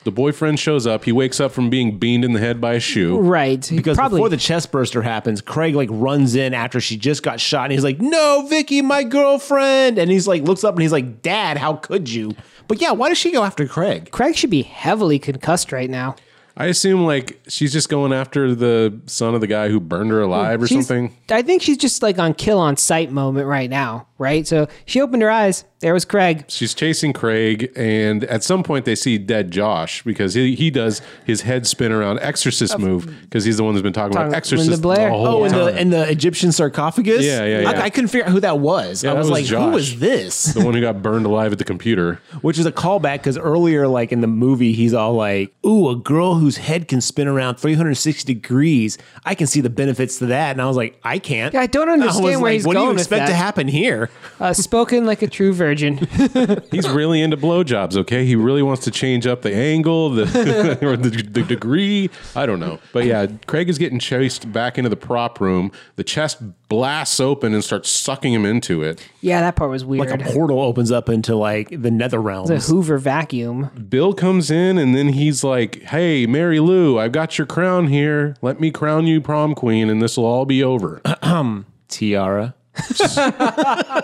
Speaker 3: the boyfriend shows up. He wakes up from being beamed in the head by a shoe.
Speaker 1: Right, he
Speaker 2: Because before the chest burster happens, Craig like runs in after she just got shot and he's like, No, Vicky, my girlfriend. And he's like looks up and he's like, Dad, how could you? But yeah, why does she go after Craig?
Speaker 1: Craig should be heavily concussed right now.
Speaker 3: I assume like she's just going after the son of the guy who burned her alive or
Speaker 1: She's-
Speaker 3: something.
Speaker 1: I think she's just like on kill on sight moment right now, right? So she opened her eyes. There was Craig.
Speaker 3: She's chasing Craig, and at some point they see dead Josh because he, he does his head spin around exorcist move because he's the one that's been talking,
Speaker 1: Talking
Speaker 3: about
Speaker 1: about
Speaker 3: exorcist
Speaker 1: Linda Blair.
Speaker 3: the whole
Speaker 2: Oh, and
Speaker 3: time.
Speaker 2: the and the Egyptian sarcophagus?
Speaker 3: Yeah, yeah,
Speaker 2: I-
Speaker 3: yeah.
Speaker 2: I, couldn't figure out who that was.
Speaker 3: Yeah,
Speaker 2: I
Speaker 3: that
Speaker 2: was,
Speaker 3: was
Speaker 2: like, who
Speaker 3: Josh.
Speaker 2: is this?
Speaker 3: the one who got burned alive at the computer.
Speaker 2: which is a callback because earlier, like in the movie, he's all like, "Ooh, a girl whose head can spin around 360 degrees. I can see the benefits to that." And I was like, "I can't.
Speaker 1: Yeah, I don't
Speaker 2: was
Speaker 1: understand where he's
Speaker 2: What do
Speaker 1: going
Speaker 2: you
Speaker 1: with
Speaker 2: expect
Speaker 1: that."
Speaker 2: to happen here?
Speaker 1: Uh, spoken like a true virgin.
Speaker 3: He's really into blowjobs, okay? He really wants to change up the angle, the, or the, the degree. I don't know. But yeah, Craig is getting chased back into the prop room. The chest blasts open and starts sucking him into it.
Speaker 1: yeah, that part was weird.
Speaker 2: Like a portal opens up into like the nether realms.
Speaker 1: the Hoover vacuum.
Speaker 3: Bill comes in and then he's like, Hey, Mary Lou, I've got your crown here. Let me crown you prom queen and this will all be over.
Speaker 2: Tiara.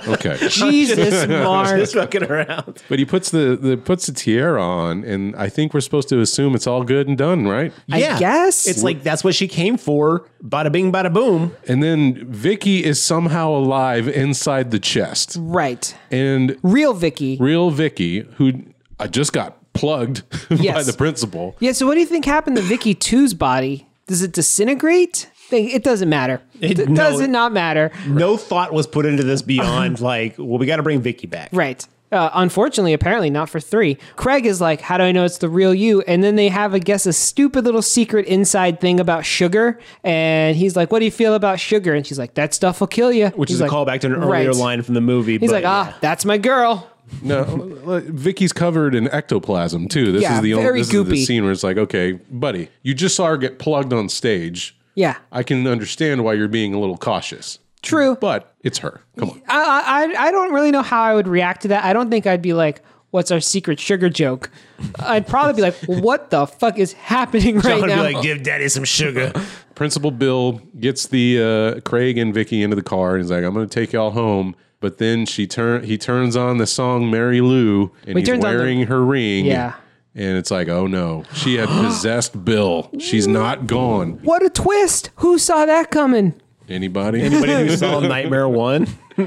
Speaker 3: Okay.
Speaker 1: Jesus, Mark.
Speaker 2: Just fucking around.
Speaker 3: But he puts the, the puts the tiara on and I think we're supposed to assume it's all good and done, right?
Speaker 1: I guess.
Speaker 2: it's like that's what she came for. Bada bing, bada boom.
Speaker 3: And then Vicky is somehow alive inside the chest.
Speaker 1: Right.
Speaker 3: And
Speaker 1: Real Vicky.
Speaker 3: real Vicky, who I just got plugged by
Speaker 1: Yes.
Speaker 3: the principal.
Speaker 1: Yeah, so what do you think happened to Vicky 2's body? Does it disintegrate? Think- It doesn't matter. It,
Speaker 2: It- no.
Speaker 1: does it not matter.
Speaker 2: No thought was put into this beyond like, well, we got to bring Vicky back.
Speaker 1: Right. Uh, unfortunately, apparently not for three. Craig is like, "How do I know it's the real you?" And then they have, I guess, a stupid little secret inside thing about sugar. And he's like, "What do you feel about sugar?" And she's like, "That stuff will kill you,"
Speaker 2: Which
Speaker 1: He's
Speaker 2: is
Speaker 1: like,
Speaker 2: a callback to an earlier
Speaker 1: right.
Speaker 2: line from the movie.
Speaker 1: He's
Speaker 2: but
Speaker 1: like, "Ah, that's my girl."
Speaker 3: No, like, uh, Vicky's covered in ectoplasm too. This
Speaker 1: Yeah,
Speaker 3: is the
Speaker 1: very
Speaker 3: only this is the
Speaker 1: goopy.
Speaker 3: scene where it's like, okay, buddy, you just saw her get plugged on stage.
Speaker 1: Yeah,
Speaker 3: I can understand why you're being a little cautious,
Speaker 1: true.
Speaker 3: but it's her. Come on.
Speaker 1: I, I I don't really know how I would react to that. I don't think I'd be like, "What's our secret sugar joke?" I'd probably be like, "What the fuck is happening
Speaker 2: I'm
Speaker 1: right
Speaker 2: gonna
Speaker 1: now?"
Speaker 2: be like, give daddy some sugar.
Speaker 3: Principal Bill gets the uh, Craig and Vicky into the car and he's like, "I'm going to take y'all home." But then she turn he turns on the song "Mary Lou" and
Speaker 1: he
Speaker 3: he's
Speaker 1: turns on the-
Speaker 3: wearing her ring.
Speaker 1: Yeah.
Speaker 3: and it's like, oh no, she had possessed Bill. She's not gone.
Speaker 1: what a twist! Who saw that coming?
Speaker 3: Anybody?
Speaker 2: Anybody who saw Nightmare One,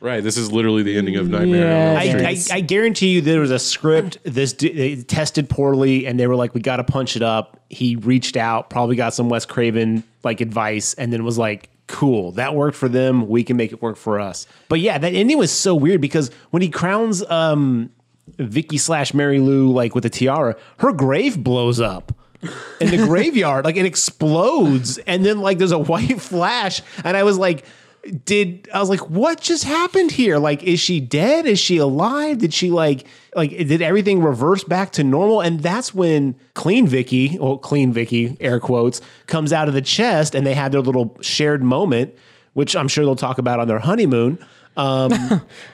Speaker 3: Right. This is literally the ending of Nightmare.
Speaker 1: Yeah.
Speaker 3: on Elm
Speaker 2: I,
Speaker 3: Street.
Speaker 2: I, I guarantee you there was a script. This d- they tested poorly, and they were like, "We got to punch it up." He reached out, probably got some Wes Craven like advice, and then was like, "Cool, that worked for them. We can make it work for us." But yeah, that ending was so weird because when he crowns um, Vicky slash Mary Lou like with a tiara, her grave blows up. in the graveyard. Like it explodes, and then like there's a white flash, and I was like, did I was like, what just happened here? Like, is she dead? Is she alive? Did she like like did everything reverse back to normal? And that's when clean Vicky, well, clean Vicky, air quotes, comes out of the chest, and they had their little shared moment, which I'm sure they'll talk about on their honeymoon.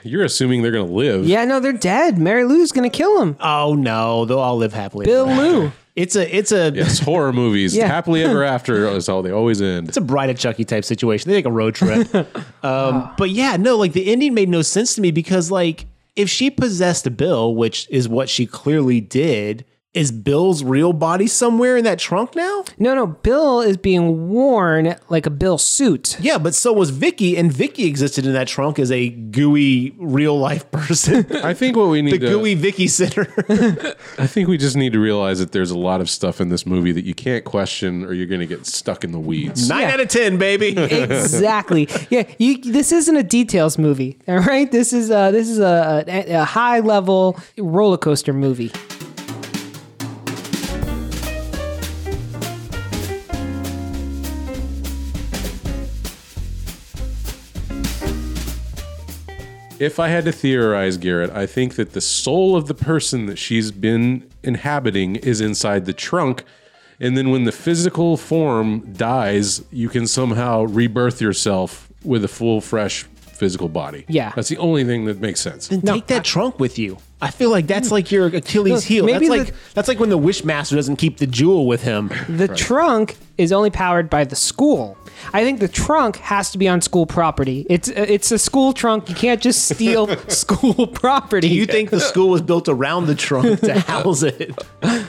Speaker 3: You're assuming they're gonna live.
Speaker 1: Yeah, no, they're dead. Mary Lou's gonna kill him.
Speaker 2: Oh no, they'll all live happily.
Speaker 1: Bill
Speaker 2: ever after.
Speaker 1: Lou.
Speaker 2: It's a it's a
Speaker 3: Yes, horror movies.
Speaker 1: Yeah.
Speaker 3: Happily ever after is how they always end.
Speaker 2: it's a bride of Chucky type situation. They take a road trip. um,
Speaker 1: Ah.
Speaker 2: But yeah, no, like the ending made no sense to me because like if she possessed Bill, which is what she clearly did, Is Bill's real body somewhere in that trunk now?
Speaker 1: No, no, Bill is being worn like a Bill suit.
Speaker 2: Yeah, but so was Vicky, and Vicky existed in that trunk as a gooey real life person.
Speaker 3: I think what we need
Speaker 2: the
Speaker 3: to
Speaker 2: gooey Vicky Center.
Speaker 3: I think we just need to realize that there's a lot of stuff in this movie that you can't question or you're going to get stuck in the weeds.
Speaker 2: Nine out of ten, baby.
Speaker 1: exactly. Yeah, you, this isn't a details movie, all right? This is a, this is a, a, a high level roller coaster movie.
Speaker 3: If I had to theorize, Garrett, I think that the soul of the person that she's been inhabiting is inside the trunk. And then when the physical form dies, you can somehow rebirth yourself with a full, fresh physical body.
Speaker 1: Yeah.
Speaker 3: That's the only thing that makes sense.
Speaker 2: Take that trunk with you. I feel like that's like your
Speaker 1: No,
Speaker 2: Achilles heel.
Speaker 1: maybe
Speaker 2: That's like
Speaker 1: the-
Speaker 2: that's like when the wishmaster doesn't keep the jewel with him.
Speaker 1: The trunk is only powered by the school. I think the trunk has to be on school property. It's uh, it's a school trunk. You can't just steal school property.
Speaker 2: You think the school was built around the trunk to house it?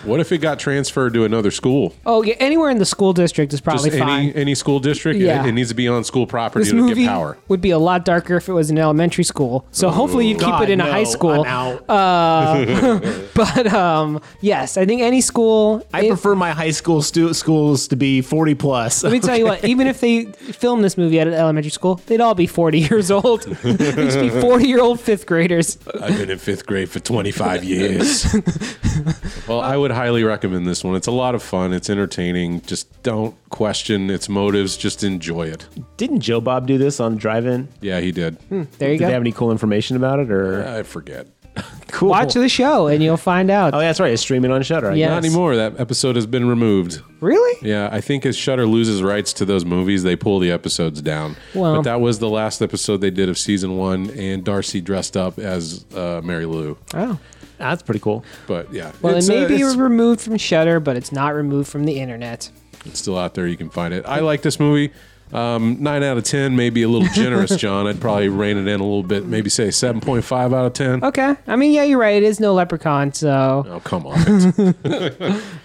Speaker 3: What if it got transferred to another school?
Speaker 1: Oh yeah, anywhere in the school district is probably
Speaker 3: Just
Speaker 1: fine.
Speaker 3: any, any school district? It-
Speaker 1: Yeah.
Speaker 3: It, needs to be on school property
Speaker 1: this
Speaker 3: to
Speaker 1: movie
Speaker 3: get power.
Speaker 1: would be a lot darker if it was an elementary school. So hopefully you keep
Speaker 2: God,
Speaker 1: it in a
Speaker 2: no,
Speaker 1: high school. Uh,
Speaker 2: I'm out.
Speaker 1: But um, yes, I think any school. eh,
Speaker 2: I prefer my high school stu- schools to be 40 plus.
Speaker 1: Let me tell you what. Even if they film this movie at an elementary school, they'd all be forty years old. They'd just be forty-year-old fifth graders.
Speaker 3: I've been in fifth grade for 25 years. well, I would highly recommend this one. It's a lot of fun. It's entertaining. Just don't question its motives. Just enjoy it.
Speaker 2: Didn't Joe Bob do this on Drive-In?
Speaker 3: Yeah, he did.
Speaker 1: There you
Speaker 2: Did
Speaker 1: go.
Speaker 2: they have any cool information about it or
Speaker 3: Hmm. I forget.
Speaker 2: cool?
Speaker 1: Watch the show and you'll find out.
Speaker 2: Oh, that's right. It's streaming on Shutter. I
Speaker 1: Yes.
Speaker 3: Not anymore. That episode has been removed.
Speaker 1: Really?
Speaker 3: Yeah, I think as Shutter loses rights to those movies, they pull the episodes down.
Speaker 1: Well-
Speaker 3: but that was the last episode they did of season one, and Darcy dressed up as uh, Mary Lou.
Speaker 1: Oh.
Speaker 2: guess. That's pretty cool.
Speaker 3: But yeah,
Speaker 1: Well,
Speaker 3: it's,
Speaker 1: it may
Speaker 3: uh,
Speaker 1: be
Speaker 3: it's-
Speaker 1: removed from Shutter, but it's not removed from the internet.
Speaker 3: It's still out there. You can find it. I like this movie. Um, nine out of ten, maybe a little generous, John. I'd probably rein it in a little bit. Maybe say seven point five out of ten.
Speaker 1: Okay. I mean, yeah, you're right. It is no Leprechaun, so
Speaker 3: Oh come on!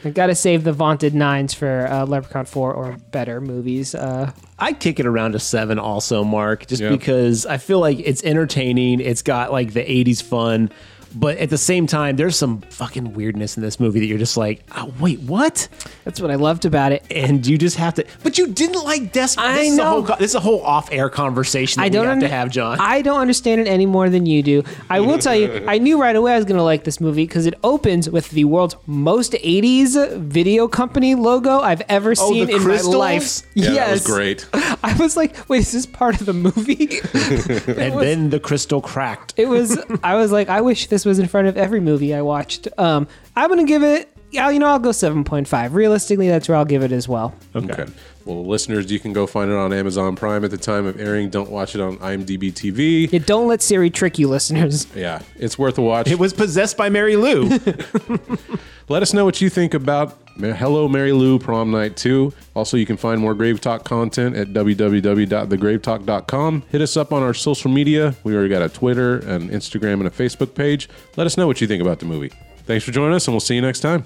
Speaker 1: I gotta save the vaunted nines for uh, Leprechaun Four or better movies. Uh,
Speaker 2: I kick it around to seven also, Mark, just
Speaker 3: Yeah.
Speaker 2: because I feel like it's entertaining. It's got like the 80s fun. But at the same time, there's some fucking weirdness in this movie that you're just like, oh, wait, what?
Speaker 1: that's what I loved about it.
Speaker 2: And you just have to. But you didn't like Desperate.
Speaker 1: I
Speaker 2: this Is a
Speaker 1: know.
Speaker 2: whole, co- this is a whole off-air conversation. That
Speaker 1: I don't
Speaker 2: we have to
Speaker 1: under-
Speaker 2: have, John.
Speaker 1: I don't understand it any more than you do. I will tell you, I knew right away I was going to like this movie because it opens with the world's most '80s video company logo I've ever seen in my
Speaker 2: Oh, crystals?
Speaker 1: life.
Speaker 3: Yeah,
Speaker 1: yes,
Speaker 3: that was great.
Speaker 1: I was like, "Wait, is this part of the movie?"
Speaker 2: and then the crystal cracked.
Speaker 1: it was. I was like, "I wish this was in front of every movie I watched." Um, I'm going to give it. Yeah, you know, I'll go 7.5. Realistically, that's where I'll give it as well.
Speaker 3: Okay. Well, listeners, you can go find it on Amazon Prime at the time of airing. Don't watch it on IMDb TV.
Speaker 1: Yeah, don't let Siri trick you, listeners.
Speaker 3: Yeah, it's worth a watch.
Speaker 2: It was possessed by Mary Lou.
Speaker 3: Let us know what you think about Ma- Hello Mary Lou Prom Night 2. Also, you can find more Grave Talk content at www.thegravetalk.com. Hit us up on our social media. We already got a Twitter, an Instagram, and a Facebook page. Let us know what you think about the movie. Thanks for joining us, and we'll see you next time.